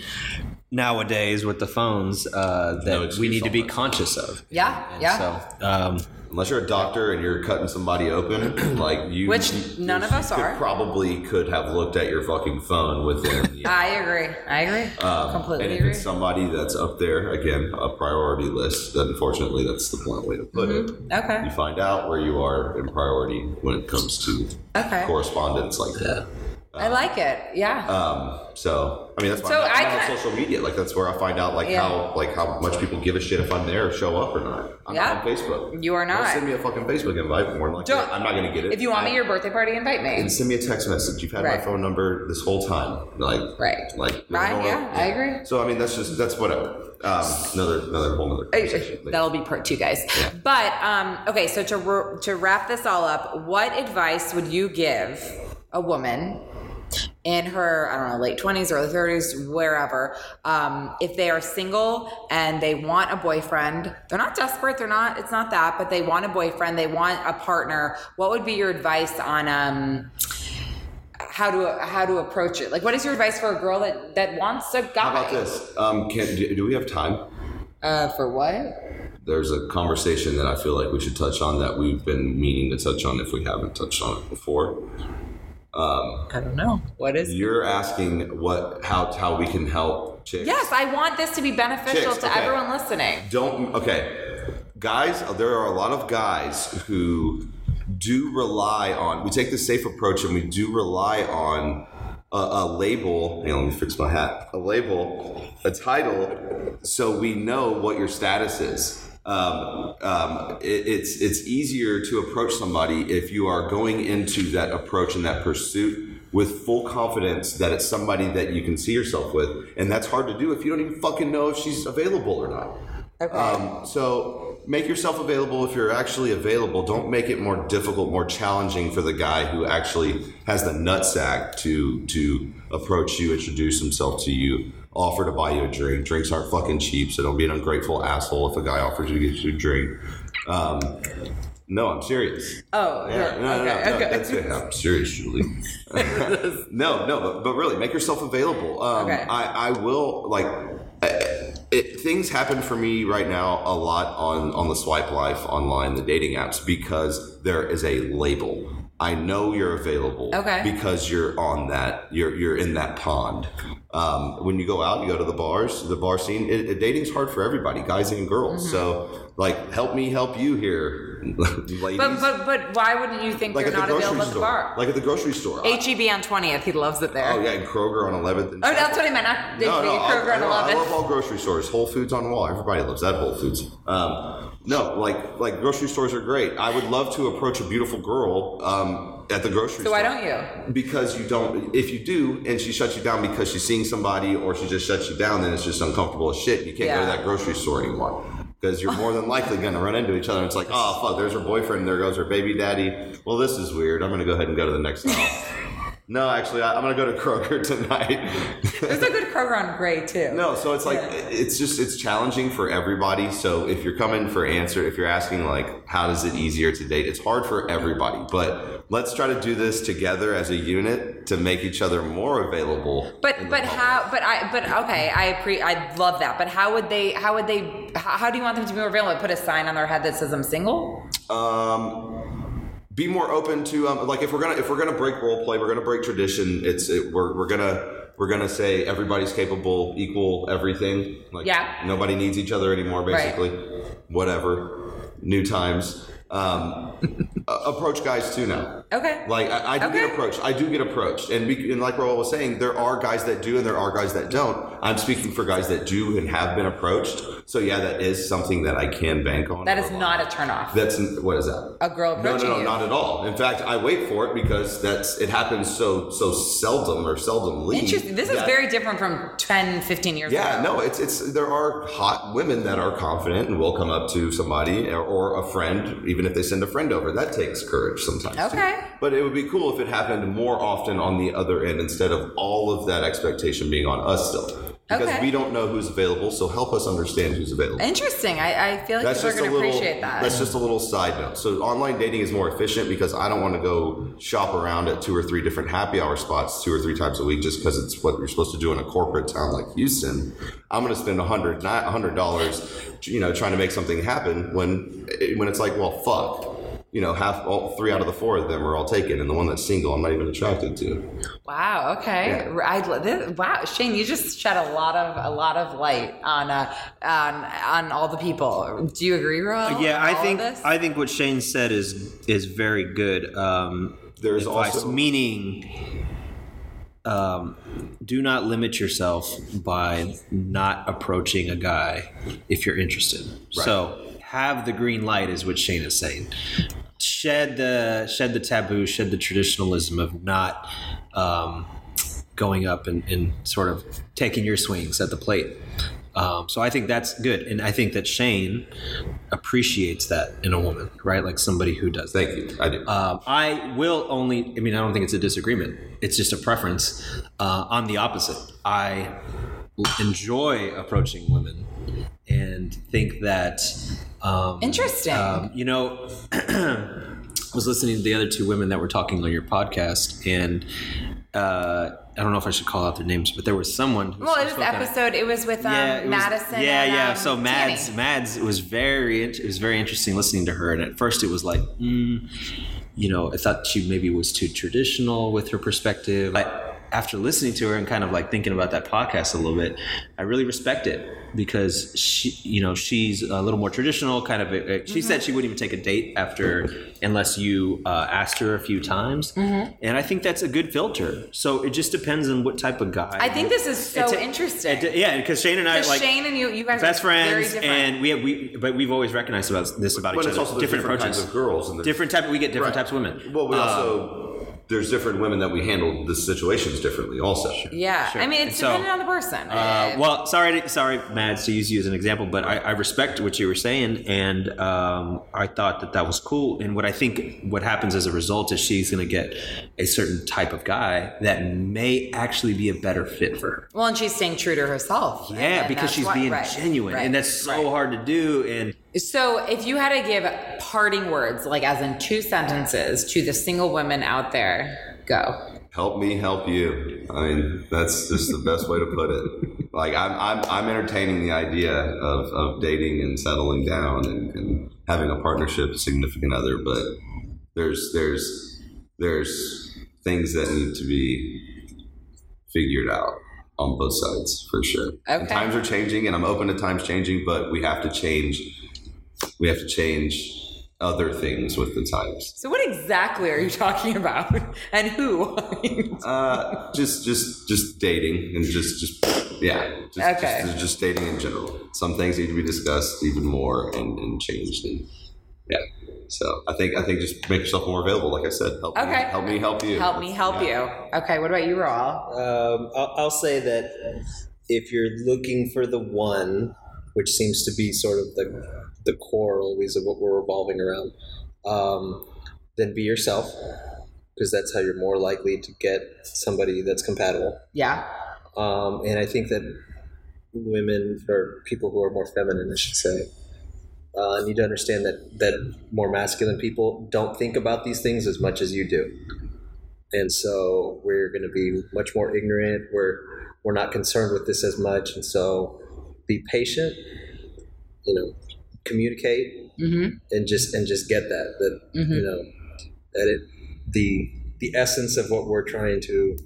Speaker 4: nowadays with the phones uh, that we
Speaker 2: excuse
Speaker 4: need to be
Speaker 2: almost.
Speaker 4: conscious of
Speaker 1: Yeah, yeah.
Speaker 4: so um,
Speaker 2: Unless you're a doctor and you're cutting somebody open, [CLEARS THROAT] like you,
Speaker 1: Which
Speaker 2: you-
Speaker 1: none of us
Speaker 2: could
Speaker 1: are.
Speaker 2: Probably could have looked at your fucking
Speaker 1: [LAUGHS]
Speaker 2: phone within. you know,
Speaker 1: I agree. I agree.
Speaker 2: Um, And
Speaker 1: Completely
Speaker 2: if
Speaker 1: agree.
Speaker 2: it's somebody that's up there, again, a priority list, then unfortunately that's the blunt way to put it.
Speaker 1: Okay.
Speaker 2: You find out where you are in priority when it comes to
Speaker 1: Okay.
Speaker 2: correspondence like that. uh,
Speaker 1: I like it. Yeah.
Speaker 2: So, I mean, that's why
Speaker 1: So
Speaker 2: I'm, not,
Speaker 1: I
Speaker 2: I'm not
Speaker 1: ca-
Speaker 2: on social media. Like, that's where I find out, like,
Speaker 1: Yeah.
Speaker 2: how like how much people give a shit if I'm there or show up or not. I'm
Speaker 1: Yeah.
Speaker 2: not on Facebook.
Speaker 1: You are
Speaker 2: Don't
Speaker 1: not.
Speaker 2: send me a fucking Facebook invite more. Like,
Speaker 1: Don't-
Speaker 2: I'm not going to get it.
Speaker 1: if you want me
Speaker 2: I-
Speaker 1: at your birthday party, invite me.
Speaker 2: and send me a text message. You've had
Speaker 1: Right.
Speaker 2: my phone number this whole time. Like,
Speaker 1: Right.
Speaker 2: Like,
Speaker 1: Right,
Speaker 2: no, no, no.
Speaker 1: yeah, I agree.
Speaker 2: So, I mean, that's just, that's whatever. Um, another, another whole other conversation. later.
Speaker 1: That'll be part two, guys. But um, okay, so to r- to wrap this all up, what advice would you give a woman in her I don't know late twenties, early thirties, wherever, um, if they are single and they want a boyfriend? They're not desperate. They're not. It's not that, but they want a boyfriend. They want a partner. What would be your advice on? Um, how to how to approach it? Like, what is your advice for a girl that that wants a guy?
Speaker 2: How about this? Um, can, do, do we have time?
Speaker 1: Uh, for what?
Speaker 2: There's a conversation that I feel like we should touch on that we've been meaning to touch on if we haven't touched on it before.
Speaker 1: I don't know. What is
Speaker 2: You're asking what how how we can help chicks.
Speaker 1: Yes, I want this to be beneficial
Speaker 2: Chicks,
Speaker 1: to
Speaker 2: okay.
Speaker 1: everyone listening.
Speaker 2: Don't okay, guys. There are a lot of guys who do rely on. We take the safe approach, and we do rely on a, a label. Hey, let me fix my hat. A label, a title, so we know what your status is. Um, um, it, it's it's easier to approach somebody if you are going into that approach and that pursuit with full confidence that it's somebody that you can see yourself with, and that's hard to do if you don't even fucking know if she's available or not. Um, so make yourself available if you're actually available. Don't make it more difficult, more challenging for the guy who actually has the nutsack to to approach you, introduce himself to you, offer to buy you a drink. Drinks aren't fucking cheap, so don't be an ungrateful asshole if a guy offers you to get you a drink. Um, no, I'm serious.
Speaker 1: Oh,
Speaker 2: Yeah, no, no, no, no, that's it. I'm serious, Julie. [LAUGHS] no, no, but, but really, make yourself available. Um,
Speaker 1: Okay.
Speaker 2: I, I will, like, I- it, things happen for me right now a lot on, on the swipe life online, the dating apps, because there is a label. I know you're available
Speaker 1: Okay.
Speaker 2: because you're on that you're you're in that pond. Um, when you go out, you go to the bars, the bar scene. It, it- dating's hard for everybody, guys and girls.
Speaker 1: Mm-hmm.
Speaker 2: So, like, help me help you here, [LAUGHS] ladies
Speaker 1: But but but why wouldn't you think
Speaker 2: like
Speaker 1: you're
Speaker 2: at the
Speaker 1: not
Speaker 2: grocery
Speaker 1: available at the
Speaker 2: store.
Speaker 1: bar?
Speaker 2: Like at the grocery store. I-
Speaker 1: HEB on 20th, he loves it there.
Speaker 2: oh yeah, and Kroger on Eleventh.
Speaker 1: Oh, that's what I meant. Not
Speaker 2: No, no, I,
Speaker 1: Kroger
Speaker 2: I,
Speaker 1: and
Speaker 2: know, I love
Speaker 1: 11.
Speaker 2: all grocery stores. Whole Foods on the wall. Everybody loves that Whole Foods. Um, no, like like grocery stores are great. I would love to approach a beautiful girl um, at the grocery
Speaker 1: So
Speaker 2: store
Speaker 1: why don't you?
Speaker 2: because you don't if you do and she shuts you down because she's seeing somebody or she just shuts you down then it's just uncomfortable as shit you can't go to
Speaker 1: Yeah.
Speaker 2: that grocery store anymore because you're more than likely going to run into each other it's like oh fuck there's her boyfriend there goes her baby daddy well this is weird i'm going to go ahead and go to the next aisle no actually I, i'm going to go to kroger tonight
Speaker 1: There's a good Kroger on Gray too.
Speaker 2: No, so it's like it's just it's challenging for everybody. So if you're coming for answer, if you're asking like how is it easier to date, it's hard for everybody. But let's try to do this together as a unit to make each other more available.
Speaker 1: But but how? But I but okay. I pre I love that. But how would they? How would they? How, how do you want them to be more available? Put a sign on their head that says I'm single.
Speaker 2: Um, be more open to um, like if we're gonna if we're gonna break role play, we're gonna break tradition. It's it, we're we're gonna we're gonna say everybody's capable, equal, everything. Like
Speaker 1: Yeah.
Speaker 2: nobody needs each other anymore,
Speaker 1: Right.
Speaker 2: basically. Whatever. new times. Um, uh, approach guys too now.
Speaker 1: Okay.
Speaker 2: Like I, I do
Speaker 1: Okay.
Speaker 2: get approached. I do get approached, and, be, and like Raul was saying, there are guys that do and there are guys that don't. I'm speaking for guys that do and have been approached. So yeah, that is something that I can bank on.
Speaker 1: That is
Speaker 2: Rely
Speaker 1: not a turnoff.
Speaker 2: that's what is that?
Speaker 1: A girl
Speaker 2: No, no,
Speaker 1: approaching
Speaker 2: no,
Speaker 1: you.
Speaker 2: not at all. In fact, I wait for it because that's it happens so so seldom or seldomly.
Speaker 1: Interesting. This is
Speaker 2: that-
Speaker 1: very different from 10, 15 years
Speaker 2: Yeah,
Speaker 1: ago.
Speaker 2: no, it's it's there are hot women that are confident and will come up to somebody or, or a friend, even if they send a friend over. That takes courage sometimes. too.
Speaker 1: Okay.
Speaker 2: But it would be cool if it happened more often on the other end instead of all of that expectation being on us still. Because
Speaker 1: Okay.
Speaker 2: we don't know who's available, so help us understand who's available.
Speaker 1: Interesting. I, I feel like
Speaker 2: That's
Speaker 1: people are
Speaker 2: just a
Speaker 1: going to
Speaker 2: little.
Speaker 1: appreciate that.
Speaker 2: That's just a little side note. So online dating is more efficient because I don't want to go shop around at two or three different happy hour spots two or three times a week just because it's what you're supposed to do in a corporate town like Houston. I'm going to spend a hundred dollars, you know, trying to make something happen when eh, when it's like, well, fuck. You know, half all three out of the four of them are all taken, and the one that's single, I'm not even attracted to.
Speaker 1: Wow. Okay. I, this, wow, Shane, you just shed a lot of a lot of light on uh, on on all the people. Do you agree, Roel?
Speaker 4: Uh, Yeah,
Speaker 1: on
Speaker 4: I
Speaker 1: all of
Speaker 4: think
Speaker 1: this?
Speaker 4: I think what Shane said is is very good. Um,
Speaker 2: There's
Speaker 4: advice,
Speaker 2: also-
Speaker 4: meaning, um, do not limit yourself by not approaching a guy if you're interested. So have the green light is what Shane is saying. Shed the shed the taboo, shed the traditionalism of not um, going up and, and sort of taking your swings at the plate. Um, so I think that's good, and I think that Shane appreciates that in a woman, right? Like somebody who does.
Speaker 2: Thank you. I do.
Speaker 4: Um, I will only. I mean, I don't think it's a disagreement. It's just a preference. Uh, I'm the opposite. I l- enjoy approaching women and think that. Um,
Speaker 1: Interesting.
Speaker 4: um, you know, [CLEARS THROAT] I was listening to the other two women that were talking on your podcast, and uh, I don't know if I should call out their names, but there was someone. Who
Speaker 1: well, it
Speaker 4: spoke
Speaker 1: was the
Speaker 4: on
Speaker 1: episode. It was with um,
Speaker 4: yeah, it was-
Speaker 1: Madison.
Speaker 4: yeah,
Speaker 1: and,
Speaker 4: yeah.
Speaker 1: um,
Speaker 4: So Mads,
Speaker 1: Danny.
Speaker 4: Mads was very, int- it was very interesting listening to her. And at first, it was like, mm, you know, I thought she maybe was too traditional with her perspective. But after listening to her and kind of like thinking about that podcast a little bit, I really respect it because she, you know, she's a little more traditional. Kind of, a, a- she said
Speaker 1: Mm-hmm.
Speaker 4: she wouldn't even take a date after unless you uh, asked her a few times,
Speaker 1: Mm-hmm.
Speaker 4: and I think that's a good filter. So it just depends on what type of guy.
Speaker 1: I think this is so
Speaker 4: It's a-
Speaker 1: Oh, interesting.
Speaker 4: it- yeah, because Shane and I
Speaker 1: 'Cause
Speaker 4: like
Speaker 1: Shane and you, you guys
Speaker 4: best
Speaker 1: are very
Speaker 4: friends,
Speaker 1: different.
Speaker 4: and we have we, but we've always recognized about this about
Speaker 2: but
Speaker 4: each
Speaker 2: it's
Speaker 4: other.
Speaker 2: also there's different,
Speaker 4: approaches,
Speaker 2: kinds of girls and there's-
Speaker 4: different type. We get different types of women.
Speaker 2: Well, we
Speaker 4: Uh,
Speaker 2: also there's different women that we handle the situations differently. Also,
Speaker 1: yeah, I mean, it's
Speaker 4: So,
Speaker 1: dependent on the person.
Speaker 4: uh, well, sorry, to- sorry, Mads, to use you as an example, but I, I respect what you were saying, and um, I thought that that was cool. And what I think what happens as a result is she's going to get a certain type of guy that may actually be a better fit for her.
Speaker 1: well, and she's staying true to herself. and-
Speaker 4: Yeah,
Speaker 1: and
Speaker 4: because
Speaker 1: that's
Speaker 4: she's
Speaker 1: why-
Speaker 4: being
Speaker 1: right,
Speaker 4: genuine,
Speaker 1: right,
Speaker 4: and that's so
Speaker 1: right.
Speaker 4: hard to do. And
Speaker 1: So, if you had to give parting words, like as in two sentences, to the single women out there, go.
Speaker 2: help me help you. I mean, that's just the best way to put it. Like I'm, I'm, I'm entertaining the idea of, of dating and settling down and, and having a partnership, significant other, but there's, there's, there's things that need to be figured out on both sides for sure. And
Speaker 1: Okay.
Speaker 2: times are changing, and I'm open to times changing, but we have to change. We have to change other things with the times.
Speaker 1: So, what exactly are you talking about, [LAUGHS] and who? [LAUGHS]
Speaker 2: Uh, just, just, just dating and just, just, yeah, just,
Speaker 1: Okay.
Speaker 2: just, just dating in general. Some things need to be discussed even more and, and changed, and yeah. So I think, I think just make yourself more available. Like I said, help me,
Speaker 1: Okay.
Speaker 2: help me, help you,
Speaker 1: help me, help you. Okay, what about you, Raul?
Speaker 3: Um, I'll, I'll say that if you're looking for the one, which seems to be sort of the the core always of what we're revolving around, um, then be yourself because that's how you're more likely to get somebody that's compatible.
Speaker 1: Yeah.
Speaker 3: Um, and I think that women or people who are more feminine, I should say, uh, need to understand that that more masculine people don't think about these things as much as you do, and so we're going to be much more ignorant. We're we're not concerned with this as much, and so be patient. You know, communicate
Speaker 1: Mm-hmm.
Speaker 3: and just and just get that that
Speaker 1: Mhm.
Speaker 3: you know that it the the essence of what we're trying to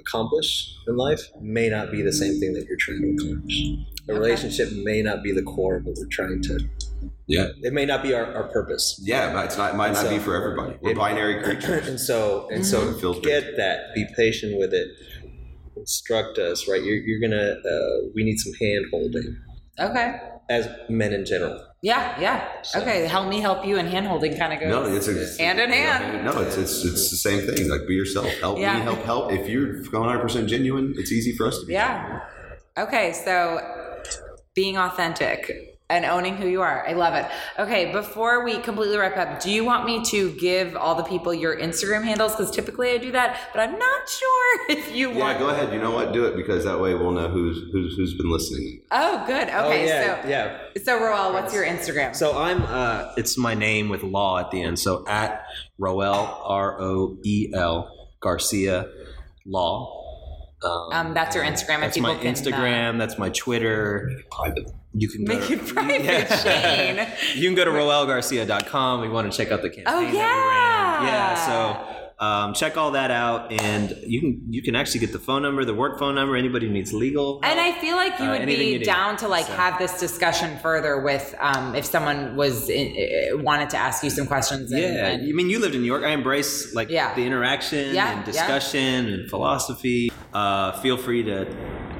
Speaker 3: accomplish in life may not be the same thing that you're trying to accomplish. A relationship may not be the core of what we're trying to
Speaker 2: Yeah.
Speaker 6: It may not be our, our purpose. [CLEARS THROAT]
Speaker 2: Yeah, but it's not might not
Speaker 6: So-
Speaker 2: be for everybody. We're
Speaker 6: It-
Speaker 2: binary creatures.
Speaker 6: and so and so
Speaker 2: It Mm-hmm. feels
Speaker 6: get that be patient with it instruct us right you're, you're gonna uh, we need some hand holding
Speaker 1: Okay.
Speaker 6: as men in general
Speaker 1: Yeah, yeah. Okay, help me help you and hand holding kind of goes.
Speaker 2: No, it's a,
Speaker 1: Hand in hand.
Speaker 2: No, it's, it's it's the same thing. Like be yourself. Help
Speaker 1: Yeah.
Speaker 2: me. Help help. If you're 100 percent genuine, it's easy for us to be.
Speaker 1: Yeah. Okay, so being authentic and owning who you are. I love it. Okay, before we completely wrap up, do you want me to give all the people your Instagram handles? Because typically I do that, but I'm not [LAUGHS] sure if you
Speaker 2: Yeah,
Speaker 1: want.
Speaker 2: go ahead. You know what? Do it because that way we'll know who's who's who's been listening.
Speaker 1: Oh, good. Okay,
Speaker 6: oh yeah
Speaker 1: so
Speaker 6: yeah
Speaker 1: so Roel, what's your Instagram?
Speaker 3: So I'm. Uh, it's my name with law at the end. So at Roel R O E L Garcia Law. Um,
Speaker 1: um, that's your Instagram.
Speaker 3: that's
Speaker 1: if people
Speaker 3: my
Speaker 1: can, uh,
Speaker 3: Instagram. that's my Twitter. You can go
Speaker 1: [LAUGHS] Make
Speaker 3: to,
Speaker 1: it private, Shane.
Speaker 3: you can go to roelgarcia.com if you want to check out the campaign.
Speaker 1: Oh,
Speaker 3: that we
Speaker 1: yeah.
Speaker 3: ran. yeah. So um, check all that out, and you can you can actually get the phone number, the work phone number. Anybody who needs legal,
Speaker 1: And I feel like you
Speaker 3: Uh,
Speaker 1: would
Speaker 3: anything you
Speaker 1: be
Speaker 3: need.
Speaker 1: down to like have this discussion further with um, if someone was in, uh, wanted to ask you some questions. And,
Speaker 3: Yeah,
Speaker 1: and-
Speaker 3: I mean, you lived in New York. I embrace like
Speaker 1: Yeah.
Speaker 3: the interaction
Speaker 1: Yeah,
Speaker 3: and
Speaker 1: yeah.
Speaker 3: discussion and philosophy. Uh, feel free to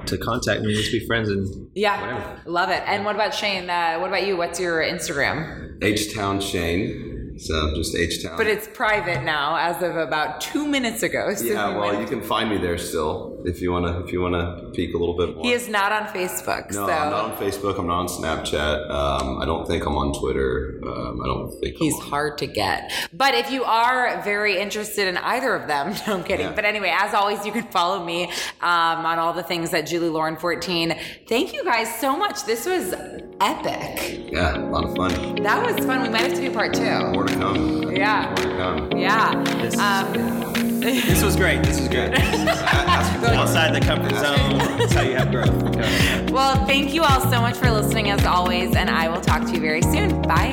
Speaker 3: to contact me. Let's be friends and
Speaker 1: yeah,
Speaker 3: whatever.
Speaker 1: love it. And what about Shane? Uh, what about you? What's your Instagram?
Speaker 2: H Town Shane. So just H Town.
Speaker 1: But it's private now, as of about two minutes ago. So
Speaker 2: yeah.
Speaker 1: we
Speaker 2: Well,
Speaker 1: went-
Speaker 2: you can find me there still if you wanna if you wanna peek a little bit more.
Speaker 1: he is not on Facebook.
Speaker 2: no,
Speaker 1: so
Speaker 2: I'm not on Facebook. I'm not on Snapchat. Um, I don't think I'm on Twitter. Um, I don't think
Speaker 1: He's
Speaker 2: I'm on-
Speaker 1: hard to get. But if you are very interested in either of them, [LAUGHS] no, I'm kidding.
Speaker 2: Yeah.
Speaker 1: But anyway, as always, you can follow me um, on all the things at Julie Lauren 14. Thank you guys so much. This was epic.
Speaker 2: Yeah, a lot of fun.
Speaker 1: That was fun. We might have to do part two.
Speaker 2: More to come.
Speaker 1: Yeah.
Speaker 2: More to come.
Speaker 1: Yeah. Um,
Speaker 3: This was great. This was great. Outside the comfort zone. That's how you have growth. Yeah.
Speaker 1: well, thank you all so much for listening, as always. And I will talk to you very soon. Bye.